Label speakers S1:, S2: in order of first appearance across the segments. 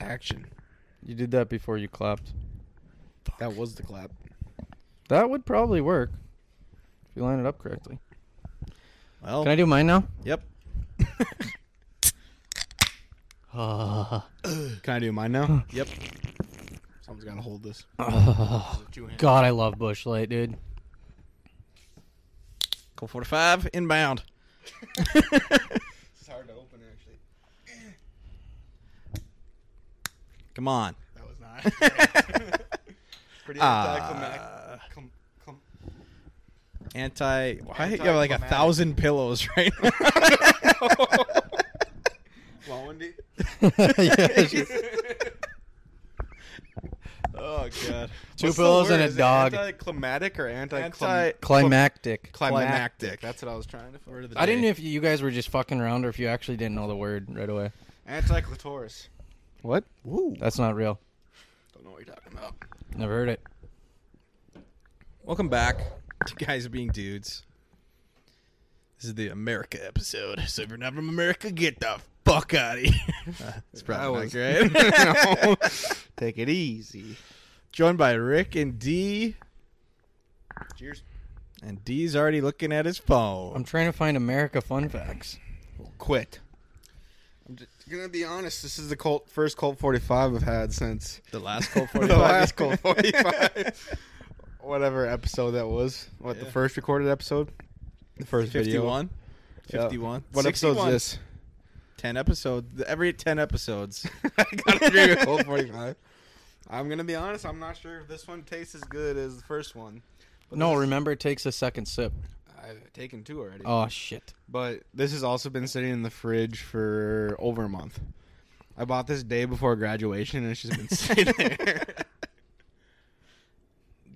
S1: action.
S2: You did that before you clapped.
S1: That was the clap.
S2: That would probably work if you line it up correctly.
S1: Well,
S2: Can I do mine now?
S1: yep. Can I do mine now? yep. Someone's got to hold this.
S3: God, I love Bushlight, dude.
S1: Call 45, inbound. it's hard to open, actually. Come on.
S4: That was not. Uh, Pretty
S1: Ah.
S4: anticlimactic. Come, come.
S1: Anti. Why you have like a
S4: Anticlimactic.
S1: thousand pillows right now?
S4: Well, Wendy.
S2: yeah, sure.
S1: oh, God.
S2: Two pillows and a dog.
S4: Anticlimactic or anti?
S1: Anti.
S2: Climactic.
S1: Climactic.
S4: That's what I was trying to find.
S2: I didn't know if you guys were just fucking around or if you actually didn't know the word right away.
S4: Anticlitoris.
S2: What?
S1: Woo.
S2: That's not real.
S4: Don't know what you're talking about.
S2: Never heard it.
S1: Welcome back to Guys Being Dudes. This is the America episode, so if you're not from America, get the fuck out of here. It's probably not great.
S4: Take it easy.
S1: Joined by Rick and D,
S4: Cheers.
S1: and D's already looking at his phone.
S2: I'm trying to find America fun facts.
S1: quit.
S4: I'm just gonna be honest. This is the Colt first Colt 45 I've had since
S1: The last Colt
S4: the
S1: 45.
S4: last Colt 45. Whatever episode that was. What
S1: Yeah.
S4: the first recorded episode? The first video.
S1: 51.
S4: Yeah.
S1: 51.
S4: What episode
S1: 61.
S4: is
S1: 10 episodes. Every 10 episodes.
S4: this? I gotta agree with Colt 45. I'm gonna be honest. I'm not sure if this one tastes as good as the first one.
S2: No, remember it takes a second sip.
S4: I've taken two already.
S2: Oh shit.
S4: But this has also been sitting in the fridge for over a month. I bought this day before graduation, and it's just been sitting there.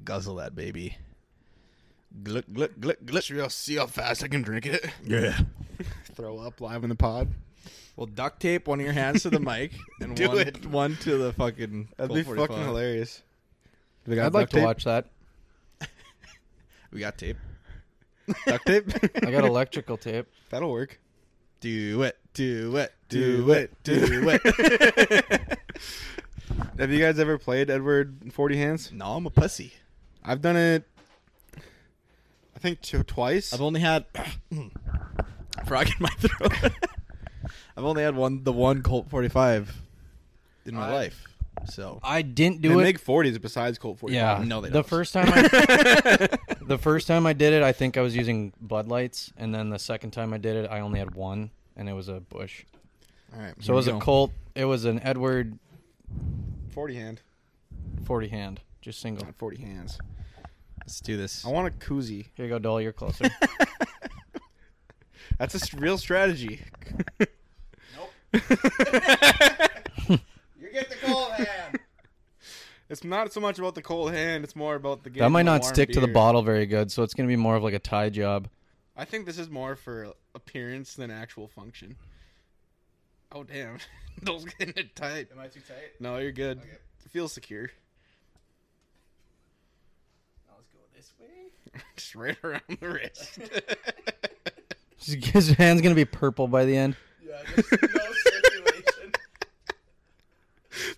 S1: Guzzle that baby. Gluck, gluck, gluck, gluck.
S4: Should we all see how fast I can drink it?
S1: Yeah.
S4: Throw up live in the pod.
S1: Well, duct tape one of your hands to the mic and
S4: Do
S1: one,
S4: it.
S1: one to the fucking.
S4: That'd be
S1: 1245.
S4: fucking hilarious.
S2: I'd like to watch that.
S1: We got tape.
S4: duct tape.
S2: I got electrical tape.
S4: That'll work.
S1: Do it. Do it.
S4: Do it,
S1: Do it.
S4: Have you guys ever played Edward Forty Hands?
S1: no, I'm a pussy.
S4: I've done it. I think two, twice.
S1: I've only had frog in my throat. I've only had one, the one Colt 45 in my
S4: I-
S1: life. So
S2: I didn't
S4: They
S2: do it.
S4: make forties besides Colt Forty.
S2: yeah.
S1: No, they
S2: the
S1: don't.
S2: first time I The first time I did it, I think I was using Bud Lights, and then the second time I did it, I only had one and it was a bush.
S4: All right.
S2: So it was a
S1: Colt.
S2: Colt, it was an Edward
S4: Forty hand.
S2: 40 hand, just single.
S4: Not forty hands.
S1: Let's do this.
S4: I want a koozie.
S2: Here you go, doll, you're closer.
S4: That's a s- real strategy.
S1: You get the cold hand.
S4: It's not so much about the cold hand. It's more about the.
S2: that
S4: getting
S2: might
S4: the
S2: not
S4: warm
S2: stick to the
S4: beer.
S2: bottle very good, so it's going to be more of like a tie job.
S4: I think this is more for appearance than actual function. Oh damn, those getting it tight.
S1: Am I too tight?
S4: No, you're good. Feels secure.
S1: Let's go this way.
S4: Just right around the wrist.
S2: His hand's going to be purple by the end.
S1: Yeah, there's no circulation.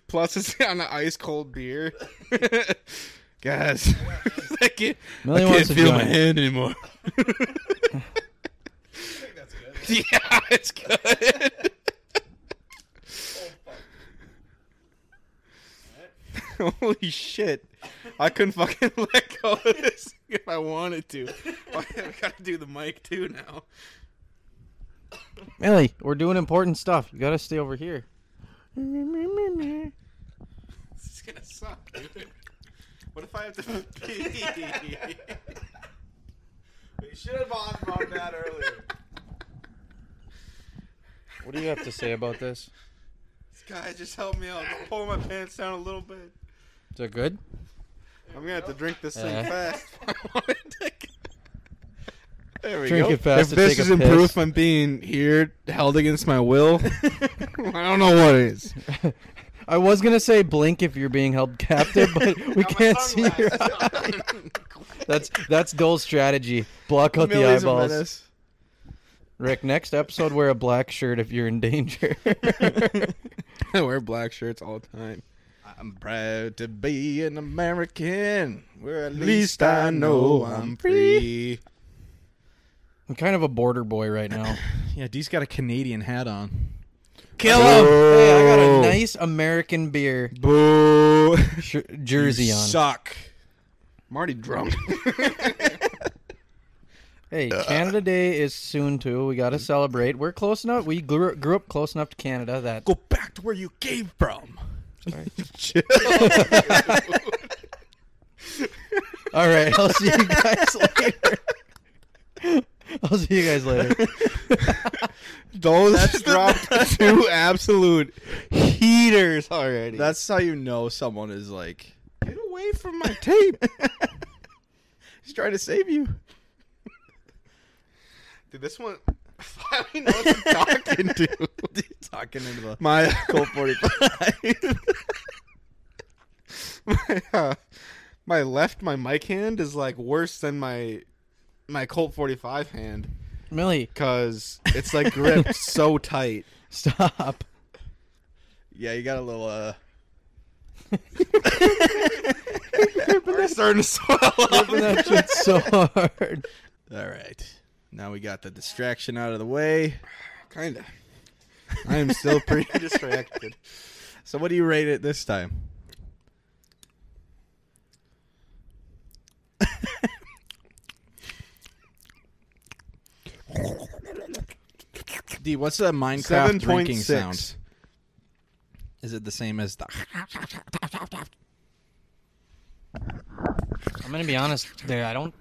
S4: Plus, it's on an ice cold beer. Guys, I can't, I
S2: Millie
S4: can't
S2: wants to
S4: feel my
S2: join.
S4: hand anymore.
S1: I think that's good.
S4: yeah, it's good. Holy shit. I couldn't fucking let go of this if I wanted to. I gotta do the mic too now.
S2: Millie, we're doing important stuff. You got to stay over here.
S4: This is gonna suck, dude. What if I have to pee?
S1: You should have asked about that earlier.
S2: What do you have to say about this?
S4: Guys, just help me out. Pull my pants down a little bit.
S2: Is it good?
S4: I'm gonna have to drink this
S2: Yeah.
S4: thing fast. if I want it to- there we
S2: Drink
S4: go.
S2: it fast
S4: If
S2: to
S4: this
S2: take a
S4: isn't
S2: piss.
S4: proof I'm being here held against my will, I don't know what is.
S2: I was going to say blink if you're being held captive, but we can't see your eye. That's that's Dole's strategy. Block out the
S4: Millie's a
S2: eyeballs.
S4: menace.
S2: Rick, next episode, wear a black shirt if you're in danger.
S4: I wear black shirts all the time.
S1: I'm proud to be an American. Where at
S4: least I know I'm free.
S2: I'm kind of a border boy right now.
S1: Yeah, D's got a Canadian hat on.
S2: Kill him! Hey, I got a nice American beer
S1: Boo.
S2: sh- jersey on.
S1: Suck.
S4: I'm already drunk.
S2: Hey, Canada Day is soon too. We gotta celebrate. We're close enough. We grew, grew up close enough to Canada that
S1: Go back to where you came from.
S2: All right, I'll see you guys later. I'll see you guys later.
S4: Those dropped two absolute heaters already.
S1: That's how you know someone is like.
S4: get away from my tape.
S1: He's trying to save you.
S4: Dude, this one I don't know what to talk into.
S1: Talking into the
S4: My
S1: Colt 45.
S4: my, uh, my left my mic hand is like worse than my my Colt 45 hand
S2: Millie,
S4: cuz it's like gripped so tight.
S2: stop.
S1: yeah, you got a little. uh
S4: It's starting to swell up.
S2: That shit's so hard.
S1: All right. Now we got the distraction out of the way.
S4: Kind of. I am still pretty distracted.
S1: So, what do you rate it this time? D, what's that Minecraft drinking
S4: 7.6.
S1: sound? Is it the same as the?
S2: I'm gonna be honest. There, I don't.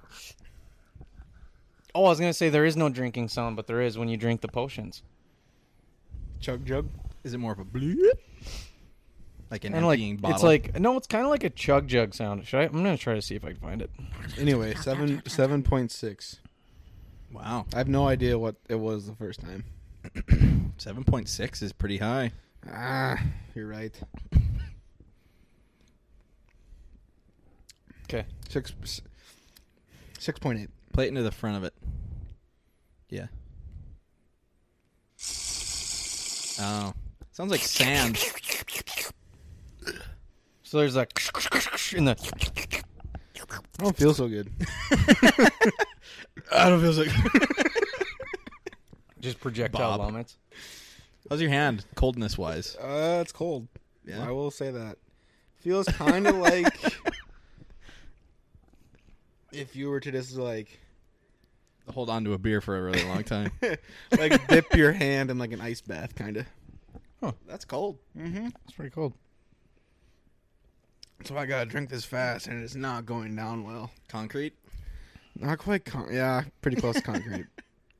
S2: Oh, I was gonna say there is no drinking sound, but there is when you drink the potions.
S4: Chug jug.
S1: Is it more of a bloop? Like an
S2: And like,
S1: emptying bottle.
S2: it's like no, it's kind of like a chug jug sound. Should I? I'm gonna try to see if I can find it.
S4: Anyway, 7 7.6.
S1: wow,
S4: I have no idea what it was the first time.
S1: seven point six is pretty high.
S4: Ah, you're right.
S2: Okay.
S4: 6 s- 6.8.
S1: Play it into the front of it. Yeah. Oh, sounds like sand.
S2: So there's a in the.
S4: I don't feel so good.
S1: I don't feel like.
S2: Just projectile
S1: Bob.
S2: vomits.
S1: How's your hand, coldness wise?
S4: Uh, it's cold.
S1: Yeah.
S4: I will say that. Feels kind of like if you were to just like
S1: Hold on to a beer for a really long time.
S4: like dip your hand in like an ice bath, kind of.
S1: That's cold.
S2: It's pretty cold.
S4: So I gotta drink this fast, and it's not going down well.
S1: Concrete.
S4: Not quite. Con- yeah, pretty close to concrete.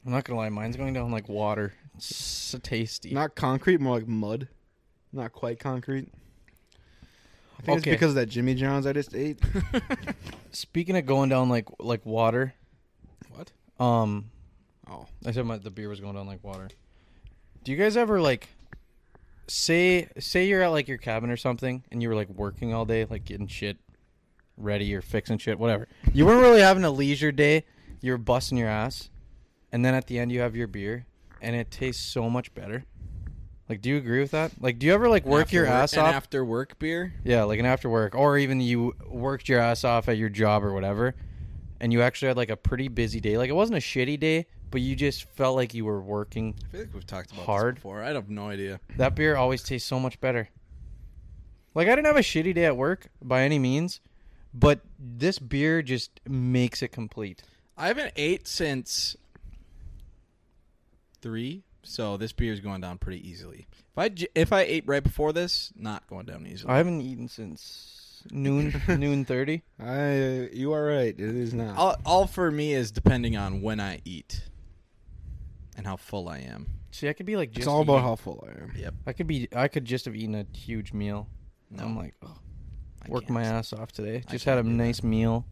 S2: I'm not gonna lie, mine's going down like water. It's so tasty.
S4: not concrete, more like mud. Not quite concrete. I think
S2: Okay.
S4: it's because of that Jimmy John's I just ate.
S2: Speaking of going down like like water,
S4: what?
S2: um,
S4: Oh,
S2: I said my, the beer was going down like water. Do you guys ever like say say you're at like your cabin or something and you were like working all day, like getting shit ready or fixing shit, whatever. You weren't really having a leisure day. You were busting your ass, and then at the end you have your beer, and it tastes so much better. Like, do you agree with that? Like, do you ever like work your ass
S1: and
S2: off?
S1: after work beer.
S2: Yeah, like an after work, or even you worked your ass off at your job or whatever, and you actually had like a pretty busy day. Like it wasn't a shitty day, but you just felt like you were working.
S1: I feel like we've talked about
S2: Hard.
S1: this before. I have no idea.
S2: That beer always tastes so much better. Like I didn't have a shitty day at work by any means, but this beer just makes it complete.
S1: I haven't ate since three, so this beer is going down pretty easily. If I j- if I ate right before this, not going down easily.
S2: I haven't eaten since noon noon thirty.
S4: I. You are right. It is not.
S1: all, all for me is depending on when I eat and how full I am.
S2: See, I could be like just
S4: it's all about
S2: eating-
S4: how full I am. Mm.
S2: I could be I could just have eaten a huge meal.
S1: No.
S2: I'm like, oh,
S1: I
S2: worked
S1: can't.
S2: my ass off today.
S1: I
S2: Just had a
S1: can't do that.
S2: nice meal.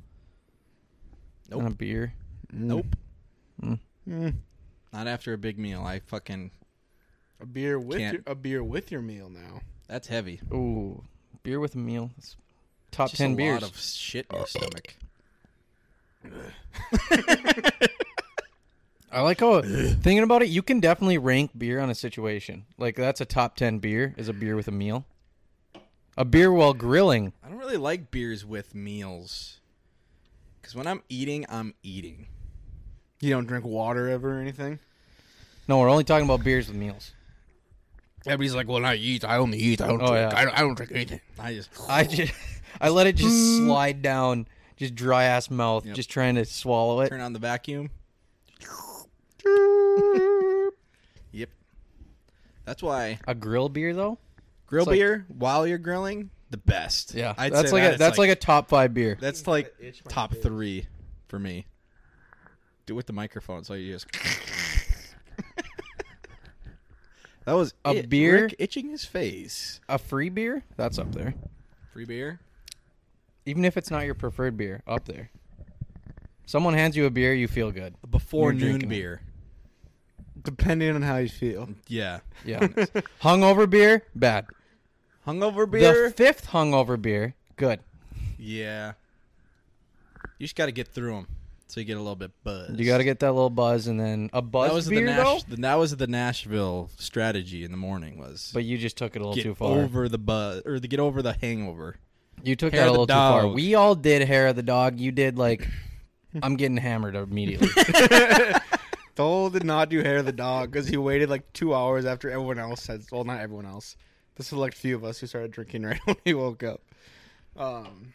S1: Nope.
S2: And a beer.
S1: Nope.
S4: Mm.
S1: Not after a big meal. I fucking
S4: A beer with
S1: Can't-
S4: your, a beer with your meal now.
S1: that's heavy.
S2: Ooh, beer with a meal. That's top
S1: Just
S2: ten
S1: a
S2: beers.
S1: lot of shit in your stomach.
S2: I like how thinking about it, you can definitely rank beer on a situation. Like that's a top ten beer is a beer with a meal. A beer while grilling.
S1: I don't really like beers with meals. Because when I'm eating, I'm eating.
S4: You don't drink water ever or anything?
S2: No, we're only talking about beers with meals.
S4: Everybody's like, well, I eat. I only eat. I don't
S2: Oh,
S4: drink.
S2: yeah.
S4: I, don't, I don't drink anything.
S1: I just.
S2: I just I let it just
S1: Mm.
S2: slide down, just dry ass mouth, just trying to swallow it.
S1: Turn on the vacuum. yep. That's why
S2: A grill beer though?
S1: grill
S2: like-
S1: beer while you're grilling, the best. I'd
S2: that's
S1: say
S2: like
S1: that
S2: a
S1: is
S2: that's like, a top five beer.
S1: that's like top three for me. Do it with the microphone, so you just. that was
S2: A
S1: it.
S2: beer?
S1: Rick itching his face.
S2: A free beer? That's up there.
S1: Free beer.
S2: Even if it's not your preferred beer, up there. Someone hands you a beer, you feel good.
S1: Before
S2: You're
S1: noon
S2: drinking it.
S1: beer.
S4: Depending on how you feel.
S1: Yeah.
S2: Yeah. hungover beer, bad.
S1: Hungover
S2: The fifth hungover beer, good.
S1: yeah. You just got to get through them, so you get a little bit buzzed.
S2: You got to get that little buzz, and then a buzz
S1: that was
S2: beer
S1: the,
S2: though.
S1: Nash- the that was the Nashville strategy in the morning was
S2: But you just took it a little
S1: get
S2: too far.
S1: over the buzz or to get over the hangover.
S2: You took
S1: Hair
S2: that a
S1: of the
S2: little too far.
S1: dog.
S2: We all did hair of the dog. You did like, I'm getting hammered immediately.
S4: Dole did not do hair of the dog because he waited like two hours after everyone else had. Well, not everyone else. The select few of us who started drinking right when he woke up. Um,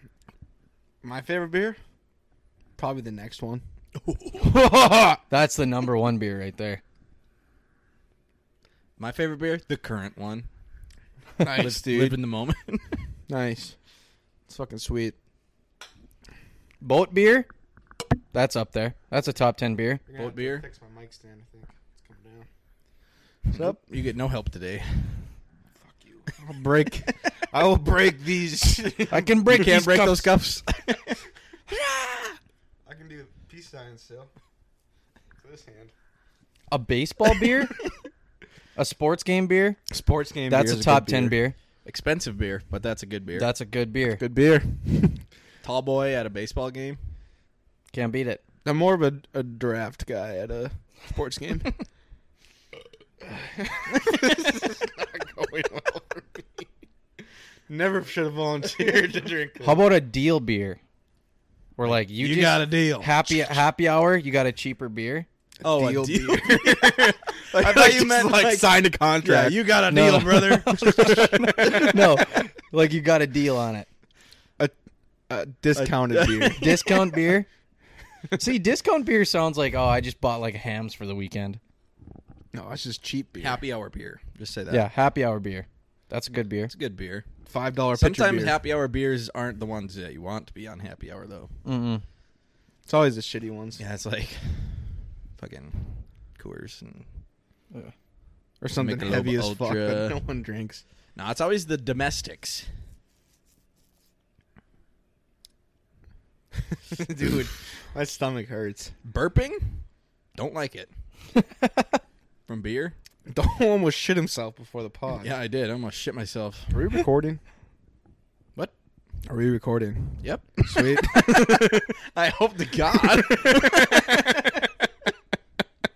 S4: my favorite beer, probably the next one.
S2: That's the number one beer right there.
S1: My favorite beer, the current one.
S4: Nice,
S1: Live in the moment.
S4: Nice. It's fucking sweet.
S2: Boat beer, that's up there. That's a top ten beer.
S1: gonna Boat have to beer?
S4: Fix my mic stand. I think it's coming down.
S1: Nope, you get no help today.
S4: Fuck you. I'll break. I will break these.
S2: I can break.
S1: you can't
S2: these
S1: break
S2: cups.
S1: those cups.
S4: I can do peace signs still. With this hand.
S2: A baseball beer, a sports game beer.
S4: Sports game.
S2: That's
S4: beer
S2: a
S4: is
S2: top
S4: good
S2: ten beer.
S1: Expensive beer, but that's a good beer.
S2: That's a good beer.
S4: Good beer.
S1: Tall boy at a baseball game.
S2: Can't beat it.
S4: I'm more of a, a draft guy at a sports game. Never should have volunteered to drink.
S2: How about a deal beer? Where like you, just
S1: deal.
S2: happy happy hour, you got a cheaper beer.
S1: oh,
S4: deal
S1: a deal.
S4: I thought you meant like, sign a
S1: yeah,
S4: contract.
S1: you got a
S2: No.
S1: deal, brother.
S2: no, like you got a deal on it.
S4: a discounted beer.
S2: Discount beer. See, discount beer sounds like oh, I just bought like hams for the weekend.
S4: No, that's just cheap beer.
S1: happy hour beer. Just say that.
S2: Yeah, happy hour beer. That's a good beer.
S1: It's a good beer.
S4: Five dollar pitcher
S1: Sometimes
S4: beer.
S1: happy hour beers aren't the ones that you want to be on happy hour though.
S2: Mm-mm.
S4: it's always the shitty ones
S1: Yeah, it's like fucking Coors and
S4: or something
S1: Michelob
S4: heavy as fuck
S1: Ultra.
S4: that no one drinks.
S1: no, it's always the domestics.
S4: Dude, my stomach hurts.
S1: Burping, don't like it. From beer,
S4: The almost shit himself before the pod.
S1: yeah, I did. I almost shit myself.
S4: Are we recording?
S1: What?
S4: Are we recording?
S1: Yep.
S4: Sweet.
S1: I hope to God.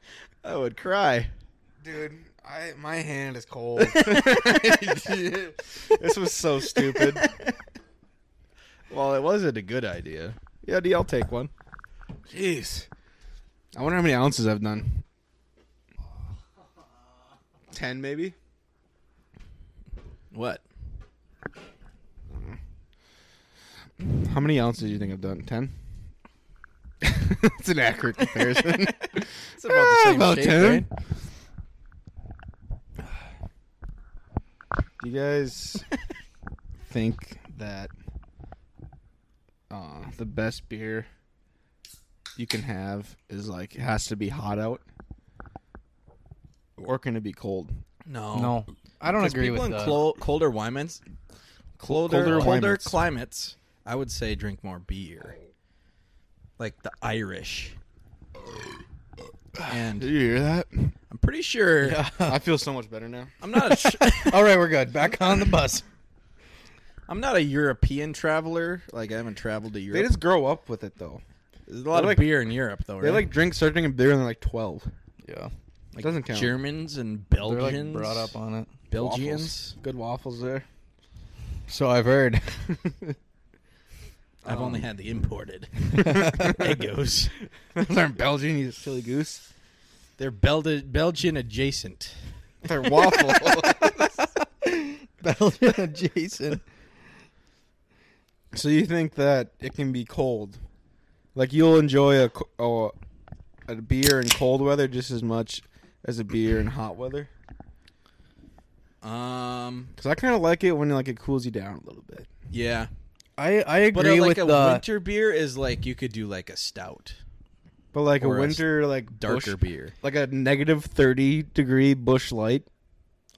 S1: I would cry.
S4: Dude, I my hand is cold. this was so stupid.
S1: Well, it wasn't a good idea.
S4: Yeah, D, I'll take one. Jeez. I wonder how many ounces I've done. Ten, maybe.
S1: What?
S4: How many ounces do you think I've done? Ten. It's an accurate comparison.
S2: It's about the
S4: same about shape, ten. Do you guys think that uh, the best beer you can have is like it has to be hot out, or can it be cold?
S1: No.
S2: No, I don't
S1: Because
S2: agree
S1: Oh. people
S2: with
S1: in
S2: that.
S1: clo- colder climates, colder,
S4: Colder
S1: colder,
S4: climates.
S1: climates. I would say drink more beer, like the Irish.
S4: Did
S1: And
S4: you hear that?
S1: I'm pretty sure
S4: I feel so much better now.
S1: I'm not a sh-
S2: All right, we're good. Back on the bus.
S1: I'm not a European traveler. Like I haven't traveled to Europe.
S4: They just grow up with it though.
S1: There's a lot
S4: They
S1: of
S4: like-
S1: beer in Europe, though, right?
S4: They like drink starting a beer when they're like twelve.
S2: Yeah,
S1: Like
S4: doesn't count.
S1: Germans and
S2: they're
S1: Belgians.
S2: like brought up on it.
S1: Belgians.
S4: Good waffles there.
S2: So I've heard.
S4: Um,
S1: I've only had the imported.
S2: Egg
S1: Eggos.
S4: Those aren't Belgian, you silly goose.
S1: They're Beldi- Belgian adjacent.
S4: They're waffle.
S2: Belgian adjacent.
S4: so you think that it can be cold? Like you'll enjoy a co- oh, a beer in cold weather just as much as a beer in hot weather?
S1: Um,
S4: Because I kind of like it when like it cools you down a little bit.
S1: yeah.
S2: I I
S1: But
S2: agree
S1: uh, like a
S2: with the
S1: winter beer is like you could do like a stout,
S4: But like
S1: Or
S4: a
S1: a
S4: winter like
S1: darker
S4: bush,
S1: beer.
S4: like a negative thirty degree bush light.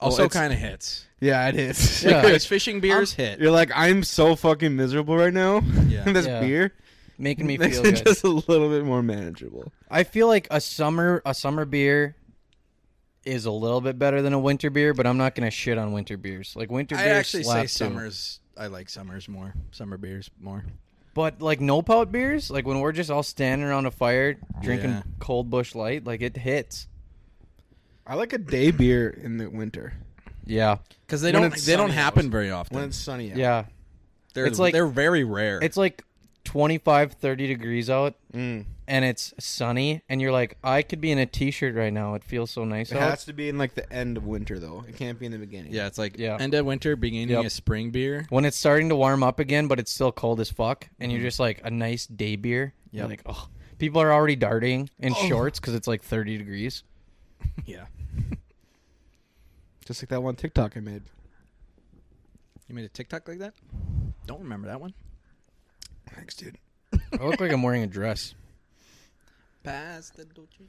S4: Well,
S1: Also,
S4: Oh, it's-
S1: kind of hits.
S4: Yeah, it is.
S2: Yeah.
S1: Ice fishing beers hit.
S4: You're like, I'm so fucking miserable right now.
S1: Yeah.
S4: this
S2: Yeah.
S4: beer
S2: making me
S4: makes
S2: feel
S4: it
S2: good.
S4: just a little bit more manageable.
S2: I feel like a summer a summer beer is a little bit better than a winter beer, but I'm not gonna shit on winter beers. Like winter
S1: I
S2: beers
S1: actually
S2: slap
S1: say
S2: too.
S1: summers. I like summers more. Summer beers more.
S2: But like no pout beers, like when we're just all standing around a fire drinking
S1: Yeah.
S2: cold bush light, like it hits.
S4: I like a day beer in the winter
S2: Yeah.
S1: Because they
S4: When
S1: don't
S4: it's
S1: they don't
S4: sunny out.
S1: happen very often.
S4: when it's sunny out.
S2: Yeah.
S1: they're
S2: it's like-
S1: they're very rare.
S2: It's like 25, 30 degrees out
S4: Mm.
S2: and it's sunny and you're like, I could be in a t shirt right now. It feels so nice
S4: It
S2: out.
S4: has to be in like the end of winter though. It can't be in the beginning.
S1: yeah, it's like
S2: Yeah.
S1: end of winter, beginning
S2: Yep.
S1: of spring beer.
S2: When it's starting to warm up again, but it's still cold as fuck, and you're just like a nice day beer. You're
S1: Yep.
S2: like, oh, people are already darting in shorts 'cause shorts because it's like 30 degrees.
S1: Yeah,
S4: Just like that one TikTok I made.
S1: you made a TikTok like that. Don't remember that one.
S4: Thanks, dude.
S2: I look like I'm wearing a dress.
S1: Pass the dochi.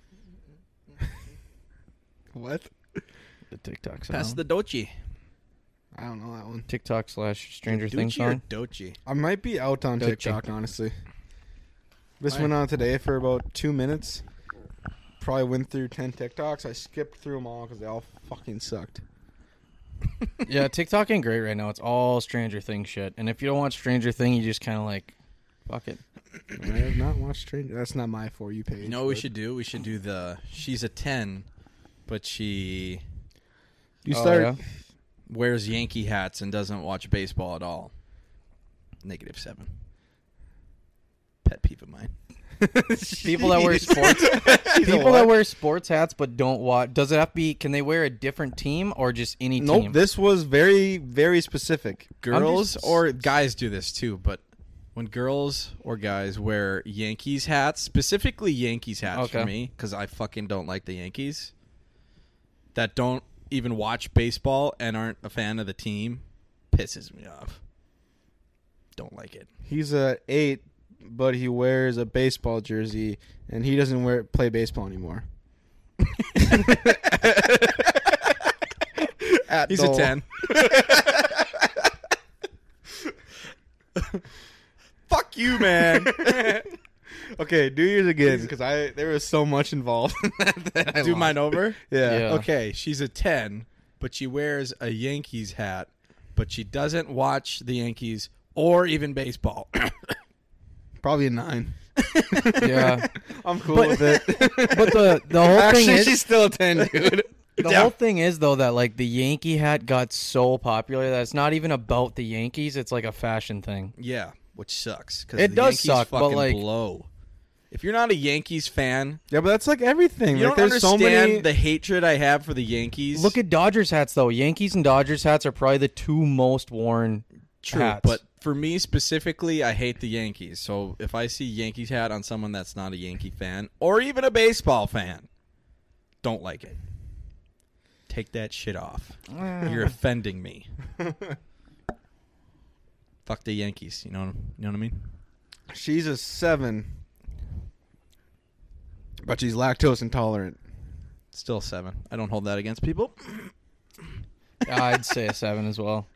S4: What?
S2: The TikTok song.
S1: Pass the dochi.
S4: I don't know that one.
S2: TikTok slash Stranger Things
S1: Dochi or
S2: song.
S1: dochi?
S4: I might be out on
S2: Dochi.
S4: TikTok honestly. This
S1: Why?
S4: went on today for about two minutes. Probably went through ten TikToks. I skipped through them all because they all fucking sucked.
S2: yeah, TikTok ain't great right now. It's all Stranger Things shit. And if you don't watch Stranger Thing, you just kind of like, fuck it.
S4: I have not watched Stranger. That's not my for you page.
S1: You know what we
S4: but-
S1: should do? We should do the she's a ten, but she
S4: You
S2: Oh,
S4: start.
S2: yeah?
S1: wears Yankee hats and doesn't watch baseball at all. Negative seven. Pet peeve of mine.
S2: People that wear sports, people that wear sports hats but don't watch. Does it have to be? Can they wear a different team or just any
S4: Nope.
S2: team?
S4: This was very very specific.
S1: Girls
S2: just-
S1: or guys do this too, but when girls or guys wear Yankees hats, specifically Yankees hats for
S2: Okay.
S1: me, because I fucking don't like the Yankees, that don't even watch baseball and aren't a fan of the team, pisses me off. Don't like it.
S4: He's a eight, but he wears a baseball jersey, and he doesn't wear play baseball anymore. At
S1: He's
S4: the-
S1: a 10. Fuck you, man.
S4: Okay, do yours again because I there was so much involved. that I
S1: Do
S4: lost.
S1: mine over?
S4: Yeah.
S2: Yeah.
S1: Okay, she's a 10, but she wears a Yankees hat, but she doesn't watch the Yankees or even baseball.
S4: Probably a nine.
S2: yeah,
S4: I'm cool
S2: But-
S4: with it.
S2: but the the whole
S4: Actually,
S2: thing is
S4: she's still a ten, dude.
S2: The whole thing is though that like the Yankee hat got so popular that it's not even about the Yankees. It's like a fashion thing.
S1: yeah, which sucks cuz
S2: It
S1: the
S2: does
S1: Yankees
S2: suck, but,
S1: fucking
S2: like-
S1: blow. If you're not a Yankees fan,
S4: yeah, but that's like everything.
S1: you
S4: like,
S1: don't
S4: there's
S1: understand
S4: so many.
S1: the hatred I have for the Yankees.
S2: Look at Dodgers hats though. Yankees and Dodgers hats are probably the two most worn.
S1: True,
S2: hats.
S1: but for me specifically, I hate the Yankees. So if I see Yankees hat on someone that's not a Yankee fan or even a baseball fan, don't like it. Take that shit off. You're offending me. Fuck the Yankees. You know, you know what I mean?
S4: She's a seven, but she's lactose intolerant.
S1: Still seven. I don't hold that against people.
S2: I'd say a seven as well.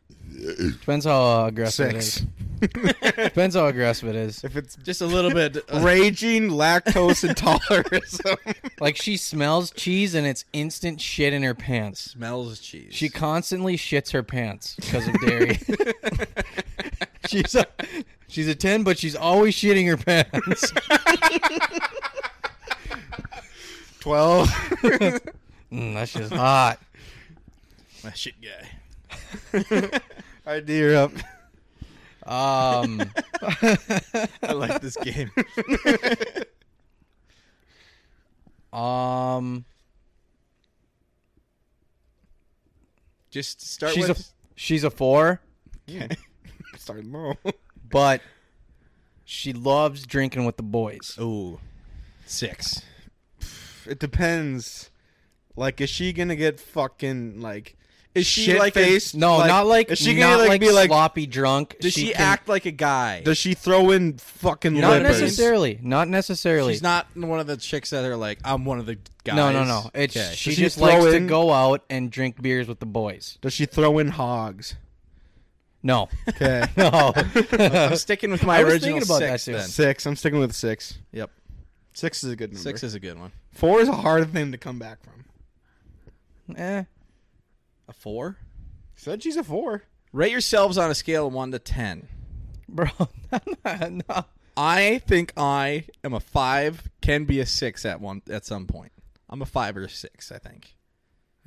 S2: Depends how uh, aggressive it
S4: Six.
S2: is. Depends how aggressive it is.
S4: If it's
S1: Just a little bit. uh,
S4: raging lactose intolerance,
S2: Like she smells cheese and it's instant shit in her pants.
S1: smells cheese.
S2: She constantly shits her pants because of dairy. she's a She's a 10, but she's always shitting her pants.
S4: 12.
S2: mm, that shit's hot.
S1: My shit guy.
S4: All right, D, you're up.
S2: Um,
S1: I like this game.
S2: um,
S1: Just start
S2: she's a
S1: with.
S2: she's a four,
S4: Starting low.
S2: but she loves drinking with the boys.
S1: Ooh. Six.
S4: It depends. Like, is she gonna get fucking like? Is she
S1: Shit
S4: like
S1: faced?
S4: A,
S2: No, not like
S4: Is she
S2: not
S4: gonna like,
S2: like,
S4: be like?
S2: sloppy drunk.
S1: Does she,
S2: can-
S1: act like a guy?
S4: Does she throw in fucking
S2: Not
S4: lippers?
S2: necessarily. Not necessarily.
S1: She's not one of the chicks that are like, I'm one of the guys.
S2: no, no, no. It's
S1: Okay.
S2: she
S4: Does she
S2: just
S4: throw
S2: likes to
S4: in-
S2: go out and drink beers with the boys.
S4: Does she throw in hogs?
S2: No,
S4: Okay,
S2: no.
S1: I'm sticking with my
S2: I was
S1: original
S2: thinking about
S1: six
S2: that, too.
S1: then.
S4: six. I'm sticking with six.
S1: Yep.
S4: Six is a good number.
S1: Six is a good one.
S4: Four is a hard thing to come back from.
S2: eh.
S1: A four?
S4: Said she's a four.
S1: Rate yourselves on a scale of one to ten.
S2: Bro, no.
S1: I think I am a five, can be a six at one at some point. I'm a five or a six, I think.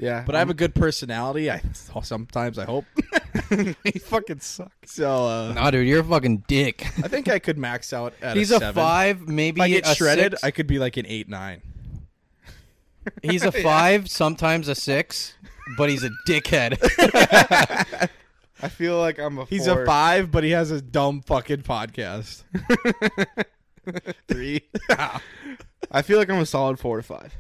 S4: Yeah,
S1: But I have a good personality. I sometimes I hope.
S4: he fucking sucks.
S1: So uh,
S2: No, dude, you're a fucking dick.
S1: I think I could max out at
S2: He's
S1: a,
S2: a
S1: seven.
S2: five, maybe
S1: If I get
S2: a
S1: shredded,
S2: six.
S1: I could be like an eight, nine.
S2: He's a five, sometimes a six, but he's a dickhead.
S4: I feel like I'm a.
S1: He's
S4: four.
S1: a five, but he has a dumb fucking podcast. Three.
S4: I feel like I'm a solid four to five.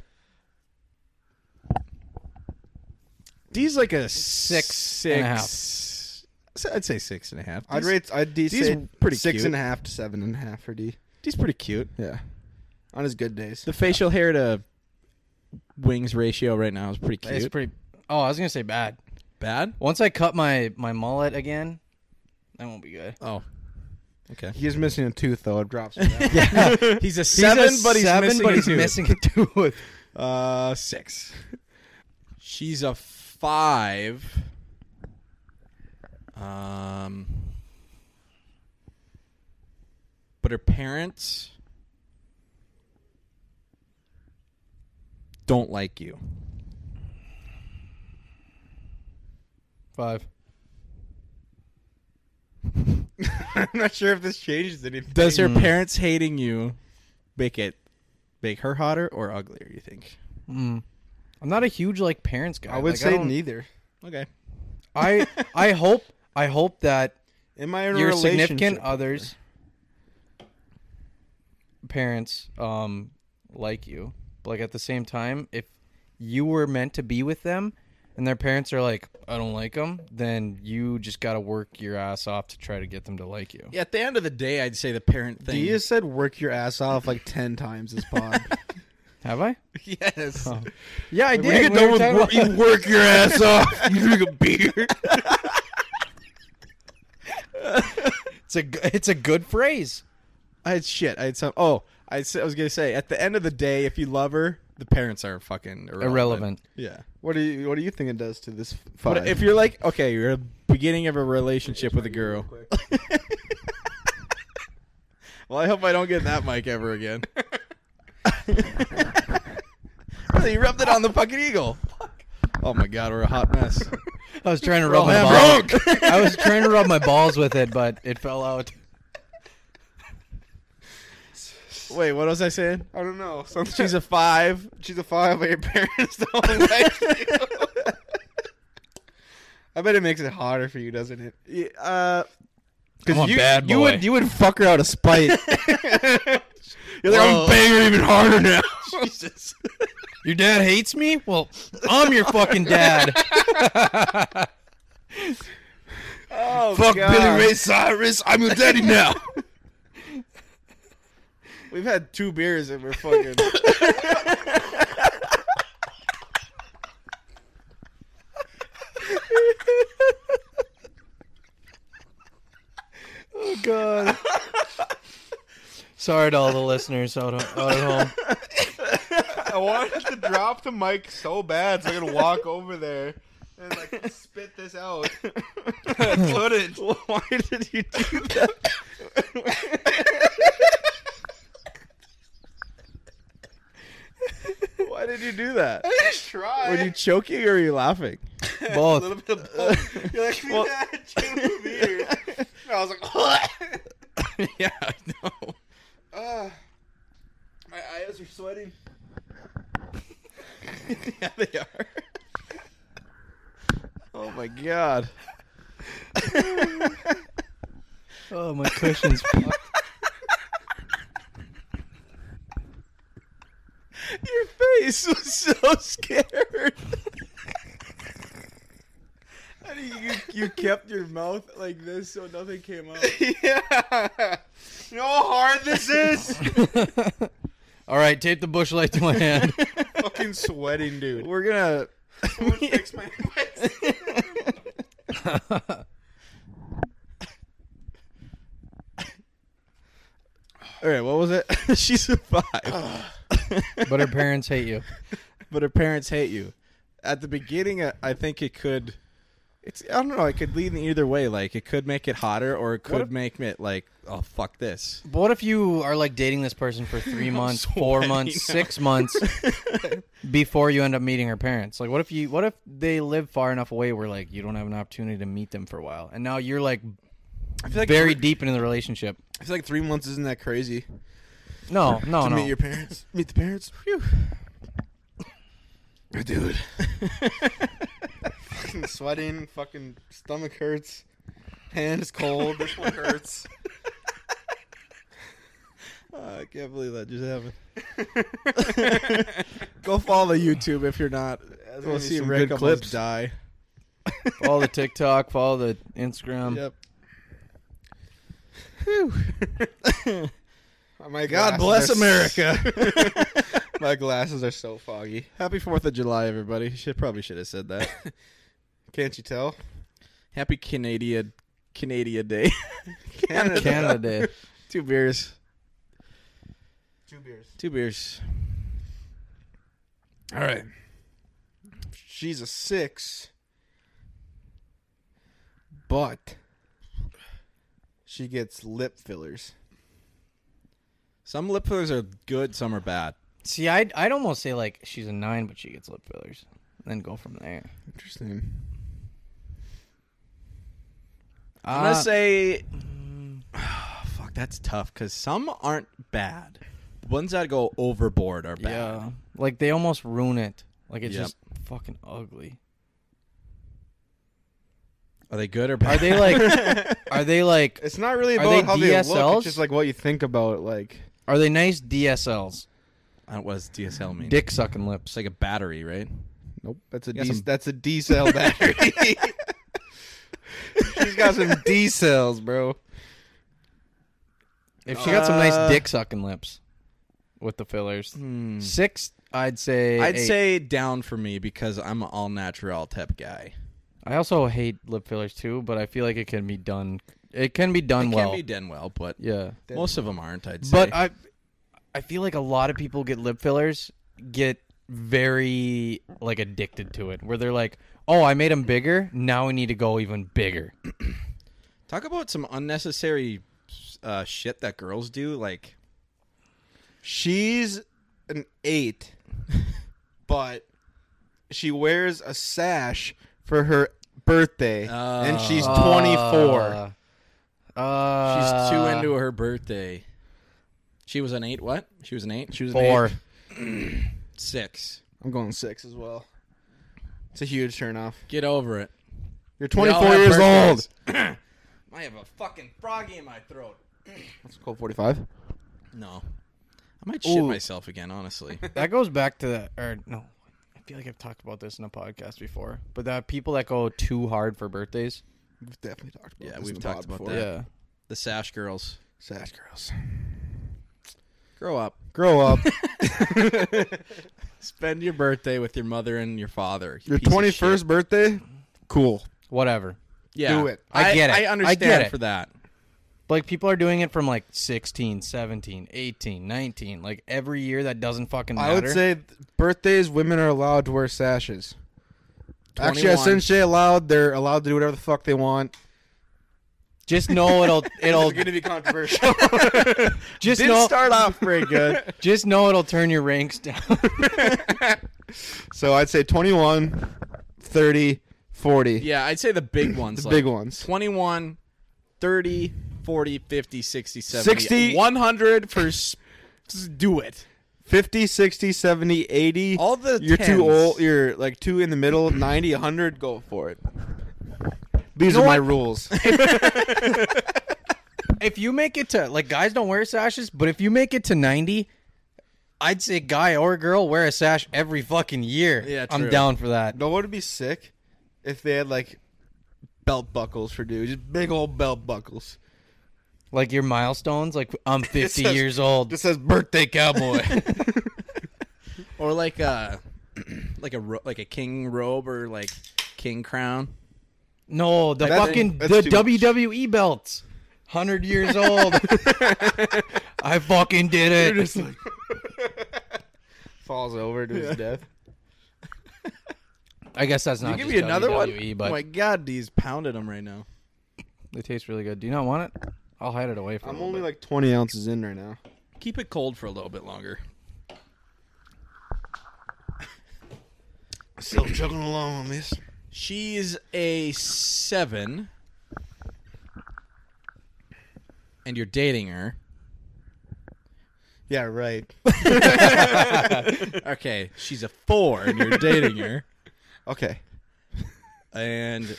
S1: D's like a
S2: Six and a half.
S1: six- so I'd say six and a half.
S4: I'd
S1: D's-
S4: rate. I'd D
S1: D's
S4: say
S1: pretty
S4: six
S1: cute.
S4: and a half to seven and a half for D.
S1: D's pretty cute.
S4: Yeah, on his good days.
S1: The facial hair to wings ratio right now is pretty cute.
S2: it's pretty. Oh, I was gonna say bad.
S1: bad.
S2: Once I cut my my mullet again, that won't be good.
S1: Oh, okay.
S4: He's missing a tooth though. It drops. him down.
S1: He's a
S2: He's a
S1: seven, but he's
S2: seven,
S1: missing
S2: but
S1: a
S2: he's
S1: tooth.
S2: missing a tooth.
S1: Uh, six. She's a five. Um, but her parents don't like you.
S2: Five.
S4: I'm not sure if this changes anything.
S1: Does her parents hating you make it make her hotter or uglier? You think?
S2: Mm. I'm not a huge like parents guy.
S4: I would
S2: Like,
S4: say
S2: don't-
S4: neither.
S1: Okay.
S2: I I hope I hope that
S4: Am I in a
S2: your
S4: relationship
S2: significant
S4: with her?
S2: others parents um like you but like at the same time if you were meant to be with them and their parents are like i don't like them then you just got to work your ass off to try to get them to like you
S1: Yeah, at the end of the day, I'd say the parent thing.
S4: D has said "work your ass off" like ten times this pod.
S2: have i
S4: yes.
S2: yeah i
S4: When you get done with work, you work your ass off. You drink a beer.
S2: it's a g- it's a good phrase
S1: I had shit. I had some. Oh, I, s- I was gonna say at the end of the day, if you love her, the parents are fucking irrelevant.
S2: irrelevant
S1: Yeah.
S4: What do you What do you think it does to this five?
S1: But if you're like, okay, you're at the beginning of a relationship with a girl. well, I hope I don't get that mic ever again. Really, you rubbed it on the fucking eagle. Oh my god, we're a hot mess.
S2: i was trying to rub my balls
S1: Hamburg.
S2: i was trying to rub my balls with it but it fell out
S1: Wait, what was I saying?
S4: I don't know.
S1: She's a five.
S4: She's a five, but your parents don't like you. I bet it makes it harder for you, doesn't it?
S1: Yeah, Uh,
S2: I'm a
S4: you,
S2: bad
S4: you
S2: boy.
S4: would you would fuck her out of spite. You're like,
S1: Whoa.
S4: I'm banging her even harder now.
S1: Jesus.
S2: Your dad hates me? Well, I'm your fucking dad.
S1: Oh,
S4: Fuck
S1: God.
S4: Billy Ray Cyrus. I'm your daddy now.
S1: We've had two beers and we're fucking.
S2: oh god. Sorry to all the listeners out, out at home.
S4: I wanted to drop the mic so bad, so I could walk over there and like spit this out. I couldn't.
S1: Why did you do that?
S4: Were you choking or are you laughing?
S2: Both.
S1: Oh
S4: bit of both. You're like,
S1: Well-
S4: yeah, two beer. And I was like,
S1: yeah, I know.
S4: uh, my eyes are sweating.
S1: Yeah, they are. oh my god.
S2: Oh, my cushion's fucked.
S1: Your face was so scared.
S4: You, you kept your mouth like this so nothing came out.
S1: yeah.
S4: You know how hard this is?
S2: All right, tape the bush light to my hand.
S4: Fucking sweating, dude.
S1: We're gonna.
S4: Someone fix my
S1: All right, what was it? she survived,
S2: but her parents hate you.
S1: but her parents hate you. At the beginning, I- I think it could. It's I don't know. It could lead in either way. Like it could make it hotter, or it could
S2: if-
S1: make it like, oh fuck this.
S2: But what if you are like dating this person for three months, four
S1: sweating
S2: months,
S1: now.
S2: six months before you end up meeting her parents? Like, what if you? What if they live far enough away where like you don't have an opportunity to meet them for a while, and now you're like
S4: I feel like
S2: very deep into the relationship?
S4: I feel like three months isn't that crazy.
S2: No, no, no.
S4: Meet your parents. Oh, Meet the parents. Phew. Oh, Dude. fucking sweating. Fucking stomach hurts. Hand is cold. This one hurts. Ah,
S1: Oh, I can't believe that just happened. Go follow YouTube if you're not.
S4: gonna
S1: We'll
S4: be
S1: see
S4: some
S1: Rick
S4: good
S1: almost
S4: clips.
S1: die.
S2: follow the TikTok, follow the Instagram.
S1: Yep.
S4: My
S1: God
S4: glasses
S1: bless
S4: are s-
S1: America.
S4: My glasses are so foggy.
S1: Happy Fourth of July, everybody. Should probably should have said that.
S4: Can't you tell?
S1: Happy Canada Canada Day.
S4: Canada.
S2: Canada Day.
S1: Two beers.
S4: Two beers.
S1: Two beers.
S4: All right. She's a six, but she gets lip fillers.
S1: Some lip fillers are good. Some are bad.
S2: See, I'd, I'd almost say like she's a nine, but she gets lip fillers, and then go from there.
S4: Interesting.
S1: I'm gonna
S2: Uh,
S1: say, Mm, oh, fuck, that's tough because some aren't bad. The ones that go overboard are bad.
S2: Yeah. Like they almost ruin it. Like it's
S1: Yep.
S2: just fucking ugly.
S1: Are they good or
S2: Are
S1: bad?
S2: they like are they like
S4: It's not really
S2: Are they
S4: about how they look.
S2: DSLs?
S4: It's just like what you think about it. Like
S2: are they nice DSLs?
S1: Uh, what does DSL mean?
S2: Dick sucking
S1: It's
S2: lips.
S1: like a battery, right?
S4: nope, that's a
S1: You got
S4: D.
S1: some-
S4: That's a D cell battery. She's got some D cells, bro.
S2: If she got some nice
S1: Uh, hmm.
S2: dick sucking lips with the fillers. Six I'd say
S1: I'd
S2: eight.
S1: say down for me because I'm an all natural type guy.
S2: I also hate lip fillers too, but I feel like it can be done it can be done
S1: It
S2: well.
S1: can be done well, but
S2: yeah.
S1: most of them aren't. I'd say.
S2: But I I feel like a lot of people get lip fillers get very like addicted to it where they're like, "Oh, I made them bigger. Now we need to go even bigger."
S1: Talk about some unnecessary uh, shit that girls do. Like,
S4: She's an eight, but she wears a sash for her birthday, and she's
S1: Ah.
S4: 24.
S1: she's
S2: Uh,
S1: too into her birthday. She was an eight. What? She was an eight. She was an
S2: four.
S1: eight. six.
S4: I'm going six as well. It's a huge turnoff.
S1: Get over it.
S4: You're
S1: We all
S4: 24
S1: have
S4: years old.
S1: birthdays. I have a fucking froggy in my throat.
S4: That's called 45.
S1: No, I might shit
S2: Ooh.
S1: myself again. Honestly,
S2: That goes back to the or no. I feel like I've talked about this in a podcast before, but that people that go too hard for birthdays.
S4: We've definitely talked about
S1: Yeah,
S4: this
S1: we've
S4: in the
S1: talked
S4: pod
S1: about
S4: before.
S1: that. the sash girls
S4: Sash girls.
S1: grow up.
S4: Grow up.
S1: Spend your birthday with your mother and your father. you
S4: Your
S1: piece of
S4: 21st
S1: shit.
S4: birthday? Cool.
S2: whatever.
S1: Yeah.
S4: do it.
S2: I get it.
S1: I
S2: I
S1: understand
S2: get it.
S1: for that.
S2: But, Like people are doing it from like 16, 17, 18, 19, like every year that doesn't fucking matter.
S4: I would say th- birthdays, women are allowed to wear sashes. Actually, I
S1: 21.
S4: essentially allowed. They're allowed to do whatever the fuck they want.
S2: just know it'll it'll
S4: be controversial.
S2: just
S1: Didn't
S2: know
S1: start off very good.
S2: just know it'll turn your ranks down.
S4: So I'd say 21, 30, 40.
S1: Yeah, I'd say the big ones.
S4: the
S1: like
S4: big ones.
S1: 21, 30, 40, 50, 60, 70,
S4: 60.
S1: 100 for s- just do it.
S4: 50, 60, 70, 80.
S1: All the
S4: You're
S1: tens.
S4: too old. You're like two in the middle, 90, 100. Go for it. These are my rules.
S2: If you make it to like guys don't wear sashes, but if you make it to ninety, I'd say guy or girl wear a sash every fucking year.
S1: Yeah,
S2: I'm
S1: true.
S2: down for that.
S4: No, would it be sick if they had like belt buckles for dudes? Just big old belt buckles.
S2: Like your milestones, like I'm fifty
S4: says-
S2: years old.
S4: Just says birthday cowboy.
S1: Or like a like a ro- like a king robe or like king crown.
S2: No, the
S4: That's-
S2: fucking
S4: that's
S2: the
S4: too much.
S2: WWE belts. Hundred years old. I fucking did it.
S4: Falls over to his death.
S2: I guess that's not.
S1: Give
S2: just
S1: me another
S2: WWE,
S1: one.
S2: But
S1: oh my god, these pounded them right now.
S2: it tastes really good. Do you not want it? I'll hide it away from.
S4: I'm only like 20 ounces in right now.
S1: Keep it cold for a little bit longer.
S4: Still chugging along on this.
S1: She's a seven, and you're dating her.
S4: Yeah, right.
S1: Okay, she's a four, and you're dating her,
S4: Okay.
S1: and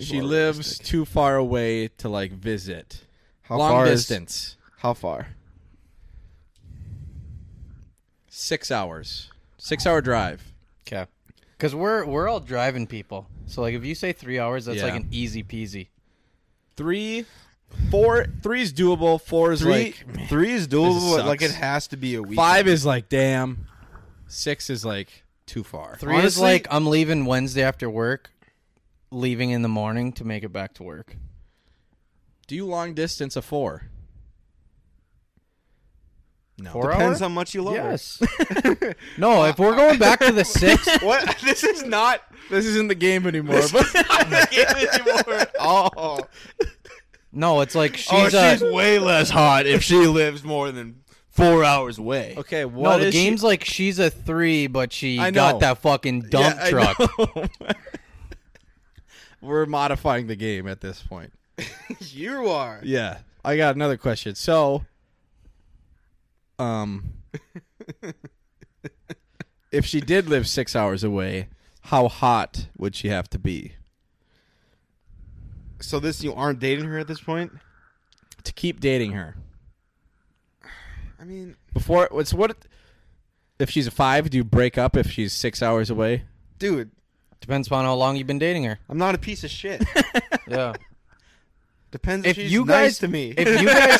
S1: she
S4: more
S1: lives too far away to like visit.
S4: How
S1: Long
S4: far is-
S1: distance,
S4: how far?
S1: six hours, six hour drive.
S2: Okay. Because we're we're all driving people. So like if you say three hours, that's
S1: Yeah.
S2: like an easy peasy.
S1: Three, four, three is doable. Four is
S4: Three,
S1: like
S4: three is doable.
S1: this
S4: but, Like it
S1: sucks.
S4: has to be a week.
S1: five is like damn. Six is like too far.
S2: Three is
S4: Honestly-
S2: like I'm leaving Wednesday after work, leaving in the morning to make it back to work.
S1: Do you long distance a four? No.
S2: Four
S4: depends
S2: hour?
S4: how much you love. her.
S2: Yes. no, if we're going back to the six,
S4: What? This is not.
S1: This isn't the game anymore. But
S4: Oh,
S2: no, it's like she's,
S4: oh, she's
S2: a.
S4: way less hot if she lives more than four hours away.
S1: okay, what
S2: no, the
S1: is she-
S2: game's like she's a three, but she
S1: I know.
S2: got that fucking
S1: Yeah,
S2: dump
S1: I
S2: truck.
S1: know. We're modifying the game at this point.
S4: You are.
S1: Yeah. I got another question. So um if she did live 6 hours away, how hot would she have to be
S4: So this you aren't dating her at this point?
S1: to keep dating her?
S4: I mean,
S1: Before it's what if she's a 5, do you break up if she's 6 hours away?
S4: dude,
S2: Depends upon how long you've been dating her.
S4: I'm not a piece of shit.
S2: Yeah.
S4: Depends
S2: if
S4: if, she's
S2: you guys
S4: nice to me.
S2: if you guys,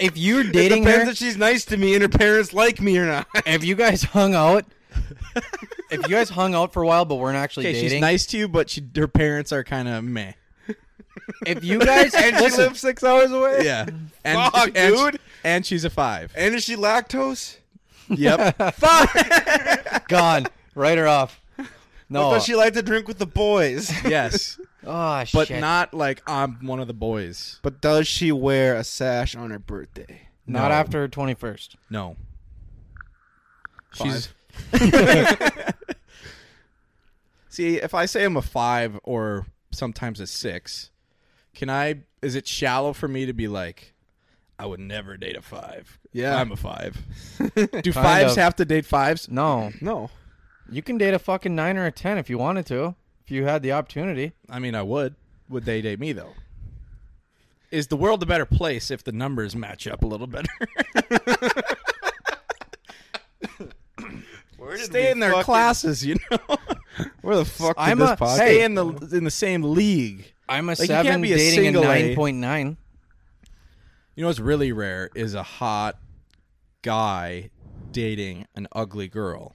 S2: if you're dating
S4: Depends
S2: her,
S4: if she's nice to me and her parents like me or not.
S2: if you guys hung out, if you guys hung out for a while, but weren't actually
S1: Okay,
S2: dating,
S1: she's nice to you, but she, her parents are kind of meh.
S2: if you guys
S4: and she
S2: listen,
S4: lives six hours away.
S1: Yeah, and,
S4: Fuck,
S1: and she-
S4: dude.
S1: and she's a five.
S4: And is she lactose?
S1: Yep.
S2: gone, write her off. No,
S4: Does she like to drink with the boys?
S1: yes,
S2: oh
S1: but
S2: shit,
S1: not like I'm one of the boys.
S4: But does she wear a sash on her birthday?
S2: Not
S1: No.
S2: after her twenty first.
S1: No. She's. See, if I say I'm a five or sometimes a six, can I? Is it shallow for me to be like, I would never date a five?
S4: Yeah.
S1: I'm a five. Do fives
S2: of.
S1: have to date fives?
S2: No,
S4: No.
S2: you can date a fucking nine or a ten if you wanted to, if you had the opportunity.
S1: I mean, I would. Would they date me though? Is the world a better place if the numbers match up a little better? Stay in their
S4: fucking-
S1: classes, you know.
S4: Where the fuck did
S2: I'm
S4: this
S2: a-
S4: podcast?
S2: hey,
S1: Stay in the in the same league.
S2: I'm a
S1: you can't
S2: seven
S1: be a
S2: dating a
S1: single A.
S2: nine point nine.
S1: You know what's really rare is a hot guy dating an ugly girl.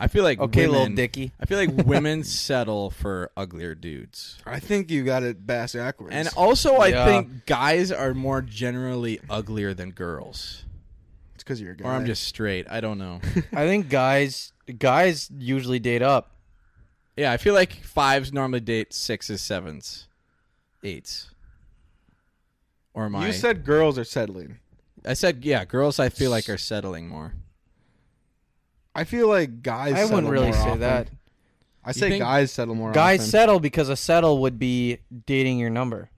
S1: I feel like
S2: Okay, little
S1: women-
S2: dicky.
S1: I feel like women settle for uglier dudes.
S4: I think you got it bass backwards.
S1: And also, I
S2: Yeah.
S1: think guys are more generally uglier than girls.
S4: it's because you're a guy.
S1: Or I'm just straight. I don't know.
S2: I think guys guys usually date up.
S1: yeah, I feel like fives normally date sixes, sevens, eights. Or am I?
S4: You said girls are settling.
S1: I said yeah. Girls, I feel like are settling more.
S4: I feel like guys.
S2: I wouldn't
S4: settle
S2: really
S4: more
S2: say
S4: often.
S2: that.
S4: I say
S2: think-
S4: guys settle more.
S2: Guys
S4: often.
S2: settle because a settle would be dating your number.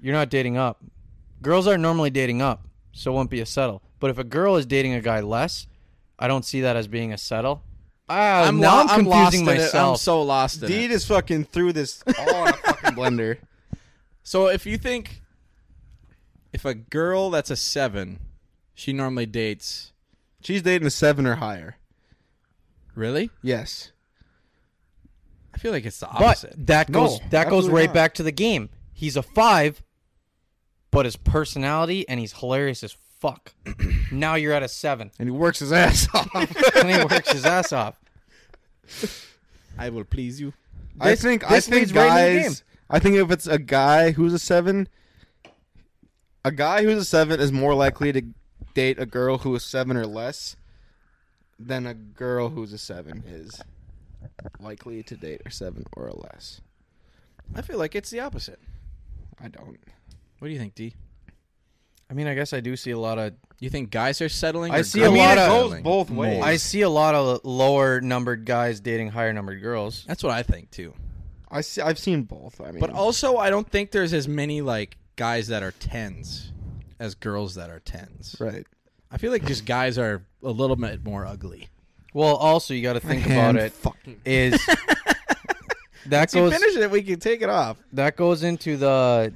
S2: You're not dating up. Girls are normally dating up, so it won't be a settle. But if a girl is dating a guy less, I don't see that as being a settle. Ah,
S1: I'm,
S2: now
S1: lo-
S2: I'm
S1: I'm lost
S2: confusing
S1: in it. I'm
S2: myself.
S1: so lost in
S4: D
S1: it.
S4: just fucking threw this all in a fucking blender.
S1: So if you think if a girl that's a seven, she normally dates
S4: She's dating a seven or higher.
S1: really?
S4: Yes.
S1: I feel like it's the
S2: but
S1: opposite.
S2: that
S4: No,
S2: goes that goes
S4: absolutely
S2: right
S4: not.
S2: back to the game. He's a five, but his personality and he's hilarious as fuck. now you're at a seven,
S4: And he works his ass off.
S2: and he works his ass off.
S1: I will please you.
S4: I
S2: This-
S4: think I
S2: this
S4: think
S2: leads right into the
S4: guys.
S2: game.
S4: I think if it's a guy who's a seven, a guy who's a seven is more likely to date a girl who is seven or less than a girl who's a seven is likely to date a seven or a less.
S1: I feel like it's the opposite.
S4: I don't.
S1: What do you think, D?
S2: I mean, I guess I do see a lot of
S1: You think guys are settling?
S2: I
S1: or
S2: see
S1: girls
S2: a lot
S1: are
S2: of-
S1: settling
S4: It goes both ways.
S1: more?
S2: I see a lot of lower numbered guys dating higher numbered girls.
S1: That's what I think too.
S4: I see, I've seen both. I mean,
S1: But also, I don't think there's as many like guys that are tens as girls that are tens.
S4: right.
S1: I feel like just guys are a little bit more ugly.
S2: Well, also you got to think about
S4: And
S2: it
S4: Fucking.
S2: is that
S1: So
S2: goes
S1: finish it, we can take it off.
S2: that goes into the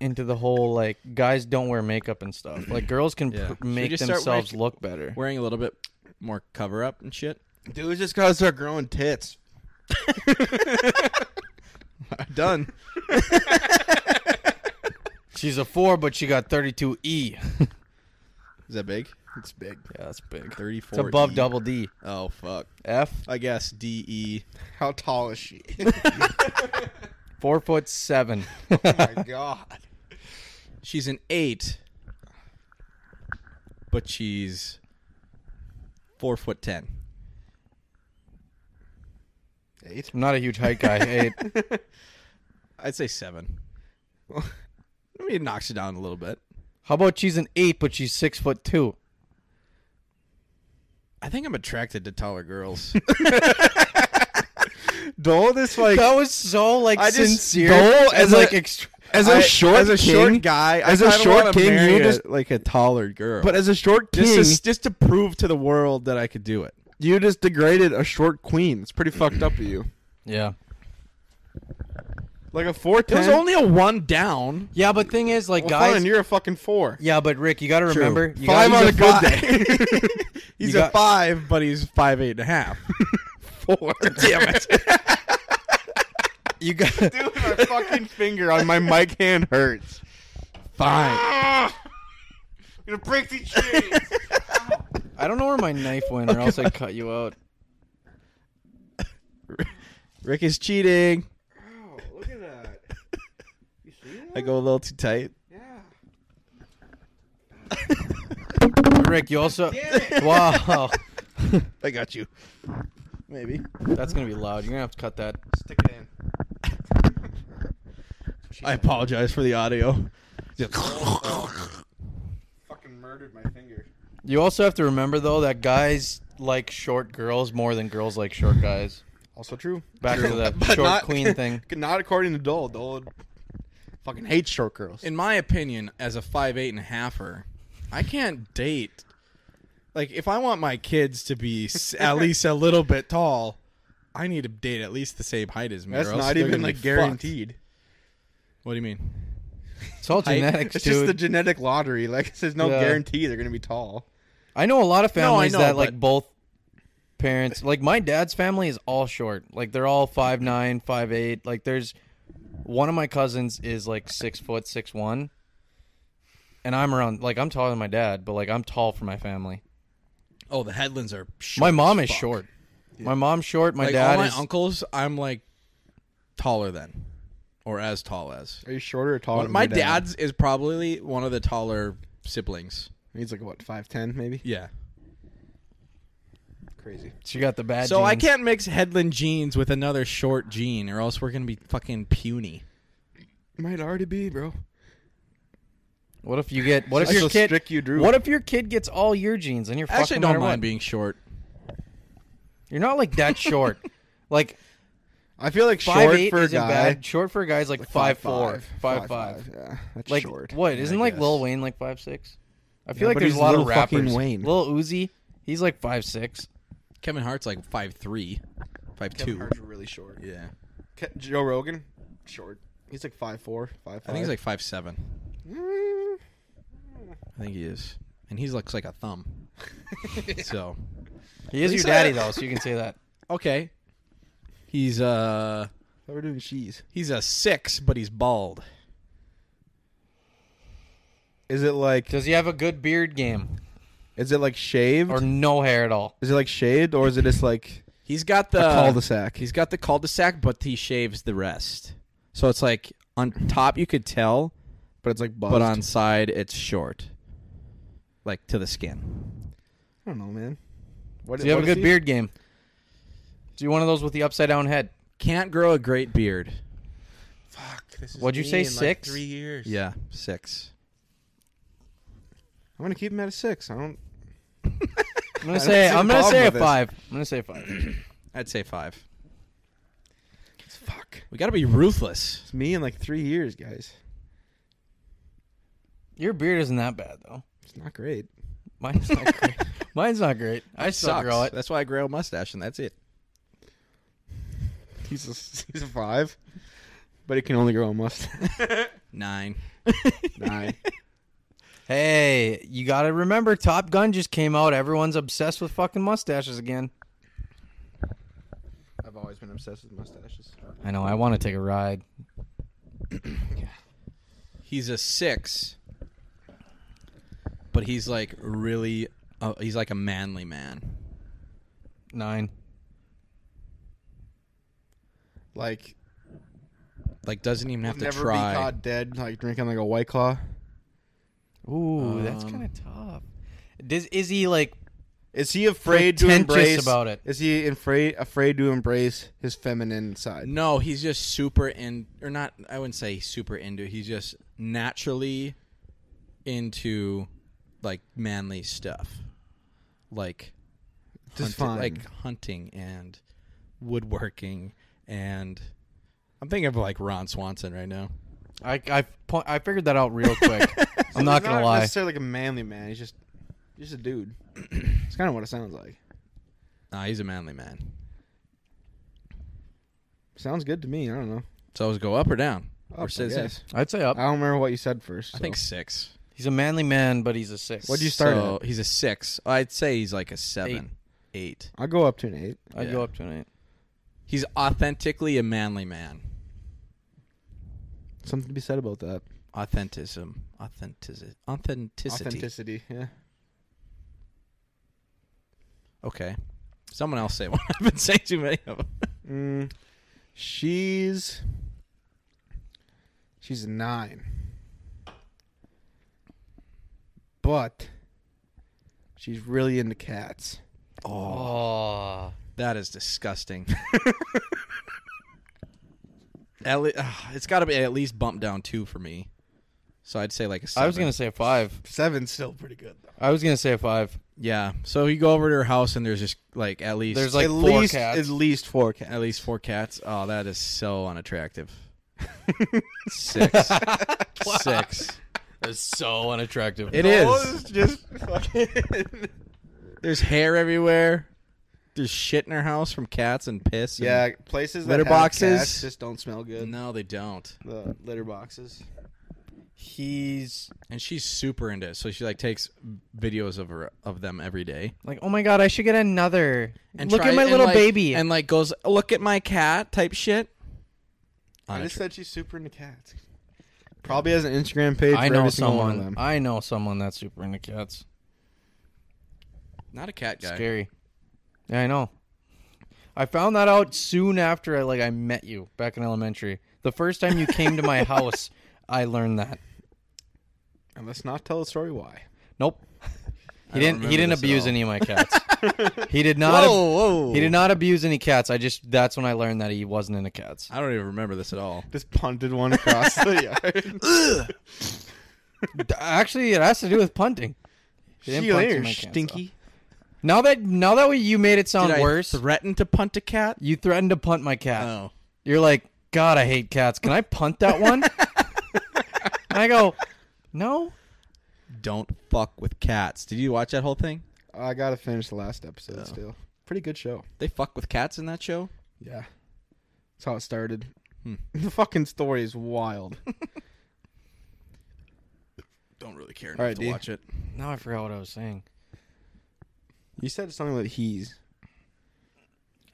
S2: into the whole like guys don't wear makeup and stuff. Like girls can
S1: Yeah.
S2: pr-
S1: Should we
S2: make
S1: just start
S2: themselves
S1: wearing-
S2: look better.
S1: Wearing a little bit more cover up and shit.
S4: Dude, it's just gotta start growing tits.
S1: Done.
S2: She's a four, but she got thirty two E. Yeah,
S1: Is that big?
S4: It's big.
S2: that's big. It's
S1: 34.
S2: above
S1: E.
S2: double D.
S1: Oh, fuck.
S2: F
S1: I guess D E.
S4: How tall is she?
S2: four foot seven.
S4: oh my god.
S1: She's an eight, but she's four foot ten.
S4: Eight.
S2: I'm not a huge height guy. Eight.
S1: I'd say seven. I mean, it knocks you down a little bit.
S2: How about she's an eight, but she's six foot two?
S1: I think I'm attracted to taller girls.
S4: Dole this like
S2: That was so like
S4: I just-
S2: sincere.
S4: Dole
S2: and,
S4: as
S2: like
S4: a-
S2: ext-
S4: as
S1: I-
S4: a short
S1: as a
S4: king,
S1: short guy,
S4: as
S1: a
S4: a short king, you just
S1: like a taller girl.
S4: but as a short king,
S1: just to, s- just to prove to the world that I could do it.
S4: you just degraded a short queen. It's pretty fucked up of you.
S2: yeah.
S4: Like a four
S1: It
S4: ten.
S1: was only a one down.
S2: Yeah, but thing is, like
S4: well,
S2: guys.
S4: fine, you're a fucking four.
S2: yeah, but Rick, you got to remember, you
S4: Five
S2: gotta-
S4: on a
S2: he's
S4: good
S2: fi-
S4: day.
S1: He's
S2: You
S1: a
S2: got-
S1: five, but he's five eight and a half.
S4: four.
S1: Damn it!
S2: You got.
S4: Dude, my fucking finger on my mic hand hurts. Ah!
S1: Fine.
S4: I'm gonna break these chains.
S2: I don't know where my knife went, or else I cut you out.
S1: Rick is cheating.
S4: oh, look at that. You see that?
S1: I go a little too tight.
S4: Yeah.
S2: Rick, you also. Wow,
S1: I got you. Maybe.
S2: that's gonna be loud. You're gonna have to cut that.
S4: Stick it in.
S1: I apologize for the audio.
S4: Fucking murdered my finger.
S2: You also have to remember though that guys like short girls more than girls like short guys.
S4: Also true.
S2: Back
S4: True.
S2: to the
S4: But
S2: short queen thing.
S4: Not according to Dole. Dole fucking hates short girls.
S1: In my opinion, as a five eight and a halfer, I can't date. Like, if I want my kids to be s- at least a little bit tall, I need to date at least the same height as me. or
S4: That's
S1: else
S4: not
S1: they're gonna
S4: even
S1: be
S4: like
S1: fucked.
S4: guaranteed.
S1: What do you mean?
S2: It's all genetics,
S4: It's just
S2: dude.
S4: the genetic lottery. Like there's no
S2: Yeah.
S4: guarantee they're gonna be tall.
S2: I know a lot of
S1: No, I
S2: families
S1: know,
S2: that
S1: but-
S2: like both parents like my dad's family is all short. Like they're all five nine, five eight. Like there's one of my cousins is like six foot, six one. And I'm around like I'm taller than my dad, but like I'm tall for my family.
S1: Oh, the headlands are. Short
S2: My mom
S1: as
S2: is
S1: fuck.
S2: short. My mom's short, my
S1: Like
S2: dad
S1: all my
S2: is
S1: uncles, I'm like taller than, or as tall as.
S4: Are you shorter or taller?
S1: One-
S4: than
S1: my
S4: your dad?
S1: dad's is probably one of the taller siblings.
S4: He's like what five ten maybe.
S1: Yeah.
S4: Crazy.
S2: she got the bad
S1: So I
S2: genes.
S1: can't mix Headland jeans with another short jean, or else we're gonna be fucking puny.
S4: Might already be, bro.
S2: What if you get what if
S4: That's
S2: your
S4: so
S2: kid
S4: strict you drew.
S2: What if your kid gets all your genes and you're
S1: I actually
S2: fucking
S1: don't
S2: no matter
S1: mind
S2: what?
S1: being short.
S2: You're not like that short. like
S4: I feel like
S2: five
S4: short
S2: eight
S4: for a
S2: isn't
S4: guy.
S2: bad. Short for a guy's like, five four, five five.
S4: Yeah, that's
S2: Like
S4: short.
S2: what? Isn't
S5: I
S2: like Lil
S5: guess.
S2: Wayne like five six? I feel like
S4: but
S2: there's
S4: he's
S2: a lot
S4: Lil
S2: of
S4: fucking
S2: rappers.
S4: Wayne.
S2: Lil Uzi, he's like five six.
S5: Kevin Hart's like five three, five two.
S4: really short.
S5: Yeah,
S4: Ke- Joe Rogan, short. He's like five four, five five.
S5: I think he's like five seven.
S4: Mm.
S5: I think he is, and he looks like a thumb. So
S2: He is your
S4: least I-
S2: daddy though, so you can say that.
S5: okay, he's uh
S4: Thought we're doing cheese.
S5: he's a six, but he's bald.
S4: Is it like
S2: Does he have a good beard game
S4: is it like shaved?
S2: or no hair at all?
S4: is it like shaved or is it just like
S5: He's got the
S4: a cul-de-sac?
S5: He's got the cul-de-sac, but he shaves the rest. So it's like on top you could tell,
S4: but it's like buzzed.
S5: but on side it's short, like to the skin.
S4: I don't know, man. What,
S2: Does he have a
S4: what
S2: good
S4: is
S2: beard game? Is he one of those with the upside down head?
S5: Can't grow a great beard.
S4: Fuck, this is-
S2: What'd you say? Six.
S6: years.
S5: Yeah, six.
S4: I'm gonna keep him at a six. I don't.
S2: I'm gonna
S4: don't
S2: say
S4: see the
S2: I'm gonna
S4: problem
S2: say a
S4: with this.
S2: five. I'm gonna say a five.
S5: I'd say five.
S4: It's fuck.
S5: We got to be ruthless.
S4: It's me in like three years, guys.
S2: Your beard isn't that bad though.
S4: It's not great.
S2: Mine's not great. Mine's not great. I still
S5: Sucks.
S2: grow it.
S5: That's why I grow a mustache, and that's it.
S4: He's a, he's a five, but he can only grow a mustache.
S5: Nine.
S4: Nine.
S2: Hey, you gotta remember Top Gun just came out. Everyone's obsessed with fucking mustaches again.
S4: I've always been obsessed with mustaches.
S2: I know, I wanna take a ride.
S5: He's a six, but he's like really. Uh, he's like a manly man.
S2: Nine.
S4: Like
S5: Like doesn't even have to
S4: never
S5: try.
S4: be caught dead, like drinking like a white claw.
S2: Ooh, that's
S5: Um,
S2: kinda tough. Does is he like
S4: Is he afraid to
S2: Pretentious
S4: embrace
S2: about it.
S4: Is he afraid afraid to embrace his feminine side?
S5: No, he's just super in, or not. I wouldn't say super into. He's just naturally into like manly stuff, like
S4: Just
S5: hunti-
S4: fine.
S5: like hunting and woodworking and. I'm thinking of like Ron Swanson right now.
S2: I I po- I figured that out real quick. I'm not
S4: he's
S2: gonna
S4: not
S2: lie.
S4: necessarily like a manly man. He's just he's just a dude. It's kind of what it sounds like.
S5: Nah, he's a manly man.
S4: Sounds good to me. I don't know.
S5: So I was go up or down
S4: Up, I
S5: or scissors.
S4: guess.
S2: I'd say up.
S4: I don't remember what you said first.
S5: I
S4: so.
S5: think six.
S2: He's a manly man, but he's a six.
S4: What'd you start
S5: So he's a six. I'd say he's like a seven, eight.
S4: I'll go up to an eight.
S2: I'd
S5: Yeah.
S2: go up to an eight.
S5: He's authentically a manly man.
S4: Something to be said about that.
S5: Authenticism, authenticity, authenticity.
S4: Authenticity. Yeah.
S5: okay, someone else say one. I've been saying too many of them.
S4: Mm, she's she's a nine, but she's really into cats.
S5: Oh,
S2: Oh,
S5: that is disgusting. at le- ugh, it's got to be at least bumped down two for me. So I'd say like a seven.
S2: I was gonna say a five.
S4: Seven's still pretty good though.
S2: I was gonna say a five.
S5: yeah. So you go over to her house and there's just like at least
S2: There's, like,
S4: at
S2: four
S4: least
S2: cats.
S4: at least four cats.
S5: At least four cats. Oh, that is so unattractive. Six. Six.
S2: That's so unattractive.
S5: It is.
S4: just fucking.
S5: There's hair everywhere. There's shit in her house from cats and piss. and-
S4: yeah, places that
S5: Litter
S4: have
S5: boxes?
S4: cats just don't smell good.
S5: No, they don't.
S2: Mm.
S4: The litter boxes.
S2: He's
S5: And she's super into it. So she like takes videos of her of them every day.
S2: like, oh my god, I should get another.
S5: And
S2: Look
S5: try-
S2: at my
S5: and,
S2: little
S5: like-
S2: baby.
S5: And like goes, look at my cat type shit.
S4: I just
S5: Unattra-
S4: said she's super into cats. Probably has an Instagram page.
S2: I
S4: for
S2: know
S4: every single one of
S2: someone.
S4: them.
S2: I know someone that's super into cats.
S5: Not a cat guy.
S2: Scary. Yeah, I know. I found that out soon after I like I met you back in elementary. The first time you came to my house, I learned that.
S4: And let's not tell the story why.
S2: Nope. He didn't.
S5: don't
S2: He
S5: remember
S2: didn't
S5: this at
S2: abuse
S5: all.
S2: any of my cats. he did not. ab-
S5: whoa.
S2: he did not abuse any cats. I just. That's when I learned that he wasn't into cats.
S5: I don't even remember this at all.
S4: Just punted one across the yard.
S2: D- Actually, it has to do with punting. He didn't
S4: See you
S2: punch
S4: later,
S2: my cats, though.
S4: stinky.
S2: Now that now that way you made it sound
S5: Did I
S2: worse.
S5: threaten to punt a cat?
S2: you threatened to punt my cat.
S5: Oh.
S2: You're like, God, I hate cats. Can I punt that one? and I go, No.
S5: Don't fuck with cats. Did you watch that whole thing?
S4: Oh, I gotta finish the last episode still. Pretty good show.
S5: They fuck with cats in that show?
S4: Yeah, that's how it started.
S5: Hmm.
S4: The fucking story is wild.
S5: Don't really care
S4: All right, D.
S5: it.
S2: Now I forgot what I was saying.
S4: you said something like he's.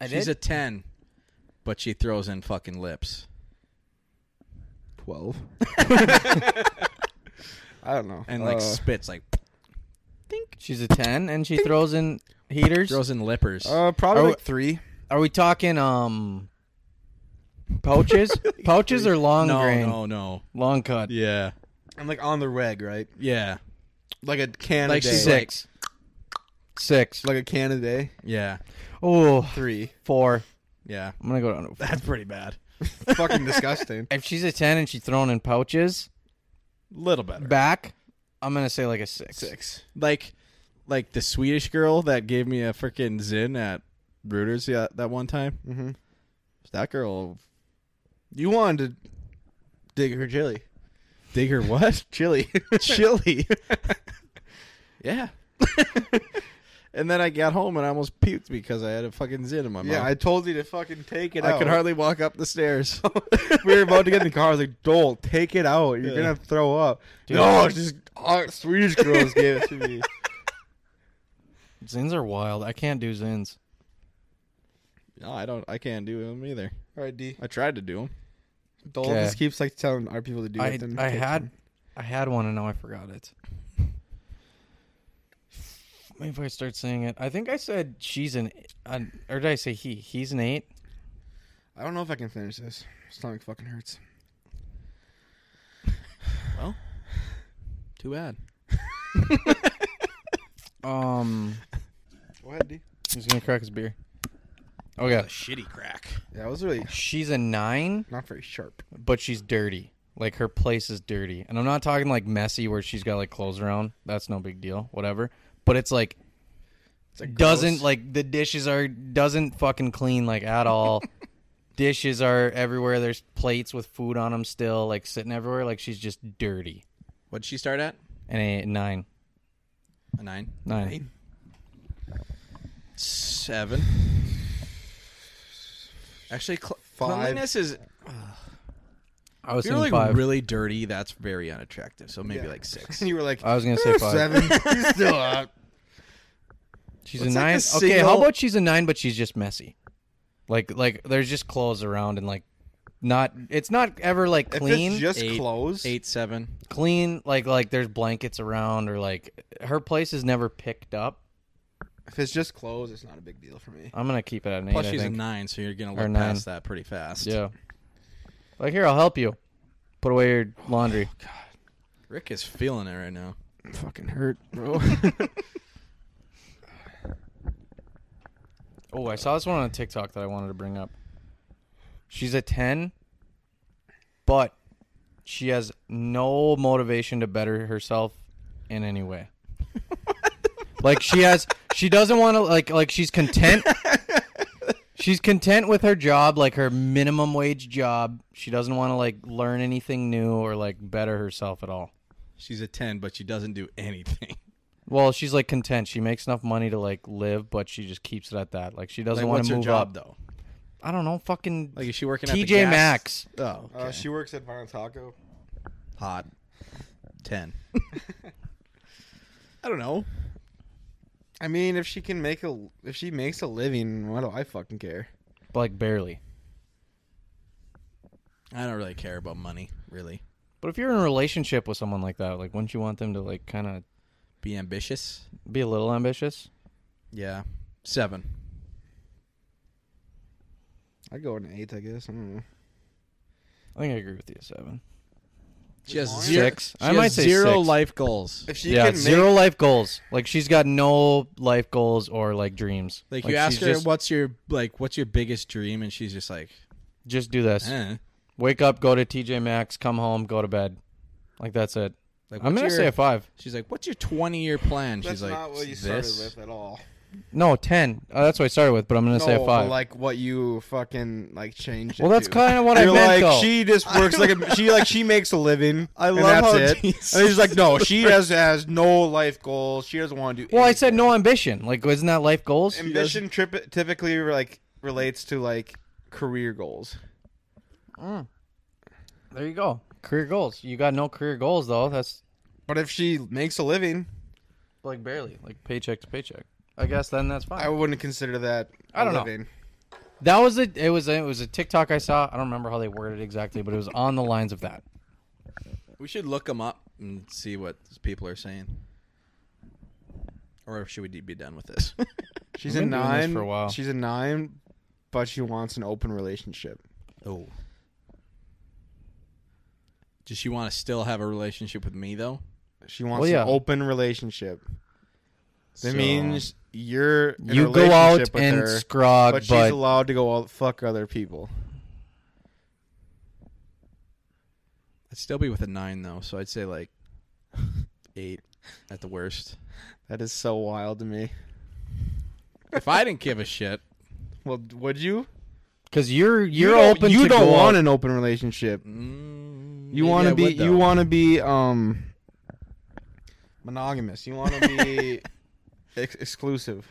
S2: I
S5: She's a 10, but she throws in fucking lips.
S4: 12. I don't know.
S5: And like
S4: Uh,
S5: spits, like
S2: She's a ten and she throws in heaters.
S5: throws in lippers.
S4: uh, probably
S5: Oh,
S2: Are we-
S4: like three.
S2: Are we talking um pouches? pouches or long
S5: no,
S2: grain?
S5: no, no.
S2: Long cut.
S5: Yeah.
S4: I'm like on the reg, right?
S5: Yeah.
S4: Like a can
S5: Like
S4: a day.
S5: she's like-
S2: Six. Six.
S4: like a can a day.
S5: Yeah.
S2: Oh,
S4: Three.
S2: four.
S5: Yeah.
S2: I'm gonna go down to four.
S5: That's pretty bad.
S4: Fucking disgusting.
S2: If she's a ten and she's throwing in pouches
S5: Little better.
S2: back, I'm gonna say like a six.
S4: Six.
S5: like like the Swedish girl that gave me a freaking zin at Reuters yeah, that one time.
S4: Mm-hmm.
S5: That girl
S4: You wanted to dig her chili.
S5: dig her what?
S4: Chili.
S5: Chili. yeah. and then I got home and I almost puked because I had a fucking zin in my mouth. Oh.
S4: yeah, I told you to fucking take it
S5: I
S4: out.
S5: could hardly walk up the stairs.
S4: we were about to get in the car. I was like, Dole, take it out. You're
S5: Yeah.
S4: gonna throw up. No, it's just uh, Swedish girls gave it to me.
S2: Zins are wild. I can't do zins.
S5: no, I don't. I can't do them either.
S4: All right, D.
S5: I tried to do them.
S4: Dole
S2: Okay.
S4: just keeps like telling our people to do
S2: I
S4: it. then
S2: I
S4: take
S2: had
S4: it.
S2: I had one and now I forgot it. Maybe if I start saying it, I think I said she's an, an or did I say he? He's an eight.
S4: I don't know if I can finish this. Stomach fucking hurts.
S5: Well, too bad.
S2: Um,
S4: Go ahead, D.
S2: he's gonna crack his beer. Okay,
S5: shitty crack.
S4: Yeah, it was really
S2: she's a nine,
S4: not very sharp.
S2: but she's dirty. Like her place is dirty, and I'm not talking like messy where she's got like clothes around. That's no big deal, whatever. But it's like
S4: It's like
S2: doesn't
S4: gross.
S2: like the dishes are doesn't fucking clean like at all. dishes are everywhere. There's plates with food on them still, like sitting everywhere. Like she's just dirty.
S5: What'd she start at?
S2: And a nine,
S5: A nine.
S2: nine.
S5: Seven. Actually, cl-
S4: Five.
S5: cleanliness is.
S2: I was
S5: If you're
S2: thinking
S5: like
S2: five.
S5: really dirty, that's very unattractive. So maybe
S4: Yeah.
S5: like six.
S4: And you were like,
S2: I was gonna say
S4: "Eh,
S2: five.
S4: seven. He's still out.
S2: She's
S5: What's,
S2: a
S5: like,
S2: nine.
S5: the
S2: okay, how
S5: signal-
S2: about she's a nine, but she's just messy. Like like there's just clothes around and like not it's not ever like
S4: If
S2: clean
S4: it's just
S5: Eight.
S4: clothes,
S5: Eight, seven.
S2: clean like like there's blankets around or like her place is never picked up.
S4: if it's just clothes, it's not a big deal for me.
S2: I'm gonna keep it at an
S5: Plus,
S2: eight. I
S5: she's a
S2: think.
S5: nine, so you're gonna
S2: Or
S5: look
S2: nine.
S5: past that pretty fast.
S2: Yeah. Like here, I'll help you. Put away your laundry.
S5: Rick is feeling it right now.
S4: Fucking hurt, bro.
S2: Oh, I saw this one on TikTok that I wanted to bring up. She's a 10, but she has no motivation to better herself in any way. like she has she doesn't want to like like she's content. she's content with her job, like her minimum wage job. She doesn't want to like learn anything new or like better herself at all.
S5: She's a ten, but she doesn't do anything.
S2: Well, she's like content. She makes enough money to like live, but she just keeps it at that. Like she doesn't
S5: Like,
S2: want
S5: what's
S2: to
S5: her
S2: move
S5: job
S2: up.
S5: though?
S2: I don't know. Fucking
S5: Like, is she working at the
S2: TJ
S5: gas-
S2: Maxx.
S5: Oh, okay.
S4: uh, she works at Von Taco.
S5: hot. Ten. I don't know.
S4: I mean, if she can make a, if she makes a living, why do I fucking care?
S2: but like barely.
S5: I don't really care about money. Really,
S2: But if you're in a relationship with someone like that, like wouldn't you want them to like kind of
S5: be ambitious.
S2: be a little ambitious?
S5: Yeah, seven.
S4: I'd go an eight, I guess. I don't know.
S2: I think I agree with you, seven.
S5: She has
S4: Lauren?
S5: zero,
S2: Six.
S5: She
S2: I
S5: has
S2: might say
S5: zero
S2: six.
S5: life goals.
S4: If she
S2: yeah,
S4: can make,
S2: zero life goals. Like she's got no life goals or like dreams.
S5: Like, you ask
S2: she's
S5: her,
S2: just,
S5: what's your like, what's your biggest dream, and she's just like,
S2: just do this.
S5: eh.
S2: Wake up, go to TJ Maxx, come home, go to bed. Like that's it.
S5: Like,
S2: I'm
S5: what's
S2: gonna
S5: your-
S2: say a five.
S5: She's like, what's your 20 year plan?
S4: that's
S5: she's like,
S4: not what you
S5: this.
S4: started with at all.
S2: No, ten. Uh, that's what I started with, but I'm gonna
S4: no,
S2: say a
S4: but,
S2: five.
S4: like what you fucking like changed.
S2: well,
S4: it
S2: that's
S4: to.
S2: kind of what
S4: You're
S2: I meant,
S4: like
S2: though.
S4: she just works like a, she like she makes a living. I and
S5: love
S4: that's
S5: how
S4: it. And
S5: Jesus
S4: he's like, no, she has has no life goals. She doesn't want to do.
S2: well, I
S4: anything.
S2: said no ambition. Like, isn't that life goals?
S4: ambition trip typically like relates to like career goals.
S2: There you go. Career goals. You got no career goals though. That's
S4: But if she makes a living,
S2: like barely, like paycheck to paycheck. I guess then that's fine.
S4: I wouldn't consider that. I
S2: I don't know.
S4: living.
S2: that was a it was a, it was a TikTok I saw. I don't remember how they worded it exactly, but it was on the lines of that.
S5: We should look them up and see what people are saying. Or should we be done with this?
S4: She's
S2: We've
S4: a
S2: been doing this
S4: nine
S2: for a while.
S4: She's a nine, but she wants an open relationship.
S5: oh. Does she want to still have a relationship with me though?
S4: She wants
S2: Well, yeah.
S4: an open relationship. That
S5: So-
S4: means you're in a
S2: you go out
S4: relationship with
S2: and
S4: her,
S2: scrog,
S4: but
S2: but,
S4: she's allowed to go out fuck other people.
S5: I'd still be with a nine though, so I'd say like eight at the worst.
S4: That is so wild to me.
S5: If I didn't give a shit,
S4: Well, would you?
S2: because you're you're
S4: you don't-
S2: open.
S4: You
S2: to
S4: don't
S2: go
S4: want
S2: out.
S4: an open relationship.
S5: mm,
S4: You
S5: maybe
S4: want
S5: I
S4: to be.
S5: would,
S4: You
S5: though.
S4: want to be um monogamous. You want to be ex- exclusive.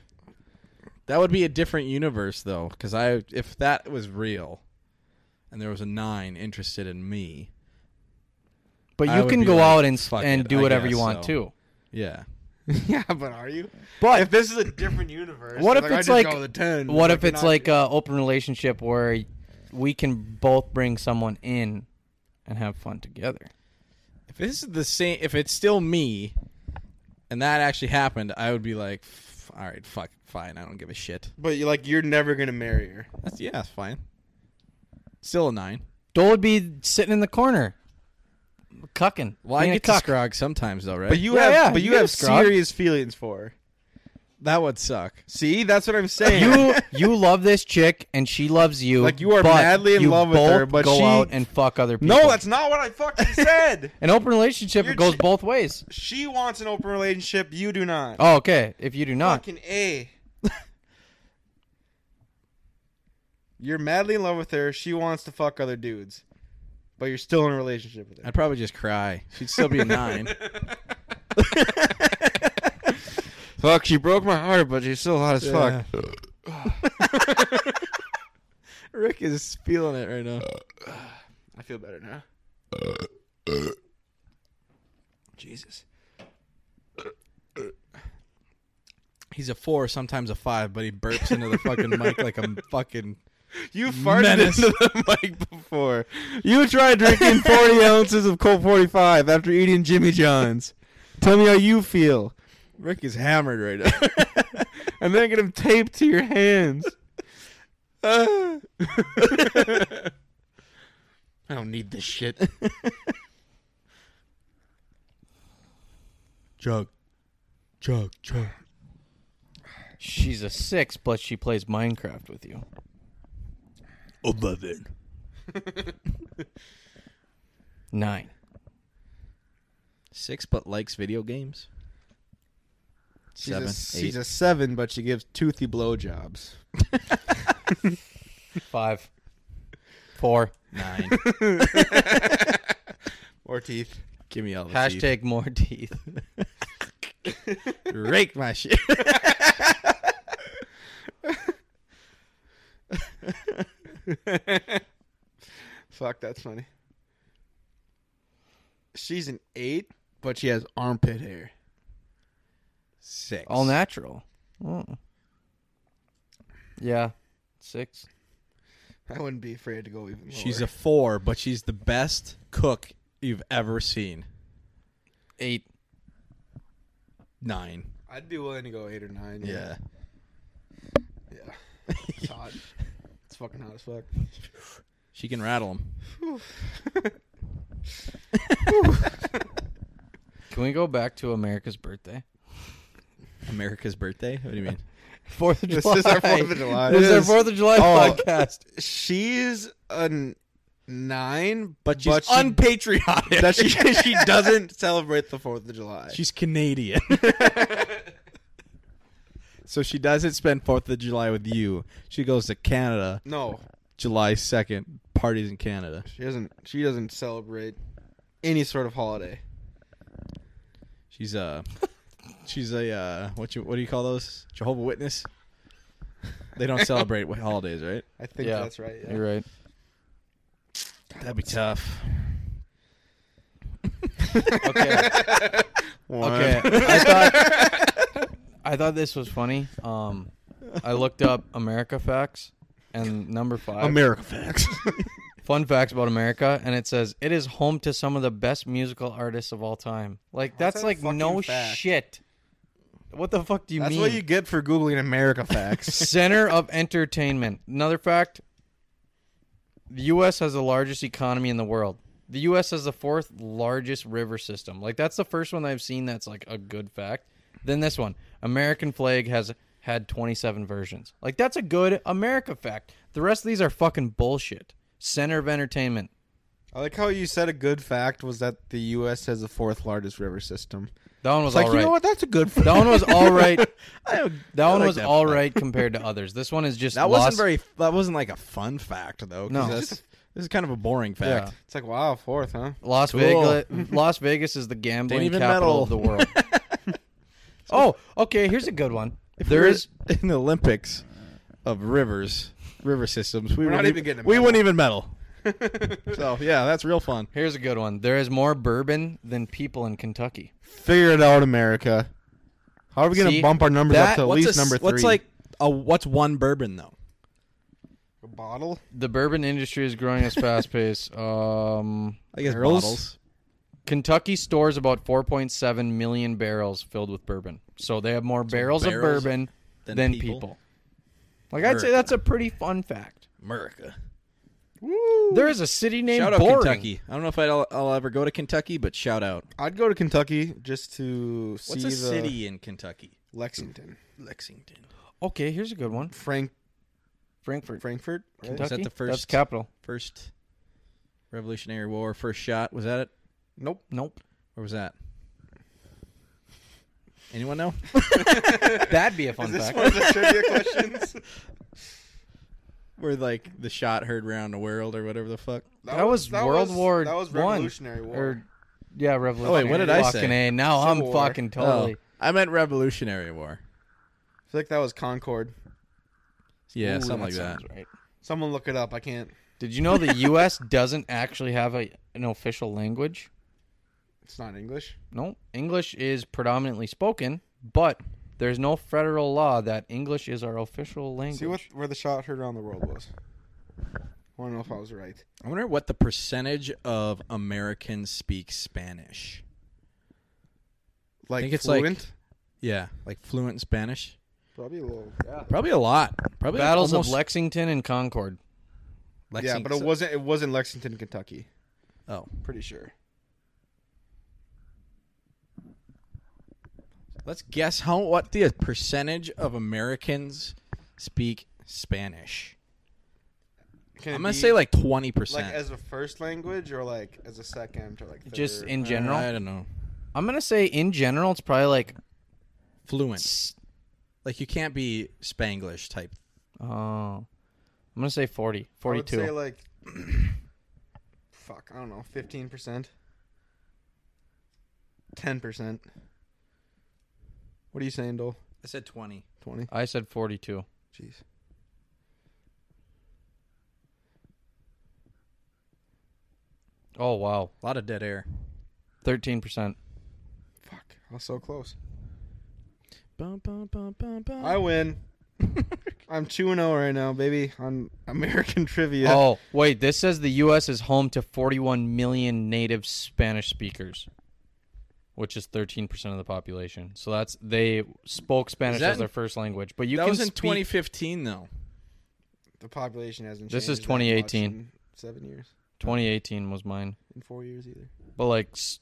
S5: that would be a different universe though, because I if that was real, and there was a nine interested in me,
S2: But
S5: I
S2: you
S5: would
S2: can
S5: be
S2: go
S5: like,
S2: out and
S5: "Fuck
S2: and
S5: it,
S2: do
S5: I
S2: whatever you
S5: guess
S2: want
S5: so."
S2: too.
S5: yeah,
S4: yeah, but are you?
S2: But
S4: if this is a different universe,
S2: What if
S4: I
S2: it's
S4: just
S2: like-
S4: go with a 10,
S2: what if
S4: you're
S2: it's
S4: not-
S2: like a open relationship where we can both bring someone in and have fun together?
S5: if this is the same, if it's still me, and that actually happened, I would be like, "F- all right, fuck, fine, I don't give a shit.
S4: But you're like you're never gonna marry her.
S5: That's yeah, that's fine. Still a nine.
S2: Dole would be sitting in the corner, cucking.
S5: Well, I
S2: being a
S5: get to
S2: cuck.
S5: scrog sometimes though, right?
S4: But you
S2: Yeah,
S4: have,
S2: yeah,
S4: but
S2: you
S4: you,
S2: can
S4: have
S2: scrog.
S4: serious feelings for her.
S5: that would suck.
S4: See, that's what I'm saying.
S2: you you love this chick and she loves you.
S4: Like, you are
S2: but
S4: madly in
S2: you
S4: love with her,
S2: both
S4: but
S2: go
S4: she-
S2: out and fuck other people.
S4: no, that's not what I fucking said.
S2: an open relationship.
S4: You're
S2: It goes
S4: ch-
S2: both ways.
S4: she wants an open relationship. You do not.
S2: Oh, okay. If you do not,
S4: Fucking a. you're madly in love with her. She wants to fuck other dudes, but you're still in a relationship with her.
S5: I'd probably just cry. She'd still be a nine.
S4: Fuck, she broke my heart, but she's still hot as fuck.
S5: Rick is feeling it right now.
S4: I feel better now. Jesus.
S5: He's a four, sometimes a five, but he burps into the fucking mic like a fucking.
S4: You farted
S5: Menace.
S4: into the mic before. You tried drinking 40 ounces of Colt 45 after eating Jimmy John's. Tell me how you feel.
S5: Rick is hammered right now.
S4: And then get them taped to your hands. I don't need this shit.
S5: Chug, chug, chug.
S2: she's a six, but she plays Minecraft with you.
S5: Eleven.
S2: Nine.
S5: Six, but likes video games.
S4: She's,
S5: Seven,
S4: a,
S5: eight.
S4: she's a seven, but she gives toothy blowjobs.
S2: Five. Four.
S5: Nine.
S4: Or teeth.
S5: Give me all the teeth.
S2: Hashtag more teeth.
S5: Rake my shit.
S4: Fuck, that's funny. She's an eight, but she has armpit hair.
S5: Six.
S2: All natural. Oh. Yeah. Six.
S4: I wouldn't be afraid to go even lower.
S5: She's a four, but she's the best cook you've ever seen.
S2: Eight.
S5: Nine.
S4: I'd be willing to go eight or nine.
S5: Yeah.
S4: Yeah. It's hot. It's fucking hot as fuck.
S5: She can rattle them.
S2: Can we go back to America's birthday?
S5: America's birthday? What do you mean?
S2: Fourth of
S4: This
S2: July.
S4: is our 4th of July.
S2: This is
S4: It
S2: our
S4: is.
S2: Fourth of July
S4: Oh.
S2: podcast.
S4: She's a n- nine,
S5: But she's
S4: she-
S5: unpatriotic.
S4: that she she doesn't celebrate the Fourth of July.
S5: She's Canadian. So she doesn't spend Fourth of July with you. She goes to Canada,
S4: No,
S5: July second. Parties in Canada.
S4: she doesn't. She doesn't celebrate any sort of holiday.
S5: She's a, she's a uh, what you what do you call those? Jehovah Witness. They don't celebrate with holidays, right?
S4: I think
S2: Yeah.
S4: that's right. Yeah.
S2: You're right.
S5: That'd be tough.
S2: Okay. Okay. I thought I thought this was funny. Um, I looked up America facts and number five.
S5: America facts.
S2: fun facts about America, and it says it is home to some of the best musical artists of all time. Like
S4: That's
S2: that's
S4: a
S2: like
S4: fucking
S2: no
S4: fact.
S2: shit. What the fuck do you
S4: That's
S2: mean?
S4: what you get for googling America facts.
S2: Center of entertainment. Another fact: the U.S. has the largest economy in the world. The U.S. has the fourth largest river system. Like that's the first one I've seen that's like a good fact. Then this one: American flag has had 27 versions. Like that's a good America fact. The rest of these are fucking bullshit. Center of entertainment.
S4: I like how you said a good fact was that the U.S. has the fourth largest river system.
S2: That one was
S4: It's like
S2: all right.
S4: you know what? That's a good. Fact.
S2: That one was all right.
S5: I,
S2: That one
S5: like
S2: was
S5: that
S2: all
S5: fact.
S2: right compared to others. This one is just
S5: That
S2: lost.
S5: wasn't very. That wasn't like a fun fact though. 'cause
S2: No.
S5: that's- this is kind of a boring fact.
S2: Yeah.
S4: It's like wow, fourth, huh?
S2: Las
S5: Cool.
S2: Vegas. Las Vegas is the
S5: Didn't
S2: gambling
S5: even
S2: capital
S5: medal.
S2: of the world. oh, okay. Here's a good one. There
S5: We're
S2: is
S5: in the Olympics of rivers, river systems. We
S4: We're not
S5: wouldn't
S4: even getting a
S5: We
S4: medal.
S5: wouldn't even medal. so yeah, that's real fun.
S2: here's a good one. There is more bourbon than people in Kentucky.
S4: Figure it out, America. How are we going
S2: See,
S4: to bump our numbers up to at
S5: what's
S4: least
S5: a s-
S4: number three?
S5: What's like a what's one bourbon though?
S4: a bottle?
S2: The bourbon industry is growing at fast pace. Um,
S5: I guess
S4: Barrels?
S5: bottles.
S2: Kentucky stores about 4.7 million barrels filled with bourbon, so they have more barrels,
S5: barrels
S2: of bourbon
S5: than
S2: than,
S5: people?
S2: people. Like I'd say,
S5: America.
S2: that's a pretty fun fact.
S5: America.
S4: Woo!
S2: There is a city named
S5: Shout out
S2: Boring.
S5: Kentucky. I don't know if I'll, I'll ever go to Kentucky, but shout out.
S4: I'd go to Kentucky just to see
S5: What's
S4: the
S5: a city in Kentucky?
S4: Lexington,
S5: Lexington.
S2: Okay, here's a good one.
S4: Frank
S2: Frankfurt,
S4: Frankfurt. right?
S2: Kentucky.
S5: the
S2: That's
S5: first-
S2: capital.
S5: First Revolutionary War, first shot. Was that it?
S4: Nope.
S2: Nope.
S5: Or was that? Anyone know?
S2: That'd be a fun fact.
S4: of the trivia questions.
S5: Where like the shot heard round the world or whatever the fuck.
S2: That, was, World War
S4: That was
S2: One,
S4: Revolutionary War.
S2: Or, yeah, Revolutionary.
S5: Oh, what did I
S2: fucking
S5: say?
S2: A. Now I'm
S4: Civil War.
S2: fucking totally.
S5: Oh, I meant Revolutionary War.
S4: I feel like that was Concord.
S5: Yeah,
S2: Ooh,
S5: something like that.
S2: sounds right.
S4: Someone look it up. I can't.
S2: Did you know the U.S. doesn't actually have a, an official language?
S4: It's not English.
S2: No, English is predominantly spoken, but there's no federal law that English is our official language.
S4: See what where the shot heard around the world was. I want to know if I was right.
S5: I wonder what the percentage of Americans speak Spanish.
S4: Like
S5: think it's like-
S4: fluent.
S5: Yeah, like fluent in Spanish.
S4: Probably a little. Yeah.
S5: Probably a lot. Probably
S2: Battles
S5: almost
S2: of Lexington and Concord.
S5: Lexington.
S4: Yeah, but it wasn't. It wasn't Lexington, Kentucky.
S5: Oh,
S4: Pretty sure.
S5: let's guess how what the percentage of Americans speak Spanish.
S4: Can it
S5: I'm gonna
S4: be,
S5: say like 20
S4: like
S5: percent.
S4: as a first language or like as a second or like third?
S2: Just in general,
S5: I don't know.
S2: I'm gonna say in general, it's probably like
S5: Fluent. Like you can't be Spanglish type.
S2: Oh, I'm gonna say 40,
S4: I would
S2: 42.
S4: say like fuck, I don't know, fifteen percent, ten percent. What are you saying, Dole?
S5: I said 20.
S4: Twenty.
S2: I said 42.
S4: Jeez.
S2: Oh wow,
S5: A lot of dead air.
S2: 13 percent.
S4: Fuck. I was so close.
S5: Bum, bum, bum, bum, bum.
S4: I win. I'm 2 0 right now, baby, on American trivia.
S2: Oh wait, this says the U.S. is home to 41 million native Spanish speakers, which is 13 percent of the population. So that's they spoke Spanish
S5: that
S2: as their first language, but you
S5: that
S2: can
S5: was in
S2: speak-
S5: 2015 though.
S4: The population hasn't
S2: This
S4: changed
S2: is
S4: that much
S2: 2018.
S4: in Seven years.
S2: 2018 was mine,
S4: In four years, either.
S2: but like, s-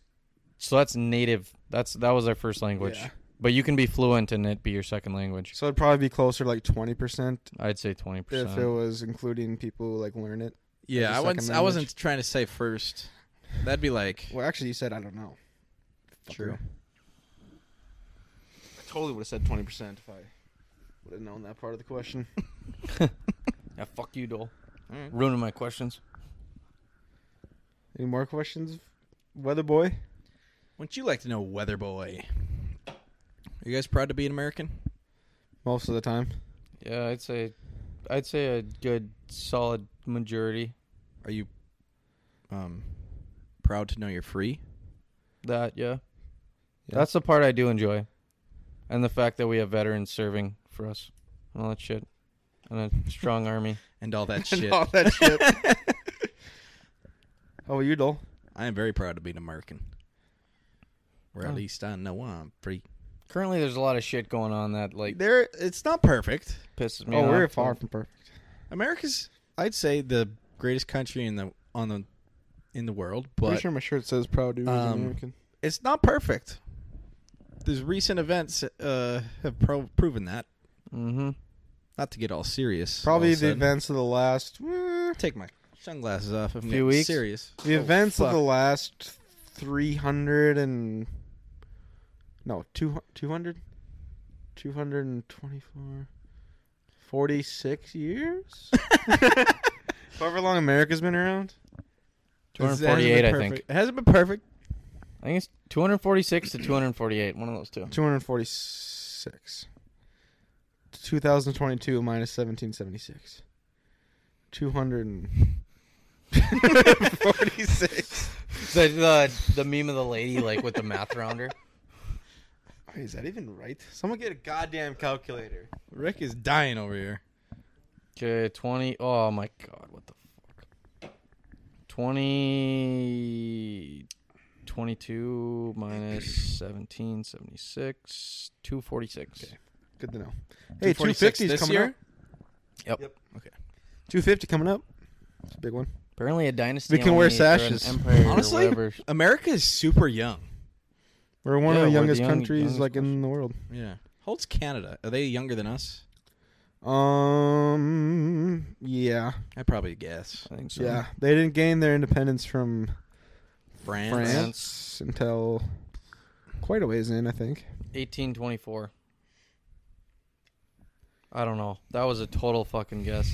S2: so that's native. That's that was their first language.
S4: Yeah.
S2: But you can be fluent and it be your second language.
S4: So it'd probably be closer to like 20%
S2: I'd say 20
S4: if it
S2: percent.
S4: was including people who like learn it.
S5: Yeah,
S4: As a
S5: I wasn't.
S4: second
S5: I
S4: language.
S5: wasn't trying to say first. That'd be like
S4: Well, actually, you said I don't know.
S5: true.
S4: I totally would have said 20% if I Would have known that part of the question.
S2: Yeah, fuck you, Dole.
S5: Alright.
S2: Ruining my questions.
S4: Any more questions, Weather Boy?
S5: Wouldn't you like to know, Weather Boy? Are you guys proud to be an American?
S4: Most of the time.
S2: Yeah, I'd say, I'd say a good solid majority.
S5: Are you um proud to know you're free?
S2: That yeah.
S4: Yeah.
S2: that's the part I do enjoy, and the fact that we have veterans serving for us, and all that shit, and a strong army.
S5: And all that
S4: And
S5: shit.
S4: all that shit. How about you, Dole?
S5: I am very proud to be an American. Or at
S2: Oh.
S5: least I know I'm free.
S2: Currently, there's a lot of shit going on that like
S5: There it's not perfect.
S2: pisses me
S4: oh,
S2: off.
S4: we're far from perfect.
S5: America's I'd say the greatest country in the on the in the world,
S4: Pretty
S5: but
S4: sure my shirt says "Proud to be
S5: um,
S4: American."
S5: it's not perfect. These recent events uh, have pro- proven that.
S2: Mm-hmm.
S5: Not to get all serious. all
S4: Probably
S5: of a
S4: the
S5: sudden.
S4: events of the last eh,
S5: Take my sunglasses off. If I'm
S2: Few
S5: getting
S2: weeks?
S5: serious.
S4: the
S2: Oh,
S4: events of
S2: fuck.
S4: the last three hundred and no two two hundred. 224 46 years however long america's been around
S5: This hasn't
S2: 248,
S5: been
S2: I think.
S5: perfect. It hasn't been perfect.
S2: I think it's 246 to 248. One of those two.
S4: 246. 2022 minus 1776. 246.
S2: The, the the meme of the lady like with the math rounder.
S4: Wait, is that even right? Someone get a goddamn calculator.
S5: Rick is dying over here.
S2: Okay, 20. Oh my god, what the fuck? 20. 22 minus 17, 76, 246.
S4: Good to know. Hey,
S5: 246
S4: 250 is
S5: this
S4: coming
S5: year?
S4: up.
S2: Yep.
S4: Yep.
S5: Okay.
S4: 250 coming up. It's a big one.
S2: Apparently, a dynasty.
S4: We can wear
S2: only- or an
S4: sashes.
S2: Empire or
S5: Honestly?
S2: whatever.
S5: America is super young.
S4: We're one
S2: Yeah, we're
S4: of the
S2: the
S4: youngest
S2: young-
S4: countries
S2: youngest
S4: like in the world.
S5: Yeah. Holds Canada. Are they younger than us?
S4: Um yeah.
S5: I probably guess.
S2: I think so.
S4: Yeah. They didn't gain their independence from
S5: France.
S4: France, until quite a ways in, I think.
S2: 1824. I don't know. That was a total fucking guess.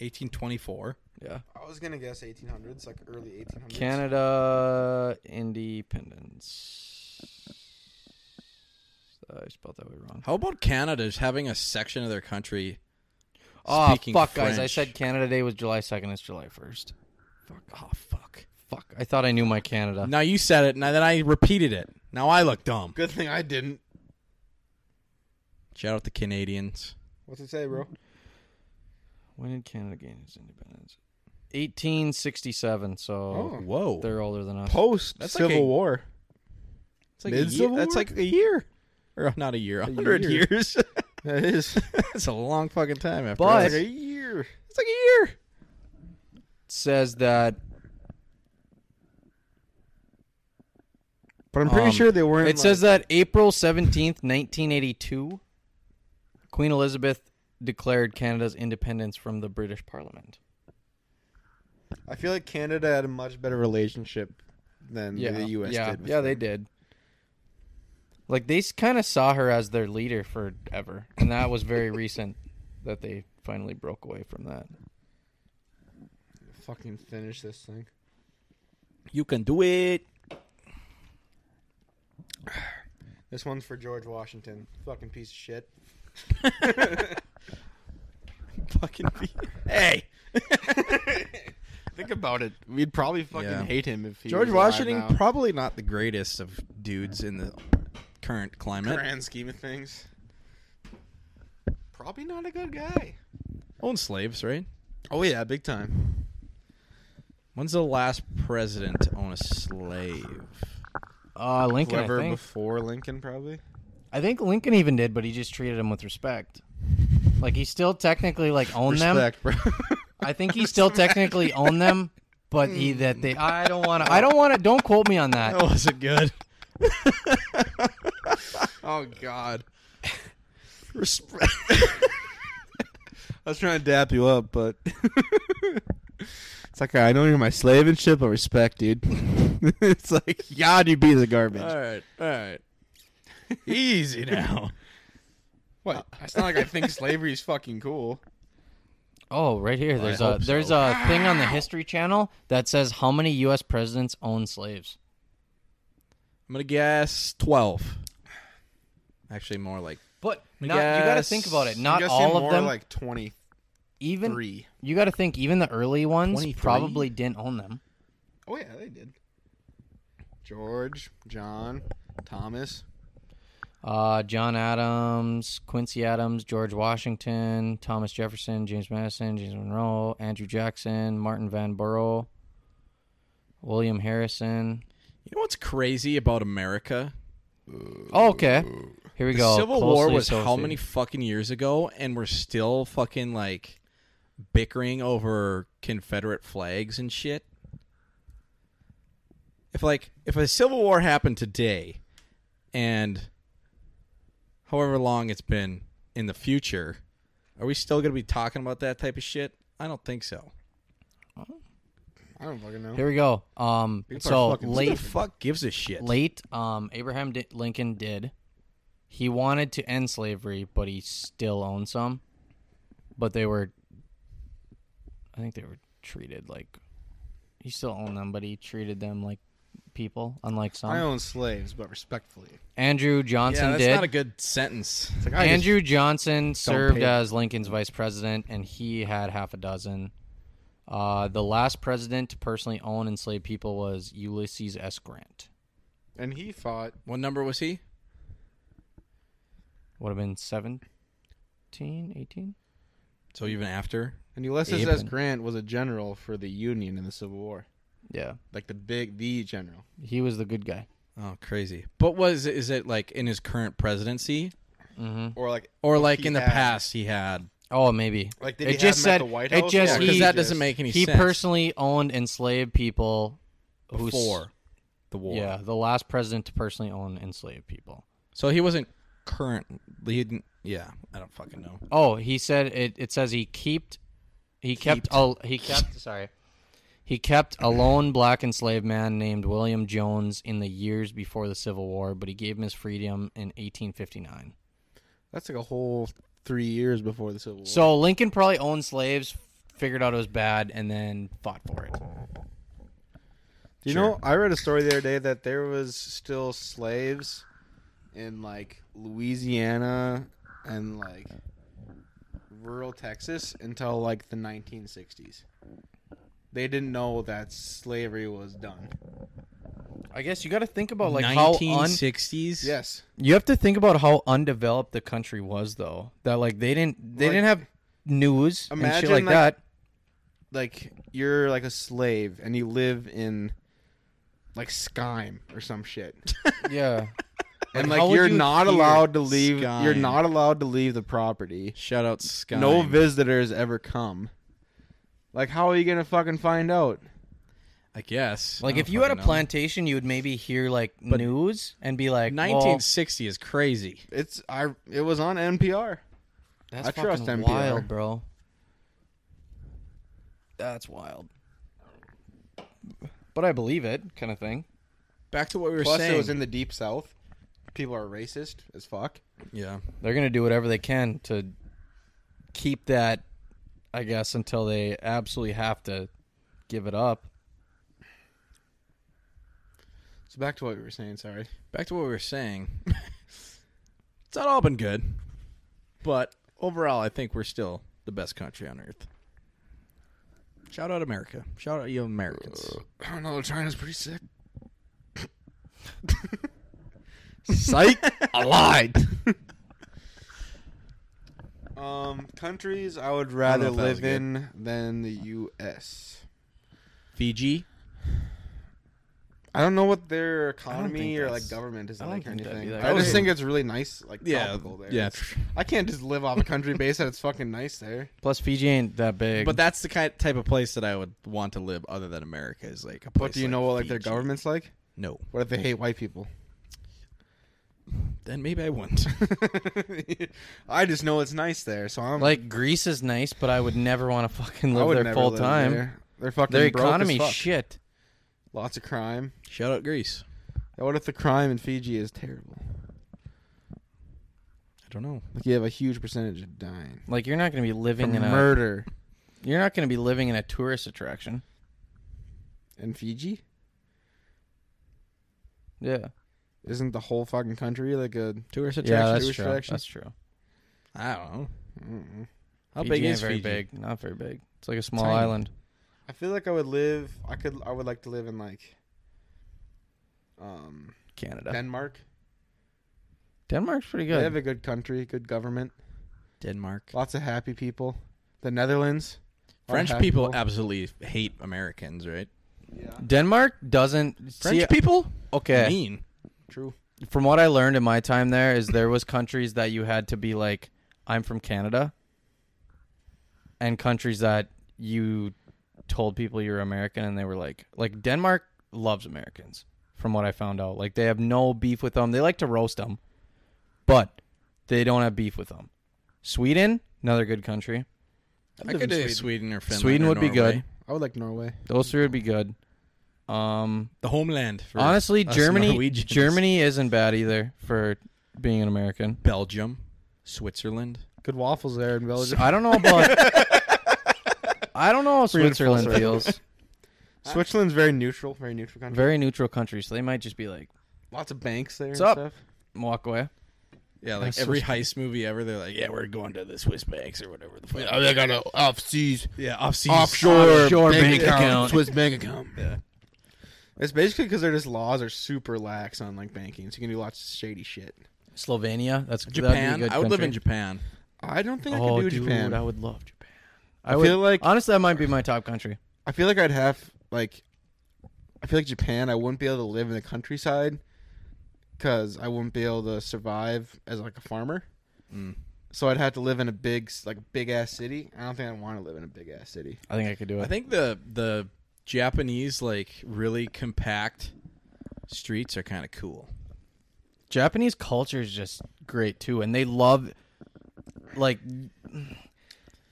S5: 1824.
S2: Yeah.
S4: I was gonna guess 1800s, like early 1800s.
S2: Canada independence. I spelled that way wrong.
S5: How about Canada just having a section of their country
S2: Oh
S5: speaking
S2: fuck, guys! I
S5: French?
S2: said Canada Day was July second. It's July first.
S5: Fuck. Oh, fuck.
S2: ah, Fuck! I thought I knew my Canada.
S5: Now you said it, and then I repeated it. Now I look dumb.
S4: Good thing I didn't.
S5: Shout out the Canadians.
S4: What's it say, bro?
S2: When did Canada gain its independence? Eighteen sixty-seven. So
S4: Oh.
S5: Whoa.
S2: they're older than us.
S4: Post
S5: That's
S4: Civil
S5: like a-
S4: War.
S5: That's like, a year,
S4: Mid-Civil
S5: that's
S4: War?
S5: like a year. Or not a year, a
S4: A
S5: hundred
S4: year.
S5: years.
S4: That is.
S5: that's a long fucking time after
S2: But-
S5: us.
S4: like a year.
S5: It's like a year.
S2: Says that
S4: But I'm pretty
S2: Um,
S4: sure they weren't.
S2: it says that April seventeenth, nineteen eighty-two, Queen Elizabeth declared Canada's independence from the British Parliament.
S4: I feel like Canada had a much better relationship than the U.S.
S2: yeah,
S4: did.
S2: Yeah, they
S4: before.
S2: did. Like they kind of saw her as their leader forever, and that was very recent that they finally broke away from that.
S4: Fucking finish this thing.
S5: You can do it.
S4: This one's for George Washington. Fucking piece of shit.
S5: Fucking be- Hey.
S4: Think about it. We'd probably fucking
S5: Yeah.
S4: hate him if he
S5: George
S4: was alive
S5: Washington,
S4: now.
S5: probably not the greatest of dudes in the current climate.
S4: grand scheme of things. Probably not a good guy.
S5: Owned slaves, right?
S4: Oh yeah, big time.
S5: When's the last president to own a slave?
S2: Uh, Lincoln, I
S4: Whoever
S2: think.
S4: before Lincoln, probably.
S2: I think Lincoln even did, but he just treated him with respect. Like he still technically like owned them.
S4: Respect, bro.
S2: I think he still technically owned them, but he that they. I don't want to. I don't want to. Don't quote me on that.
S5: That wasn't good.
S4: oh God,
S5: Respect.
S4: I was trying to dap you up, but it's like I know you're my slave and shit, but respect, dude. it's like God, you be the garbage.
S5: all right, all right. Easy now.
S4: What? It's not like I think slavery is fucking cool.
S2: Oh, right here. There's a
S5: hope
S2: there's
S5: so.
S2: a thing on the History Channel that says how many U.S. presidents own slaves.
S5: I'm gonna guess twelve. Actually, more like
S2: But not, you got to
S5: guess-
S2: think about it.
S5: I'm
S2: Not
S4: I'm guessing
S2: all
S4: more
S2: of them.
S4: like twenty
S2: even
S4: three.
S2: you got to think even the early ones
S5: 23?
S2: probably didn't own them.
S4: Oh yeah, they did. George, John, Thomas.
S2: Uh, John Adams, Quincy Adams, George Washington, Thomas Jefferson, James Madison, James Monroe, Andrew Jackson, Martin Van Burrow, William Harrison.
S5: you know what's crazy about America?
S2: Oh, okay, here we
S5: The
S2: go.
S5: Civil War
S2: Closely
S5: was how
S2: associated.
S5: many fucking years ago, and we're still fucking like bickering over Confederate flags and shit. If like if a Civil War happened today, and however long it's been in the future, are we still gonna be talking about that type of shit? I don't think so.
S4: I don't fucking know.
S2: Here we go. Um,
S4: People are
S2: so
S4: fucking-
S5: Who the
S2: late,
S5: fuck gives a shit?
S2: late. Um, Abraham D- Lincoln did. He wanted to end slavery, but he still owned some. But they were, I think they were treated like. He still owned them, but he treated them like people, unlike some.
S4: I own slaves, but respectfully.
S2: Andrew
S5: yeah,
S2: Johnson
S5: that's
S2: did.
S5: not a good sentence.
S4: It's like I just-
S2: Andrew Johnson served
S4: pay-
S2: as Lincoln's vice president, and he had half a dozen. Uh, the last president to personally own enslaved people was Ulysses S. Grant.
S4: and he thought
S5: What number was he?
S2: Would have been 17, 18?
S5: So even after
S4: and Ulysses S.
S2: Abe.
S4: Grant was a general for the Union in the Civil War.
S2: Yeah.
S4: Like the big the general.
S2: He was the good guy.
S5: Oh, crazy! But was is it like in his current presidency,
S2: Mm-hmm.
S4: Or like
S5: or like
S4: he
S5: in the
S4: had.
S5: past he had?
S2: Oh, maybe.
S4: like did
S2: It
S4: he have
S2: just
S4: him at
S2: said-
S4: the White
S2: it
S4: House?
S2: just-
S4: Yeah, 'cause
S5: Because
S2: he-
S5: that doesn't make any
S2: He
S5: sense.
S2: personally owned enslaved people who s-
S5: before the war,
S2: Yeah, the last president to personally own enslaved people.
S5: So he wasn't current. He didn't. Yeah, I don't fucking know.
S2: Oh, he said it. It says he kept, he kept, oh, he kept. sorry, he kept a lone black enslaved man named William Jones in the years before the Civil War, but he gave him his freedom in 1859.
S4: That's like a whole three years before the Civil War.
S2: So Lincoln probably owned slaves, figured out it was bad, and then fought for it.
S4: Do you know, I read a story the other day that there was still slaves in like Louisiana and like rural Texas until like the 1960s. They didn't know that slavery was done.
S2: I guess you got to think about like how un.
S5: 1960s.
S4: Yes.
S2: You have to think about how undeveloped the country was, though. That like they didn't, they
S4: Like-
S2: didn't have news and
S4: Imagine,
S2: shit like,
S4: like-
S2: that.
S4: Like you're like a slave and you live in like Skyme or some shit.
S2: Yeah.
S4: and
S2: Like,
S4: like
S2: how would
S4: you're
S2: you
S4: not allowed to leave you're
S5: Skyme?
S4: not allowed to leave the property.
S5: Shout out Sky.
S4: no visitors ever come. Like, how are you gonna fucking find out?
S5: I guess.
S2: Like
S5: I
S2: if
S5: don't
S2: you had a
S5: fucking know.
S2: plantation, you would maybe hear like news and be like, "Well,
S5: 1960 is crazy.
S4: It's I. It was on NPR.
S2: that's
S4: I trust
S2: fucking
S4: NPR.
S2: wild, bro." That's wild. But I believe it, kind of thing.
S5: Back to what we were
S4: Plus,
S5: saying.
S4: it was in the deep south. People are racist as fuck.
S5: yeah.
S2: They're gonna do whatever they can to keep that, I guess, until they absolutely have to give it up.
S4: So back to what we were saying. Sorry.
S5: Back to what we were saying. it's not all been good, but overall, I think we're still the best country on earth. Shout out America! Shout out you Americans!
S4: I don't know. China's pretty sick. Psych. I lied. um, countries I would
S5: know
S4: rather
S5: if that was
S4: live
S5: good.
S4: in than the U.S.
S5: Fiji.
S4: I don't know what their economy
S2: think
S4: or like
S2: that's-
S4: government is
S2: I
S4: like or
S2: don't think that'd
S4: anything.
S2: be that
S4: I just
S5: good.
S4: think it's really nice, like
S5: Yeah,
S4: tropical there.
S5: Oh, yeah.
S4: It's- I can't just live off a country base that it's fucking nice there.
S2: Plus, Fiji ain't that big.
S5: But that's the kind type of place that I would want to live, other than America. Is like a place.
S4: But do you know what like their
S5: Fiji.
S4: government's like?
S5: No,
S4: What if they hate white people?
S5: then maybe I wouldn't.
S4: I just know it's nice there, so I'm
S2: like Greece is nice, but I would never want to fucking
S4: I
S2: live
S4: would
S2: there
S4: never
S2: full
S4: live
S2: time.
S4: there. They're fucking
S2: Their
S4: broke as
S2: economy
S4: fuck.
S2: shit.
S4: Lots of crime.
S5: Shout out Greece.
S4: What if the crime in Fiji is terrible?
S5: I don't know.
S4: Like you have a huge percentage of dying
S2: Like you're not going to be living
S4: from
S2: in a
S4: murder
S2: you're not going to be living in a tourist attraction.
S4: in Fiji.
S2: Yeah.
S4: Isn't the whole fucking country like a tourist
S2: yeah, that's
S4: tourist
S2: true.
S4: attraction?
S2: That's true.
S5: I don't know.
S4: Mm-mm.
S5: How
S2: Fiji
S5: big
S2: ain't
S5: is
S2: very
S5: Fiji?
S2: big? Not very big. It's like a small
S5: Tiny.
S2: island.
S4: I feel like I would live. I could. I would like to live in like, um,
S2: Canada.
S4: Denmark.
S2: Denmark's pretty
S4: They
S2: good.
S4: have a good country, good government,
S5: Denmark.
S4: lots of happy people. The Netherlands. a lot of
S5: French
S4: happy
S5: people absolutely hate Americans, right?
S4: Yeah,
S2: Denmark doesn't
S5: French
S2: see,
S5: people
S2: Okay.
S5: mean.
S4: true.
S2: From what I learned in my time there is there was countries that you had to be like I'm from Canada and countries that you told people you're American and they were like like Denmark loves Americans from what I found out. Like they have no beef with them. They like to roast them. But they don't have beef with them. Sweden, another good country.
S5: I,
S4: live
S5: could
S4: in
S5: say
S4: Sweden.
S5: Sweden or Finland.
S2: Sweden
S5: or
S2: would be
S5: Norway.
S2: good.
S4: I would like Norway.
S2: Those three would be good. Um,
S5: The homeland. For
S2: honestly,
S5: us
S2: Germany
S5: Norwegians.
S2: Germany isn't bad either for being an American.
S5: Belgium, Switzerland.
S4: Good waffles there in
S2: So
S4: Belgium.
S2: I don't know about. I don't know how
S4: Beautiful
S2: Switzerland
S4: Switzerland.
S2: feels.
S4: Switzerland's very neutral, very neutral country.
S2: Very neutral country, so they might just be like
S4: lots of banks there.
S2: What's
S4: and
S2: up?
S4: Stuff.
S2: walk away.
S5: Yeah, like
S2: Swiss
S5: every heist movie ever, they're like, "Yeah, we're going to the Swiss banks or whatever the fuck." Yeah,
S4: I got an off seas
S5: offseas.
S2: Offshore bank bank account, account.
S4: Swiss bank account.
S5: Yeah.
S4: It's basically because their just laws are super lax on like banking, so you can do lots of shady shit.
S2: Slovenia, that's that'd be a
S5: Japan.
S2: good
S5: I would live
S2: country.
S5: in Japan.
S4: I don't think I
S2: Oh,
S4: could do
S2: dude,
S4: Japan.
S2: I would love Japan. I,
S4: I
S2: would,
S4: feel like-
S2: honestly that might be my top country.
S4: I feel like I'd have like, I feel like Japan. I wouldn't be able to live in the countryside because I wouldn't be able to survive as like a farmer.
S5: Mm.
S4: So I'd have to live in a big, like big ass city. I don't think I would want to live in a big ass city.
S2: I think I could do it.
S5: I think the the Japanese like really compact streets are kind of cool.
S2: Japanese culture is just great too, and they love like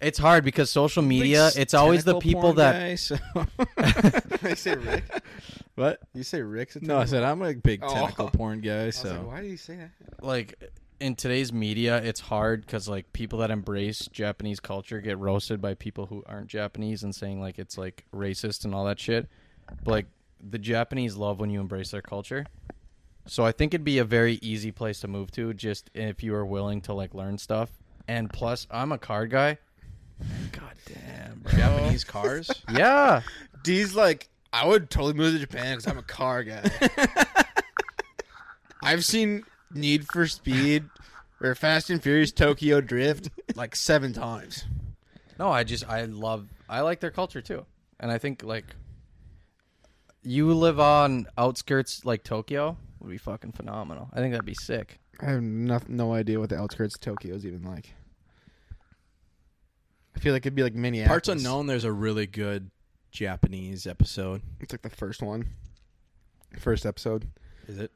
S2: it's hard because social media. It's always the people that
S4: you say Rick?
S5: what?
S4: You say Rick's? A
S5: No, I said I'm a big
S4: Oh.
S5: tentacle porn guy.
S4: I was like,
S5: So
S4: why do you say that?
S2: like in today's media. It's hard because like people that embrace Japanese culture get roasted by people who aren't Japanese and saying like it's like racist and all that shit. But like the Japanese love when you embrace their culture. So I think it'd be a very easy place to move to, just if you are willing to like learn stuff. And plus, I'm a card guy. God damn, bro.
S5: Japanese cars.
S2: Yeah.
S4: D's like, I would totally move to Japan because I'm a car guy. I've seen Need for Speed or Fast and Furious Tokyo Drift like seven times.
S2: No, I just I love I like their culture too. And I think like you live on outskirts like Tokyo would be fucking phenomenal. I think that'd be sick.
S4: I have no, no idea what the outskirts of Tokyo is even like. I feel like it'd be like Minneapolis.
S5: Parts unknown. There's a really good Japanese episode.
S4: It's like the first one, first episode.
S5: Is it?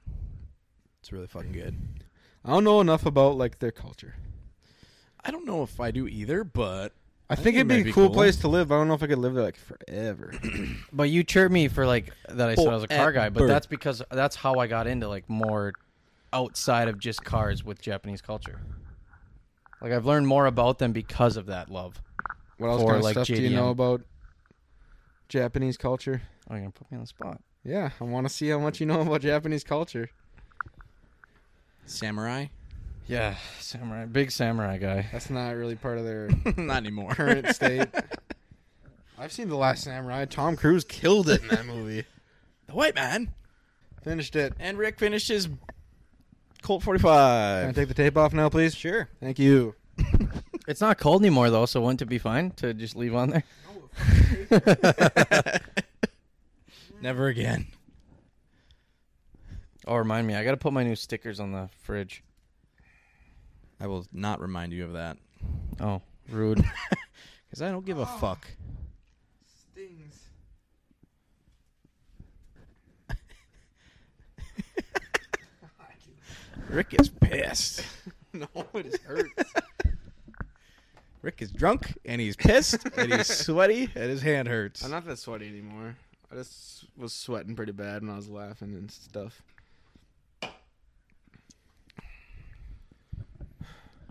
S5: It's really fucking good.
S4: I don't know enough about like their culture.
S5: I don't know if I do either, but
S4: I,
S5: think
S4: think,
S5: it
S4: it'd
S5: might
S4: be a
S5: be
S4: cool,
S5: cool.
S4: place to live. I don't know if I could live there like forever.
S2: But you chirped me for like that I said I was a car guy, but
S5: Forever.
S2: that's because that's how I got into like more outside of just cars with Japanese culture. Like I've learned more about them because of that love.
S4: What else
S2: For,
S4: kind of
S2: like,
S4: stuff do you
S2: JDM.
S4: know about Japanese culture?
S2: Oh, you're gonna put me on the spot.
S4: Yeah, I want to see how much you know about Japanese culture.
S5: samurai.
S2: Yeah, samurai, big samurai guy.
S4: That's not really part of their
S5: Not anymore.
S4: current state. I've seen The Last Samurai. Tom Cruise killed it in that movie.
S5: the white man
S4: Finished it.
S5: and Rick finishes Colt
S4: Can I
S5: 45.
S4: take the tape off now, please? Sure. Thank you.
S2: It's not cold anymore though, so wouldn't it be fine to just leave on there?
S5: Never again.
S2: Oh, remind me, I gotta put my new stickers on the fridge.
S5: I will not remind you of that
S2: Oh, rude.
S5: because I don't give a fuck.
S4: Stings.
S5: Rick is pissed.
S4: No, it just hurts.
S5: Rick is drunk and he's pissed and he's sweaty and his hand hurts.
S4: I'm not that sweaty anymore. I just was sweating pretty bad when I was laughing and stuff.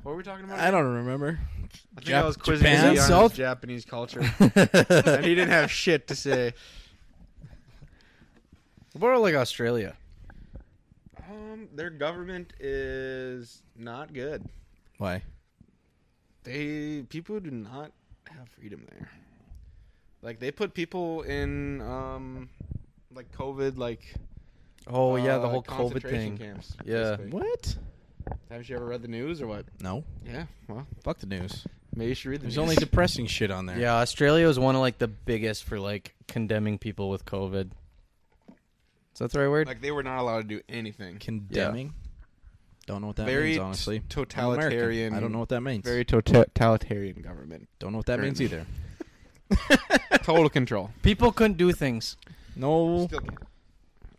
S6: What were we talking about?
S5: I don't remember.
S6: I think
S5: Jap-
S6: I was quizzing
S5: Japan?
S6: Japan?
S5: South-
S6: Japanese culture, and he didn't have shit to say.
S2: What about like Australia?
S4: Um, their government is not good.
S5: Why?
S4: They people do not have freedom there. Like they put people in um like COVID like
S2: Oh yeah, the
S4: uh,
S2: whole COVID
S4: concentration
S2: thing.
S4: Camps,
S2: Yeah.
S4: basically.
S5: What?
S4: Haven't you ever read the news or what?
S5: No.
S4: Yeah. Well,
S5: Fuck the news.
S4: maybe you should read the
S5: There's
S4: news.
S5: only depressing shit on there.
S2: Yeah, Australia was one of like the biggest for like condemning people with COVID. Is that the right word?
S4: like they were not allowed to do anything.
S5: Condemning. Don't know what that
S4: Very
S5: means, honestly.
S4: t-
S5: I'm American.
S4: totalitarian-
S5: I don't know what that means.
S4: Very tota-, totalitarian government.
S5: don't know what that means either.
S4: Total control.
S1: People couldn't do things.
S5: No.
S4: Still can't.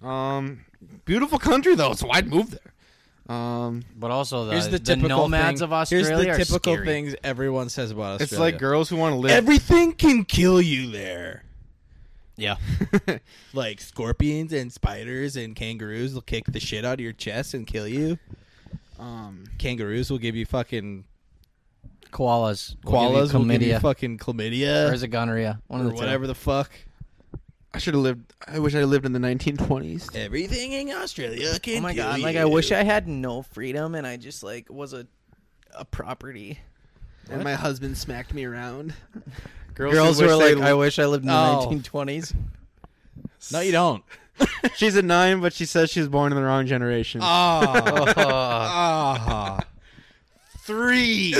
S4: Um, beautiful country though, so I'd move there. Um,
S1: But also, the,
S5: Here's uh, the,
S1: the,
S5: typical
S1: nomads
S5: thing-
S1: of Australia
S5: Here's the
S1: are
S5: typical
S1: scary.
S5: things everyone says about Australia.
S4: it's like girls who want to live.
S5: everything can kill you there.
S1: Yeah,
S5: Like scorpions and spiders and kangaroos will kick the shit out of your chest and kill you.
S4: um,
S5: Kangaroos will give you fucking
S1: koalas, will give
S5: koalas
S1: you
S5: will give you
S1: chlamydia,
S5: fucking
S1: or
S5: chlamydia
S1: is it gonorrhea? One
S5: or,
S1: of the two.
S5: whatever the fuck.
S4: I should have lived. I wish I lived in the 1920s.
S5: Everything in Australia can.
S1: Oh my god! Like I wish I had no freedom and I just like was a a property.
S4: And my husband smacked me around. Girls,
S2: Girls
S4: who
S2: were
S4: wish they
S2: like, "I wish I lived in the
S5: Oh.
S2: 1920s."
S5: No, you don't.
S4: she's a nine, but she says she was born in the wrong generation.
S5: Ah,
S2: Oh,
S5: ah.
S4: three.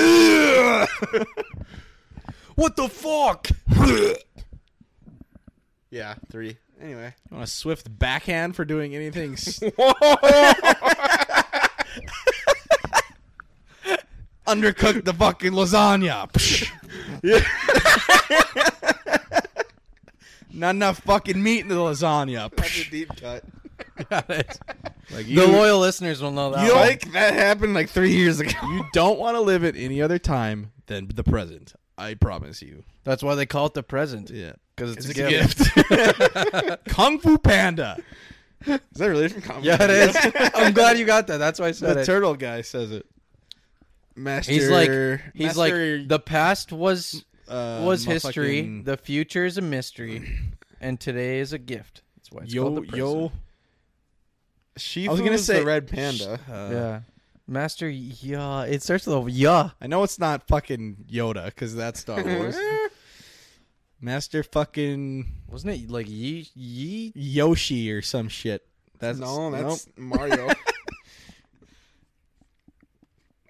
S5: What the fuck?
S4: yeah, three. Anyway,
S5: a swift backhand for doing anything. s- Undercooked the fucking lasagna. Not enough fucking meat in the lasagna.
S4: that's a deep cut.
S5: Like
S2: the loyal listeners will know that.
S5: You
S2: one.
S4: Like that happened like three years ago.
S5: you don't want to live at any other time than the present. I promise you.
S2: That's why they call it the present
S5: Yeah.
S2: because it's,
S5: It's
S2: a,
S5: a
S2: gift.
S5: gift. Kung Fu Panda.
S4: Is that really from comedy?
S2: Yeah, it is. I'm glad you got that. That's why I said
S5: The
S2: it.
S5: turtle guy says it.
S4: Master.
S2: He's like, he's
S5: Master-
S2: like, the past was
S5: Uh,
S2: was history.
S5: motherfucking-
S2: The future is a mystery, and today is a gift. That's why it's called
S5: yo
S2: the present.
S5: yo.
S4: She
S5: I was gonna say
S4: the red panda.
S5: Uh,
S2: yeah, Master. Yeah, it starts with a yeah.
S5: I know it's not fucking Yoda because that's Star Wars. Master fucking
S2: Wasn't it like ye ye?
S5: Yoshi or some shit. That's
S4: no,
S5: nope.
S4: that's Mario.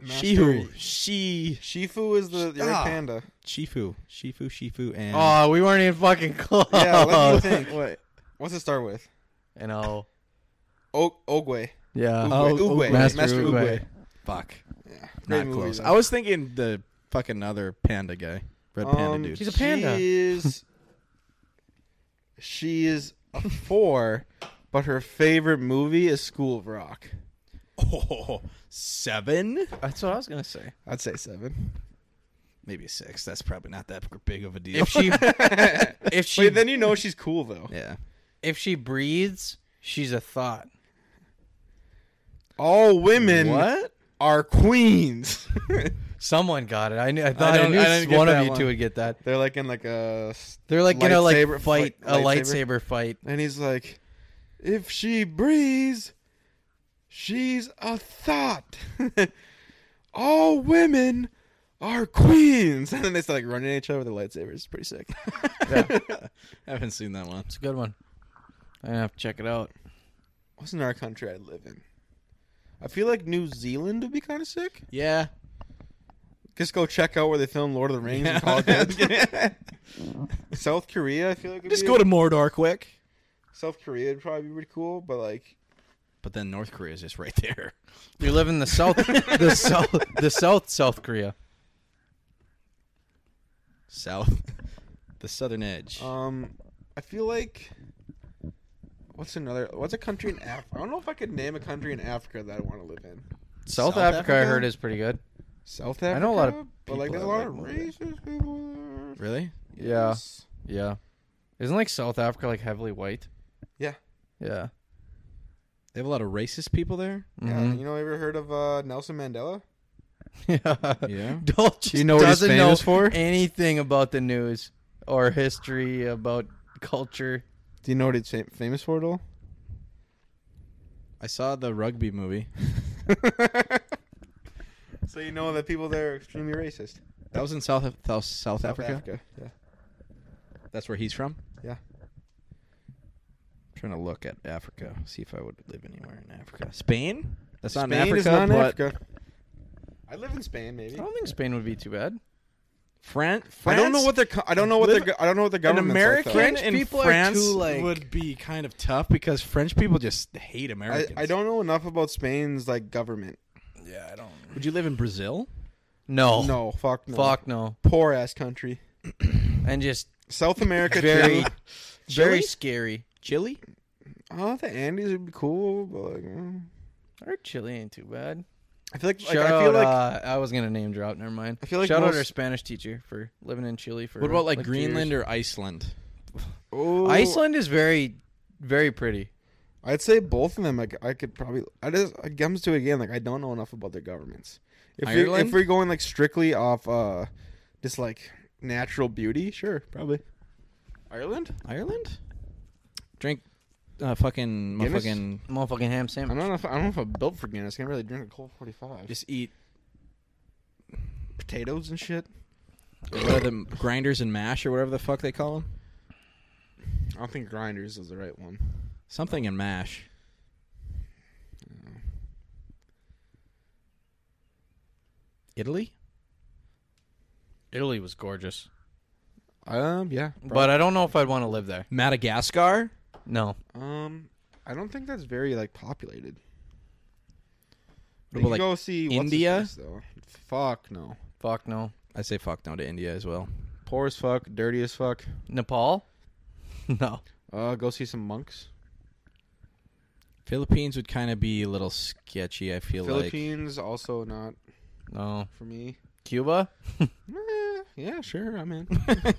S5: Shihu. She
S4: Shifu is the, the red
S5: Stop.
S4: panda.
S5: Shifu. Shifu. Shifu. And
S2: Oh, we weren't even fucking close.
S4: Yeah, let me think. What? What's it start with?
S2: You know.
S4: O- Ogwe.
S2: Yeah.
S5: Oh,
S4: Oogway.
S5: Oogway.
S4: Master,
S2: Master
S4: Oogway.
S2: Oogway.
S5: fuck,
S4: Great
S5: not
S4: movie,
S5: close.
S4: though.
S5: I was thinking the fucking other panda guy, red
S4: Um,
S5: panda dude.
S2: He's a panda.
S4: She is, she is a four, but her favorite movie is School of Rock.
S5: Oh, seven?
S2: That's what I was gonna say.
S4: I'd say seven.
S5: Maybe six. That's probably not that big of a deal.
S2: If she if she
S4: Wait, then you know she's cool though.
S5: yeah.
S2: if she breathes, she's a thought.
S4: All women
S5: what?
S4: are queens.
S2: Someone got it. I knew. I thought I,
S5: don't-
S2: knew
S5: I didn't get
S2: one
S5: that
S2: of you
S5: one.
S2: two would get that.
S4: They're like in like a. s-
S2: They're like gonna like
S4: Lightsaber-
S2: fight
S4: fight-
S2: a
S4: lightsaber?
S2: lightsaber, fight.
S4: And he's like, if she breathes, she's a thought. All women are queens. And then they start like running at each other with their lightsabers. It's pretty sick.
S5: I haven't seen that one.
S2: It's a good one. I have to check it out.
S4: What's another country I'd live in? I feel like New Zealand would be kind of sick.
S5: Yeah.
S4: Just go check out where they filmed Lord of the Rings and call it good. South Korea, I feel like. would
S5: Just
S4: be-
S5: go to Mordor quick.
S4: South Korea would probably be pretty cool, but like
S5: But then North Korea is just right there.
S2: You live in the south, the south, the south, South Korea.
S5: South. The southern edge.
S4: Um, I feel like what's another? What's a country in Africa? I don't know if I could name a country in Africa that I want to live in.
S2: South,
S5: South
S2: Africa, I
S5: Africa?
S2: heard, is pretty good.
S4: South Africa.
S2: know a lot of
S4: but like
S2: people
S4: there's
S2: that
S4: a lot of
S2: like move
S4: racist people there.
S5: really?
S2: Yeah, yeah. Isn't like South Africa like heavily white?
S4: Yeah.
S2: yeah.
S5: They have a lot of racist people there?
S4: Yeah.
S2: Mhm.
S4: You know, ever heard of uh, Nelson Mandela?
S5: Yeah.
S2: Dolch
S4: Do you know what he's
S2: doesn't know
S4: famous for?
S2: anything about the news or history about culture.
S4: Do you know what it's fam- famous for at all?
S5: I saw the rugby movie.
S4: so you know that people there are extremely racist.
S5: That was in South South, South Africa.
S4: Yeah.
S5: That's where he's from.
S4: Yeah.
S5: I'm trying to look at Africa, see if I would live anywhere in Africa. Spain? That's not in
S4: Spain
S5: Africa,
S4: is not in
S5: but
S4: Africa. I live in Spain, maybe.
S2: I don't think Spain would be too bad.
S5: Fran- France.
S4: I don't know what their co- I don't know what their
S5: Live-
S4: go- I don't know what the government
S5: American
S2: French
S5: in
S2: people are
S5: France
S2: too, like-
S5: would be kind of tough because French people just hate
S4: I,
S5: Americans.
S4: I don't know enough about Spain's like government.
S5: Yeah, I don't. Would you live in Brazil?
S2: No.
S4: No, fuck no.
S2: Oh, Fuck no.
S4: Poor ass country.
S2: And just
S4: South America
S2: Very-
S4: too.
S2: very
S5: Chile?
S2: scary.
S5: Chile?
S4: Oh, the Andes would be cool, but like, mm.
S2: Our Chile ain't too bad.
S4: I feel like, like
S2: Shout
S4: I feel
S2: out,
S4: like
S2: uh, I was gonna name drop. Never mind.
S4: I feel like
S2: shout out
S4: most-
S2: our Spanish teacher for living in Chile for.
S5: What about like,
S2: two years.
S5: Greenland or Iceland?
S4: oh,
S2: Iceland is very, very pretty.
S4: I'd say both of them. Like I could probably. I just it comes to it again. Like I don't know enough about their governments. If we if
S5: Ireland?
S4: we're going like strictly off uh, just like natural beauty, sure, probably. Ireland?
S5: Ireland? Drink uh, fucking
S4: Guinness?
S5: motherfucking
S2: Motherfucking ham
S4: I
S2: sandwich.
S4: don't know if I don't know if I'm built for Guinness. I can't really drink a cold forty five. Just
S5: just eat
S4: potatoes and shit.
S5: what are the grinders and mash or whatever the fuck they call them.
S4: I don't think grinders is the right one.
S5: Something in mash. Italy?
S2: Italy was gorgeous,
S4: Um, yeah,
S2: but I don't know if I'd want to live there.
S5: Madagascar?
S2: No,
S4: um, I don't think that's very like populated. We
S5: What about,
S4: can
S5: like,
S4: go see what's his
S5: India?
S4: face, though. Fuck no.
S2: fuck no.
S5: I say fuck no to India as well.
S4: Poor as fuck, dirty as fuck.
S2: Nepal? no.
S4: Uh, go see some monks.
S5: Philippines would kind of be a little sketchy, I feel
S4: Philippines also not
S2: No.
S4: for me.
S2: Cuba?
S4: Eh, yeah, sure, I'm in.
S5: like.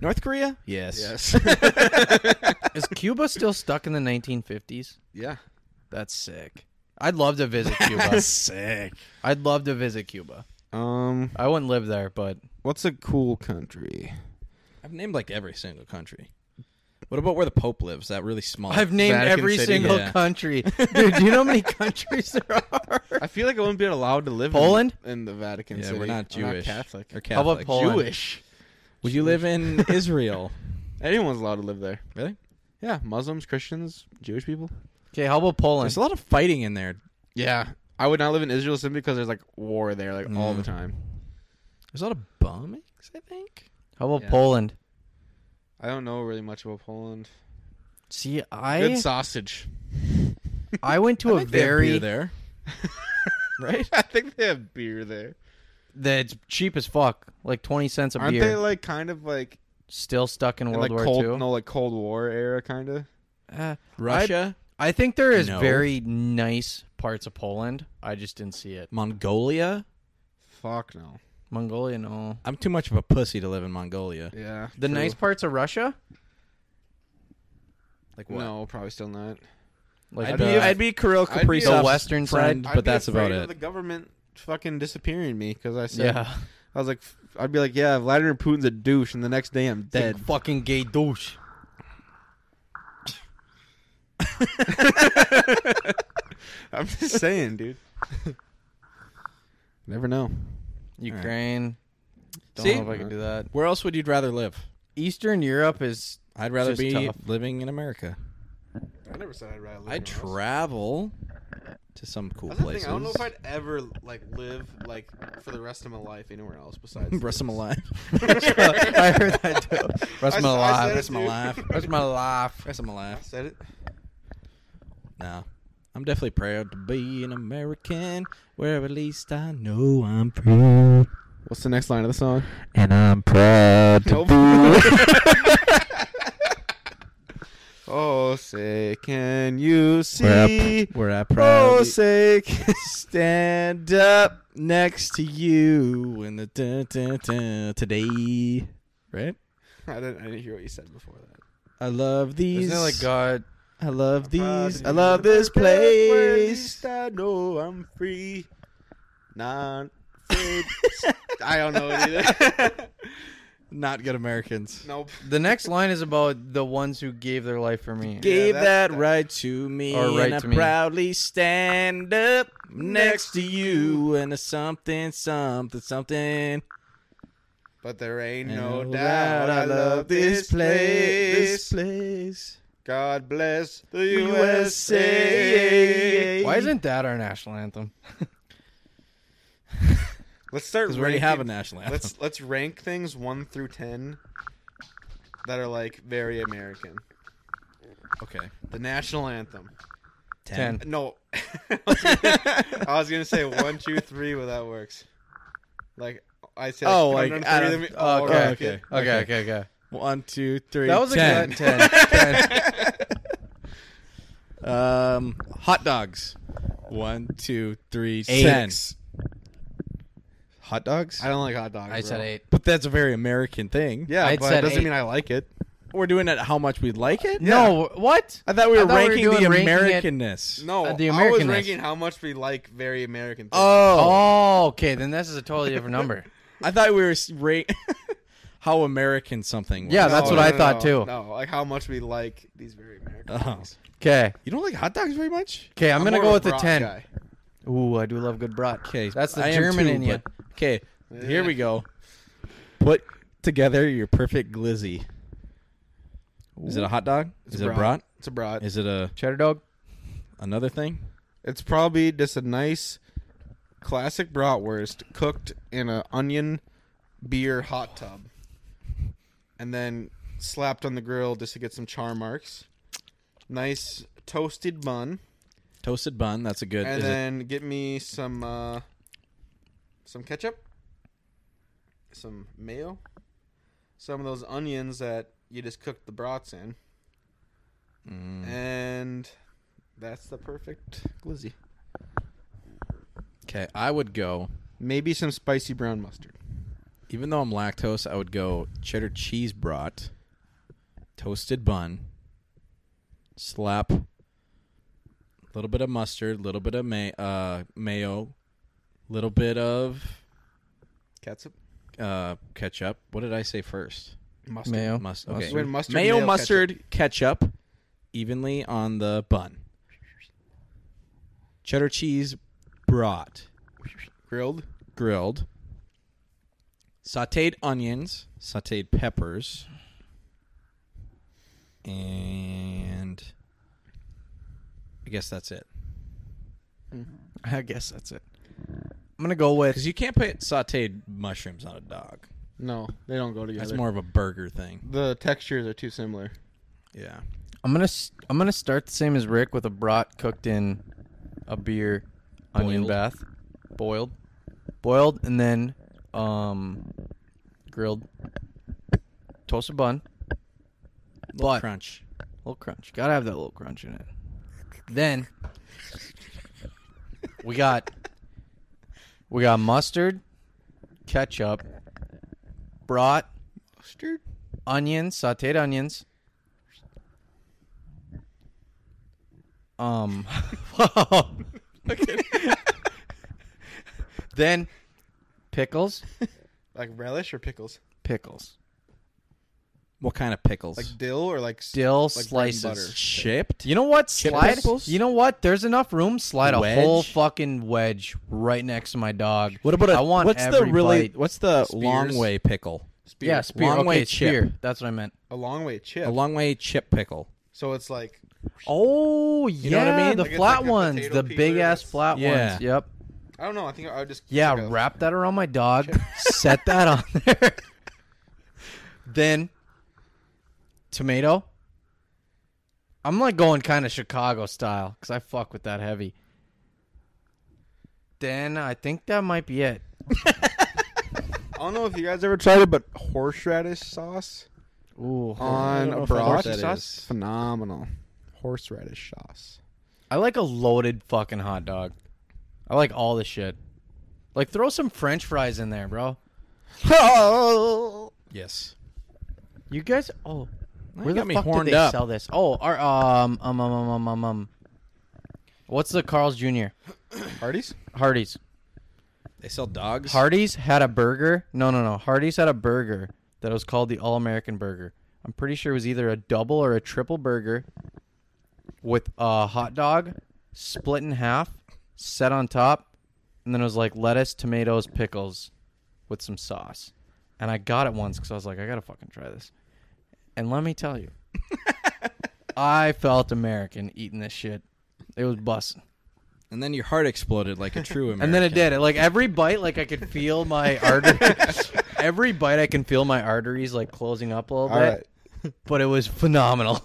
S5: North Korea? Yes.
S2: Is Cuba still stuck in the 1950s?
S4: yeah.
S2: That's sick. I'd love to visit Cuba.
S5: Sick.
S2: I'd love to visit Cuba.
S4: Um,
S2: I wouldn't live there, but
S4: what's a cool country?
S5: I've named like every single country. What about where the Pope lives? That really small.
S2: I've named
S4: Vatican
S2: every
S4: City.
S2: single
S5: Yeah.
S2: country. Dude, do you know how many countries there are?
S4: I feel like I wouldn't be allowed to live
S2: Poland?
S4: in, in the Vatican
S5: yeah,
S4: City.
S5: we're not
S4: I'm
S5: Jewish.
S4: Catholic.
S5: Or
S2: How
S5: Catholic.
S2: about Poland?
S4: Jewish.
S5: Would you live in Israel?
S4: Anyone's allowed to live there.
S5: Really?
S4: Yeah, Muslims, Christians, Jewish people.
S2: Okay, how about Poland?
S5: There's a lot of fighting in there.
S4: Yeah, I would not live in Israel simply because there's like war there like all
S5: Mm.
S4: the time.
S5: There's a lot of bombings, I think.
S2: How about
S4: Yeah.
S2: Poland?
S4: I don't know really much about Poland.
S2: See,
S4: Good
S2: I
S4: sausage.
S2: I went to a
S5: I think they have beer
S2: very
S5: there.
S4: right? I think they have beer there.
S2: that's cheap as fuck, like 20 cents a
S4: Aren't
S2: beer.
S4: they like kind of like
S2: Still stuck in
S4: in,
S2: World
S4: like
S2: War
S4: cold
S2: II?
S4: no like Cold War era kind of?
S2: Uh,
S5: Russia,
S2: I think there is
S5: No.
S2: very nice parts of Poland. I just didn't see it.
S5: Mongolia.
S4: Fuck no.
S2: Mongolia, no.
S5: I'm too much of a pussy to live in Mongolia.
S4: Yeah.
S2: The
S4: true.
S2: nice parts of Russia,
S5: Like what?
S4: No, probably still not.
S2: like
S5: I'd,
S2: the,
S5: be, I'd be Kirill
S4: I'd be
S5: Kaprizov's
S4: the
S2: western
S5: friend,
S4: I'd
S5: but
S4: be
S5: that's about
S4: afraid of
S5: it.
S4: The government fucking disappearing me because I said
S2: yeah,
S4: I was like f- I'd be like yeah Vladimir Putin's a douche and the next day I'm dead.
S2: fucking gay douche.
S4: I'm just saying, dude. Never know.
S2: Ukraine. Don't
S5: See?
S2: know if I could do that.
S5: Where else would you rather live?
S2: Eastern Europe is
S5: I'd rather
S2: Just
S5: be
S2: tough.
S5: living in America.
S4: I never said I'd rather. Live
S5: I'd travel to some cool places.
S4: I don't know if I'd ever like live like for the rest of my life anywhere else besides.
S5: Rest of my life.
S2: I heard that too. Rest
S4: I-
S2: of my
S4: I
S2: life.
S4: said it,
S5: Rest of
S4: dude.
S5: my life.
S2: Rest of my life.
S5: Rest of my life.
S4: Said it.
S5: No. I'm definitely proud to be an American, where at least I know I'm free.
S4: What's the next line of the song?
S5: And I'm proud to
S4: Oh, say, can you see?
S5: be where I
S4: Oh,
S5: proudly
S4: say,
S5: stand up next to you in the dun, dun, dun, today. Right?
S4: I didn't, I didn't hear what you said before that.
S5: I love these.
S2: Isn't it like God?
S5: I love
S4: Proud
S5: these.
S4: to
S5: I
S4: be
S5: love this
S4: American, where at
S5: place.
S4: least I know I'm free. non food. I don't know it either.
S5: Not good Americans.
S4: nope.
S2: The next line is about the ones who gave their life for me.
S5: Gave
S4: that's-
S5: that,
S4: that-
S5: right to me,
S2: Or right
S5: and I
S2: to me.
S5: proudly stand up next to you, and a something, something, something.
S4: But there ain't
S5: And
S4: no doubt I love this
S5: This
S4: place.
S5: place,
S4: God bless the
S5: USA.
S4: USA.
S2: Why isn't that our national anthem?
S4: Let's start
S5: because we already have a
S4: ranking-
S5: national anthem.
S4: Let's let's rank things one through ten that are like very American.
S5: okay,
S4: The national anthem.
S2: Ten.
S4: No, I was gonna- I was gonna say one, two, three, but that works. Like I said.
S5: Oh, like, out of-
S2: oh, okay,
S5: okay.
S2: Okay, okay, okay.
S5: One, two, three.
S2: That was a
S5: ten.
S2: good ten. ten.
S5: Um, hot dogs. One, two, three,
S1: Eight.
S5: ten. Hot dogs.
S4: I don't like hot dogs.
S1: I said
S4: bro.
S1: eight.
S5: But that's a very American thing.
S4: Yeah,
S1: I'd
S4: but
S1: said
S4: it doesn't
S1: eight.
S4: mean I like it.
S5: We're doing it how much we like it.
S2: No, what?
S5: I thought we were
S2: I thought we were
S5: ranking
S2: doing
S5: the
S2: ranking it-
S5: Americanness.
S4: No,
S2: Uh, the
S4: I was
S2: Americanness.
S4: ranking how much we like very American. Things.
S2: Oh, okay. Then this is a totally different number.
S5: I thought we were s- ra- how American something was.
S2: Yeah, that's what I thought,
S4: no,
S2: too.
S4: No, like how much we like these very American.
S5: Oh.
S4: things.
S2: Okay,
S5: You don't like hot dogs very much?
S2: okay. I'm, gonna
S4: more
S2: go
S4: of
S2: with
S4: a
S2: the
S4: Brock
S2: ten.
S4: guy.
S2: Ooh, I do love good brat.
S5: Okay,
S2: that's the
S5: I am
S2: German
S5: too,
S2: in you.
S5: but- Okay, here
S4: Yeah.
S5: we go. Put together your perfect glizzy. Is it a hot dog? Is it a brat?
S4: It's a brat.
S5: Is it a
S2: Cheddar dog.
S5: another thing?
S4: It's probably just a nice classic bratwurst cooked in an onion beer hot tub and then slapped on the grill just to get some char marks. Nice toasted bun
S5: Toasted bun. That's a good.
S4: and
S5: is it-
S4: then get me some uh some ketchup, some mayo, some of those onions that you just cooked the brats in.
S5: Mm.
S4: And that's the perfect glizzy.
S5: okay, I would go.
S4: Maybe some spicy brown mustard.
S5: Even though I'm lactose, I would go cheddar cheese brat, toasted bun, slap a little bit of mustard, a little bit of may- uh, mayo, little bit of
S4: Catsup?
S5: uh, ketchup. What did I say first?
S4: Mustard.
S2: Mayo.
S5: Must- okay.
S2: Oh, Mustard.
S4: When mustard,
S5: mayo,
S4: mayo,
S5: mustard, ketchup. evenly on the bun. Cheddar cheese brat,
S4: Grilled.
S5: grilled, sautéed onions, sautéed peppers, and I guess that's it.
S2: I guess that's it. I'm gonna go with
S5: Because you can't put sautéed mushrooms on a dog.
S4: No, they don't go together.
S5: That's more of a burger thing.
S4: The textures are too similar.
S5: Yeah.
S2: I'm gonna s- I'm gonna start the same as Rick with a brat cooked in a beer onion
S5: Boiled.
S2: bath, boiled, boiled, and then um grilled toasted bun,
S5: Little
S2: But-
S5: crunch.
S2: little crunch. Gotta have that little crunch in it. Then we got we got mustard, ketchup, brat,
S4: Mustard?
S2: onions, sautéed onions. Um, then pickles,
S4: Like relish or pickles?
S2: pickles,
S5: What kind of pickles?
S4: Like dill or like s-
S2: dill
S4: bread and butter.
S2: slices.
S5: chipped?
S2: You know what?
S5: Chip
S2: Slide.
S5: pickles?
S2: You know what? There's enough room. Slide
S5: Wedge?
S2: a whole fucking wedge right next to my dog.
S5: What about a,
S2: I want
S5: what's the
S2: every
S5: really
S2: bite.
S5: what's the long
S4: Spears?
S5: way pickle?
S4: spear.
S2: yeah spear?
S5: Long
S2: okay,
S5: way chip.
S2: spear. That's what I meant.
S4: A long way chip.
S5: A long way chip pickle.
S4: so it's like
S2: Oh yeah,
S5: know what I mean?
S2: the
S4: Like it's
S2: flat
S4: like a
S2: ones,
S4: potato
S2: the big
S4: peeler
S2: ass
S4: that's-
S2: flat
S5: Yeah.
S2: ones. Yep.
S4: I don't know, I think I would just
S2: Yeah,
S4: like a-
S2: wrap that around my dog. set that on there. then tomato. I'm like going kind of Chicago style because I fuck with that heavy. Then I think that might be it.
S4: I don't know if you guys ever tried it, but horseradish sauce
S2: Ooh,
S4: on
S5: know
S4: a
S5: if I know what
S4: broth
S5: that
S4: sauce.
S5: is.
S4: Phenomenal. Horseradish sauce.
S2: I like a loaded fucking hot dog. I like all the shit. Like throw some French fries in there, bro.
S5: Yes.
S2: You guys, oh, where
S5: you
S2: the
S5: got me
S2: fuck
S5: horned
S2: did they
S5: up.
S2: sell this? Oh, our um um um um um um. um. What's the Carl's Jr.
S4: Hardee's?
S2: Hardee's?
S5: They sell dogs.
S2: Hardee's had a burger. No, no, no. Hardee's had a burger that was called the All American Burger. I'm pretty sure it was either a double or a triple burger with a hot dog split in half, set on top, and then it was like lettuce, tomatoes, pickles with some sauce. And I got it once because I was like, I got to fucking try this. And let me tell you, I felt American eating this shit. It was busting.
S5: And then your heart exploded like a true American.
S2: And then it did. It, like every bite, like I could feel my arteries. every bite, I can feel my arteries like closing up a little
S4: All
S2: bit.
S4: right.
S2: But it was phenomenal.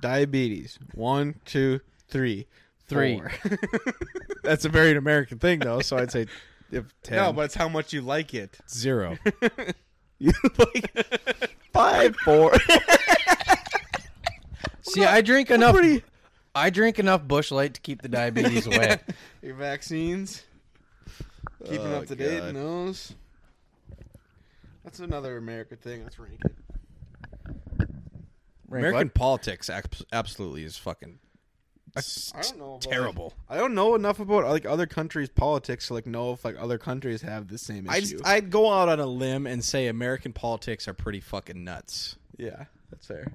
S4: Diabetes. One, two, three.
S2: Three.
S4: four.
S5: That's a very American thing, though. So I'd say if 10,
S4: no, but it's how much you like it.
S5: zero.
S6: Five, four.
S2: See, I drink enough. I drink enough Bush Light to keep the diabetes away.
S4: Your vaccines. Keeping
S5: Oh,
S4: up to date
S5: God.
S4: in those. That's another America thing. Let's rank it.
S5: American politics abs- absolutely is fucking s-
S4: I don't know. About,
S5: terrible.
S4: I don't know enough about like other countries' politics to like know if like other countries have the same
S5: I
S4: issue.
S5: just, I'd go out on a limb and say American politics are pretty fucking nuts.
S4: yeah, that's fair.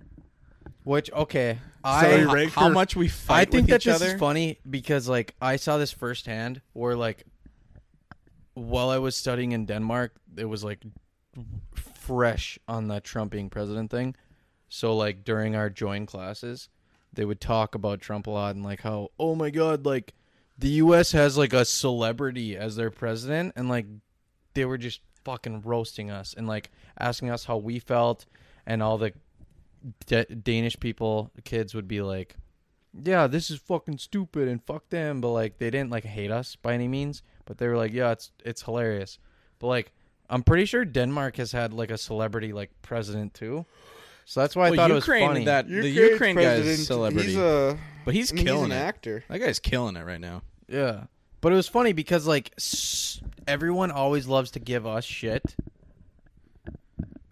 S2: Which okay,
S5: Hey,
S2: I
S5: h- how much we fight
S2: I think
S5: with
S2: that
S5: each
S2: this
S5: other.
S2: is funny because like I saw this firsthand where like while I was studying in Denmark, it was like fresh on the Trump being president thing. So like during our join classes, they would talk about Trump a lot and like how oh my god like the U.S. has like a celebrity as their president and like they were just fucking roasting us and like asking us how we felt and all the da- Danish people kids would be like yeah, this is fucking stupid and fuck them, but like they didn't like hate us by any means, but they were like, yeah, it's it's hilarious. But like I'm pretty sure Denmark has had like a celebrity like president too. So that's why I thought it was
S5: Ukraine,
S2: funny.
S5: That, the Ukraine guy is a celebrity.
S4: He's a
S5: but he's
S4: I mean,
S5: killing
S4: he's an
S5: it.
S4: actor.
S5: That guy's killing it right now.
S2: Yeah. But it was funny because like s- everyone always loves to give us shit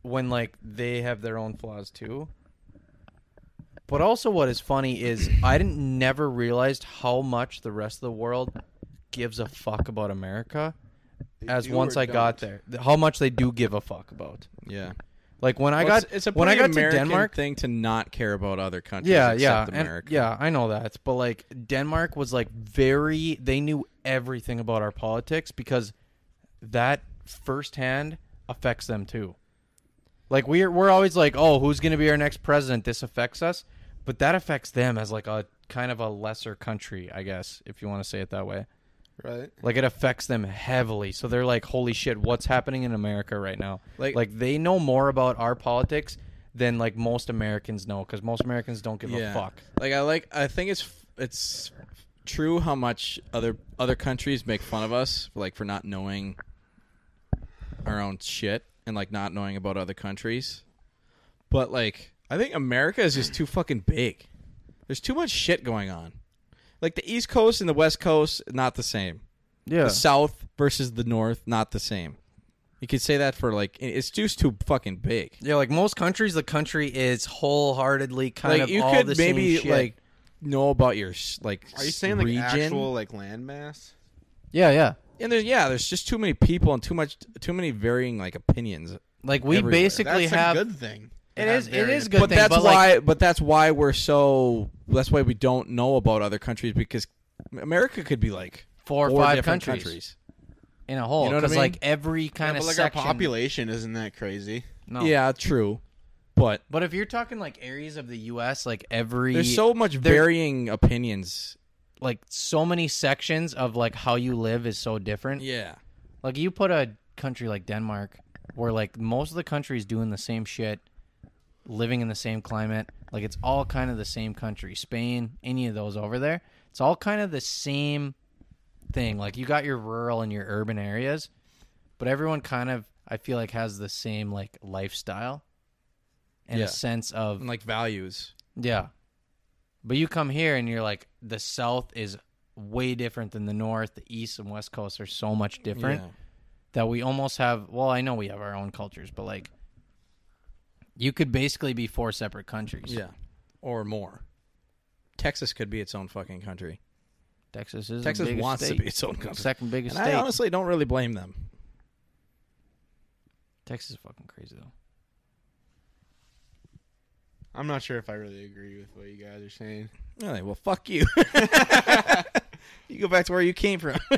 S2: when like they have their own flaws too. But also what is funny is I didn't never realized how much the rest of the world gives a fuck about America as
S4: do
S2: once
S4: or
S2: I got
S4: don't.
S2: there. Th- How much they do give a fuck about.
S5: Yeah.
S2: Like when I
S5: Well,
S2: got
S5: it's, it's a
S2: when I
S5: pretty
S2: got
S5: American
S2: to Denmark
S5: thing to not care about other countries.
S2: yeah, yeah,
S5: except
S2: and-
S5: America.
S2: yeah. I know that, but like Denmark was like very. They knew everything about our politics because that firsthand affects them too. Like we're we're always like, oh, who's going to be our next president? This affects us, but that affects them as like a kind of a lesser country, I guess, if you want to say it that way.
S4: Right.
S2: Like it affects them heavily. So they're like, "Holy shit, what's happening in America right now?"
S5: Like-
S2: Like, they know more about our politics than like most Americans know because most Americans don't give a Oh, fuck.
S5: Like I like I think it's it's true how much other other countries make fun of us like for not knowing our own shit and like not knowing about other countries. But like I think America is just too fucking big. There's too much shit going on. Like the East Coast and the West Coast not the same.
S2: Yeah,
S5: The South versus the North not the same. You could say that for like it's just too fucking big.
S2: yeah. Like most countries, the country is wholeheartedly kind
S5: like
S2: of
S5: you
S2: all
S5: could
S2: the
S5: maybe
S2: same shit.
S5: like know about your s- like
S4: Are you saying like
S5: region.
S4: actual like landmass?
S2: yeah, yeah.
S5: and there's yeah there's just too many people and too much too many varying like opinions
S2: Like we
S5: Everywhere.
S2: basically
S4: That's
S2: have
S4: a good thing. to
S2: it
S4: have
S2: is it
S4: varied
S2: is a good,
S5: but
S2: thing,
S5: that's
S2: but, like,
S5: why but that's why we're so that's why we don't know about other countries because america could be like
S2: four or
S5: four
S2: five
S5: different
S2: countries, in a whole
S5: You know what I
S2: because
S5: mean?
S2: like every kind
S4: Yeah,
S2: of
S4: but like
S2: section.
S4: our population isn't that crazy.
S2: no.
S5: yeah true but
S2: But if you're talking like areas of the U.S., like every
S5: there's so much
S2: there-
S5: varying opinions
S2: like so many sections of like how you live is so different.
S5: yeah
S2: Like you put a country like Denmark where like most of the country is doing the same shit, living in the same climate, like it's all kind of the same country. Spain, any of those over there, it's all kind of the same thing. Like you got your rural and your urban areas, but everyone kind of I feel like has the same like lifestyle and
S5: Yeah.
S2: a sense of
S5: and like values
S2: yeah. But you come here and you're like, the South is way different than the North. The East and West Coast are so much different
S5: Yeah.
S2: that we almost have. Well, I know we have our own cultures, but like, you could basically be four separate countries.
S5: yeah or more texas could be its own fucking country
S2: Texas is
S5: Texas
S2: the biggest
S5: wants
S2: state.
S5: to be its own country.
S2: second biggest
S5: And
S2: state.
S5: I honestly don't really blame them.
S2: Texas is fucking crazy though.
S4: I'm not sure if I really agree with what you guys are saying.
S5: Really? Well, fuck you. you go back to where you came from.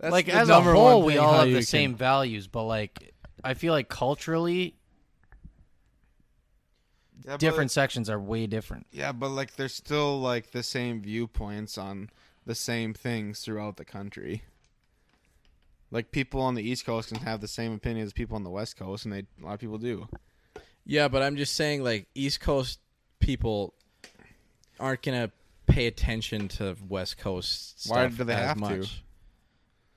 S5: That's
S2: like
S5: the
S2: as a
S5: number
S2: whole,
S5: one
S2: we
S5: thing,
S2: all
S5: how
S2: have the
S5: you can-
S2: same values, but like I feel like culturally,
S7: Yeah, but-
S2: different sections are way different.
S4: Yeah, but like there's still like the same viewpoints on the same things throughout the country. Like people on the East Coast can have the same opinion as people on the West Coast, and they a lot of people do.
S5: Yeah, but I'm just saying, like East Coast people aren't gonna pay attention to West Coast.
S4: Why
S5: stuff
S4: do they
S5: as
S4: have to?
S5: much.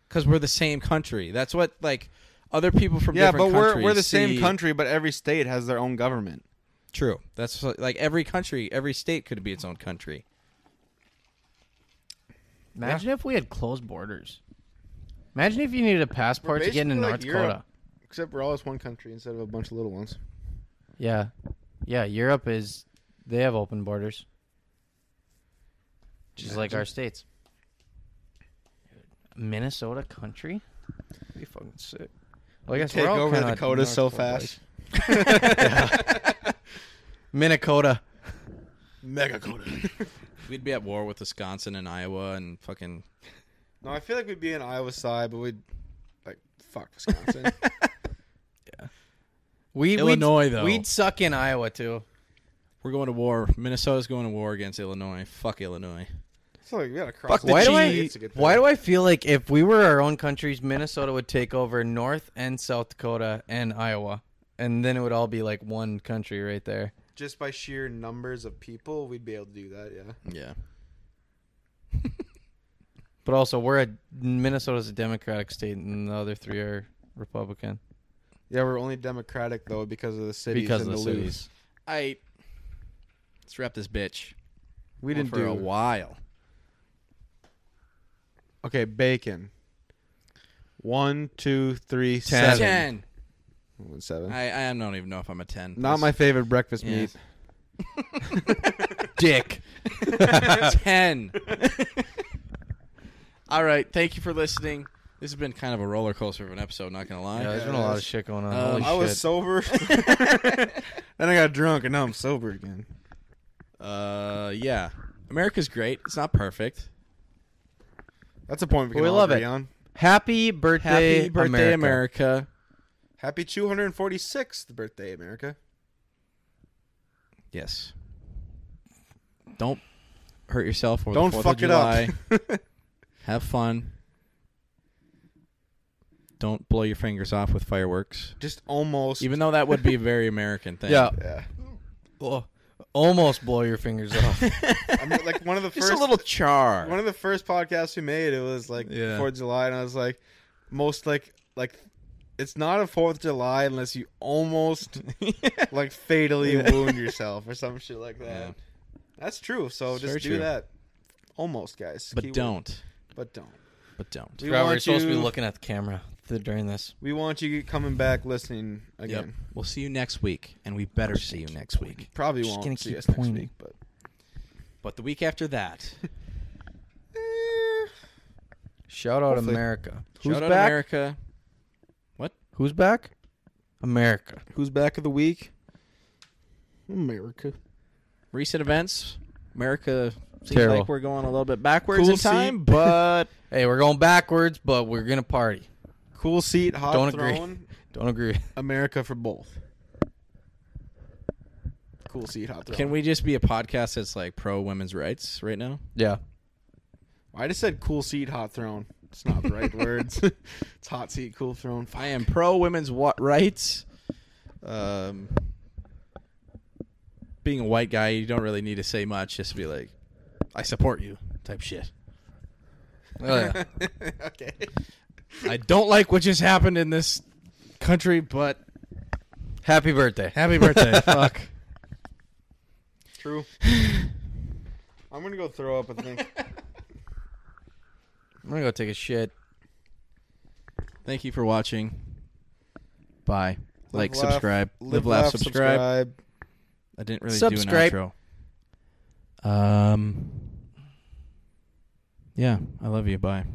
S5: Because we're the same country. That's what like other people from
S4: yeah, but
S5: different
S4: we're
S5: countries
S4: we're the same
S5: see-
S4: country, but every state has their own government.
S5: True. That's what- like every country, every state could be its own country.
S2: Imagine if we had closed borders. Imagine if you needed a passport to get into
S4: basically
S2: North
S4: like
S2: Dakota.
S4: Europe. Except we're all just one country instead of a bunch of little ones.
S2: Yeah, yeah. Europe is they have open borders, just like our states. Minnesota country, be fucking sick. Well, I guess
S4: Take
S2: we're all
S4: over the
S2: kinda
S4: Dakotas
S2: Oh,
S4: so
S2: North
S4: fast.
S2: Minnesota.
S4: Megakota.
S5: We'd be at war with Wisconsin and Iowa and fucking.
S4: no, I feel like we'd be in Iowa side, but we'd like fuck Wisconsin.
S2: We
S5: Illinois,
S2: we'd,
S5: though.
S2: We'd suck in Iowa too.
S5: We're going to war. Minnesota's going to war against Illinois. Fuck Illinois.
S4: so like, we gotta cross.
S5: the
S4: the
S2: Why do I?
S5: G.
S2: Why do I feel like if we were our own countries, Minnesota would take over North and South Dakota and Iowa, and then it would all be like one country right there.
S4: just by sheer numbers of people, we'd be able to do that. Yeah.
S5: Yeah.
S2: But also, we're a Minnesota's a Democratic state, and the other three are Republican.
S4: Yeah, we're only democratic though because of the cities
S2: Because
S4: and
S2: of the
S4: Duluth.
S2: cities.
S5: I. Let's wrap this bitch.
S4: We didn't
S5: for
S4: do
S5: a while.
S4: okay. Bacon. One, two, three,
S5: Ten.
S4: seven. One, seven.
S5: I, I don't even know if I'm a ten.
S4: Not my favorite breakfast
S5: Yeah.
S4: meat.
S5: dick. ten. All right. Thank you for listening. This has been kind of a roller coaster of an episode. Not gonna lie.
S2: Yeah, there's been a lot of shit going on.
S5: Um,
S2: Holy
S5: I
S2: shit.
S4: sober. then I got drunk, and now I'm sober again.
S5: Uh, yeah. America's great. It's not perfect.
S4: That's a point we
S2: But
S4: can
S2: we
S4: all
S2: love
S4: agree
S2: it.
S4: on.
S2: Happy birthday,
S5: Happy birthday,
S2: America.
S5: America.
S4: Happy 246th birthday, America.
S5: Yes. Don't hurt yourself. Or
S4: Don't
S5: the 4th
S4: fuck
S5: of
S4: it
S5: July.
S4: up.
S5: Have fun. Don't blow your fingers off with fireworks.
S4: Just almost.
S5: Even though that would be a very American thing.
S2: Yeah,
S4: yeah.
S2: Well, almost blow your fingers off.
S4: I mean, like one of the
S5: Just
S4: first
S5: a little char.
S4: one of the first podcasts we made it was like
S5: Yeah.
S4: fourth of july and i was like most like like it's not a fourth of july unless you almost like fatally wound yourself or some shit like that
S5: Yeah.
S4: that's true so
S5: It's very
S4: just do
S5: true.
S4: that almost guys
S5: but
S4: Keyword.
S5: don't.
S4: but don't
S5: But don't.
S4: we
S2: Robert,
S4: want
S2: you're supposed to be
S4: you-
S2: looking at the camera th- during this.
S4: we want you coming back listening again
S5: We'll see you next week, and we better see you next week.
S4: probably
S2: Just
S4: won't
S2: gonna
S4: see
S2: keep
S4: us
S2: pointing.
S4: next week but
S5: But the week after that,
S4: eh.
S2: Shout out
S4: Hopefully.
S2: America.
S5: who's
S2: Who's
S5: shout out
S2: back?
S5: America.
S2: Who's back? America.
S4: who's back of the week america
S5: Recent events, America seems
S2: Terrible.
S5: like we're going a little bit backwards
S4: Cool
S5: in time,
S4: seat.
S5: but
S2: Hey, we're going backwards, but we're gonna party.
S4: cool seat hot
S2: Don't agree.
S4: throne
S2: Don't agree.
S4: america for both cool seat hot throne
S5: can we just be a podcast that's like pro women's rights right now?
S2: Yeah.
S4: I just said cool seat, hot throne. It's not the right words. It's hot seat, cool throne.
S5: I am pro women's wa- rights. Um, being a white guy, you don't really need to say much. Just be like, I support you, type shit.
S2: Oh, yeah.
S4: okay.
S5: I don't like what just happened in this country, but
S2: Happy birthday.
S5: happy birthday. Fuck.
S4: True. I'm gonna go throw up. I think.
S2: I'm gonna go take a shit.
S5: Thank you for watching. Bye. like,
S4: laugh,
S5: subscribe. Live, laugh, subscribe. I didn't really
S2: Subscribe.
S5: do an outro. Um, Yeah, I love you. Bye.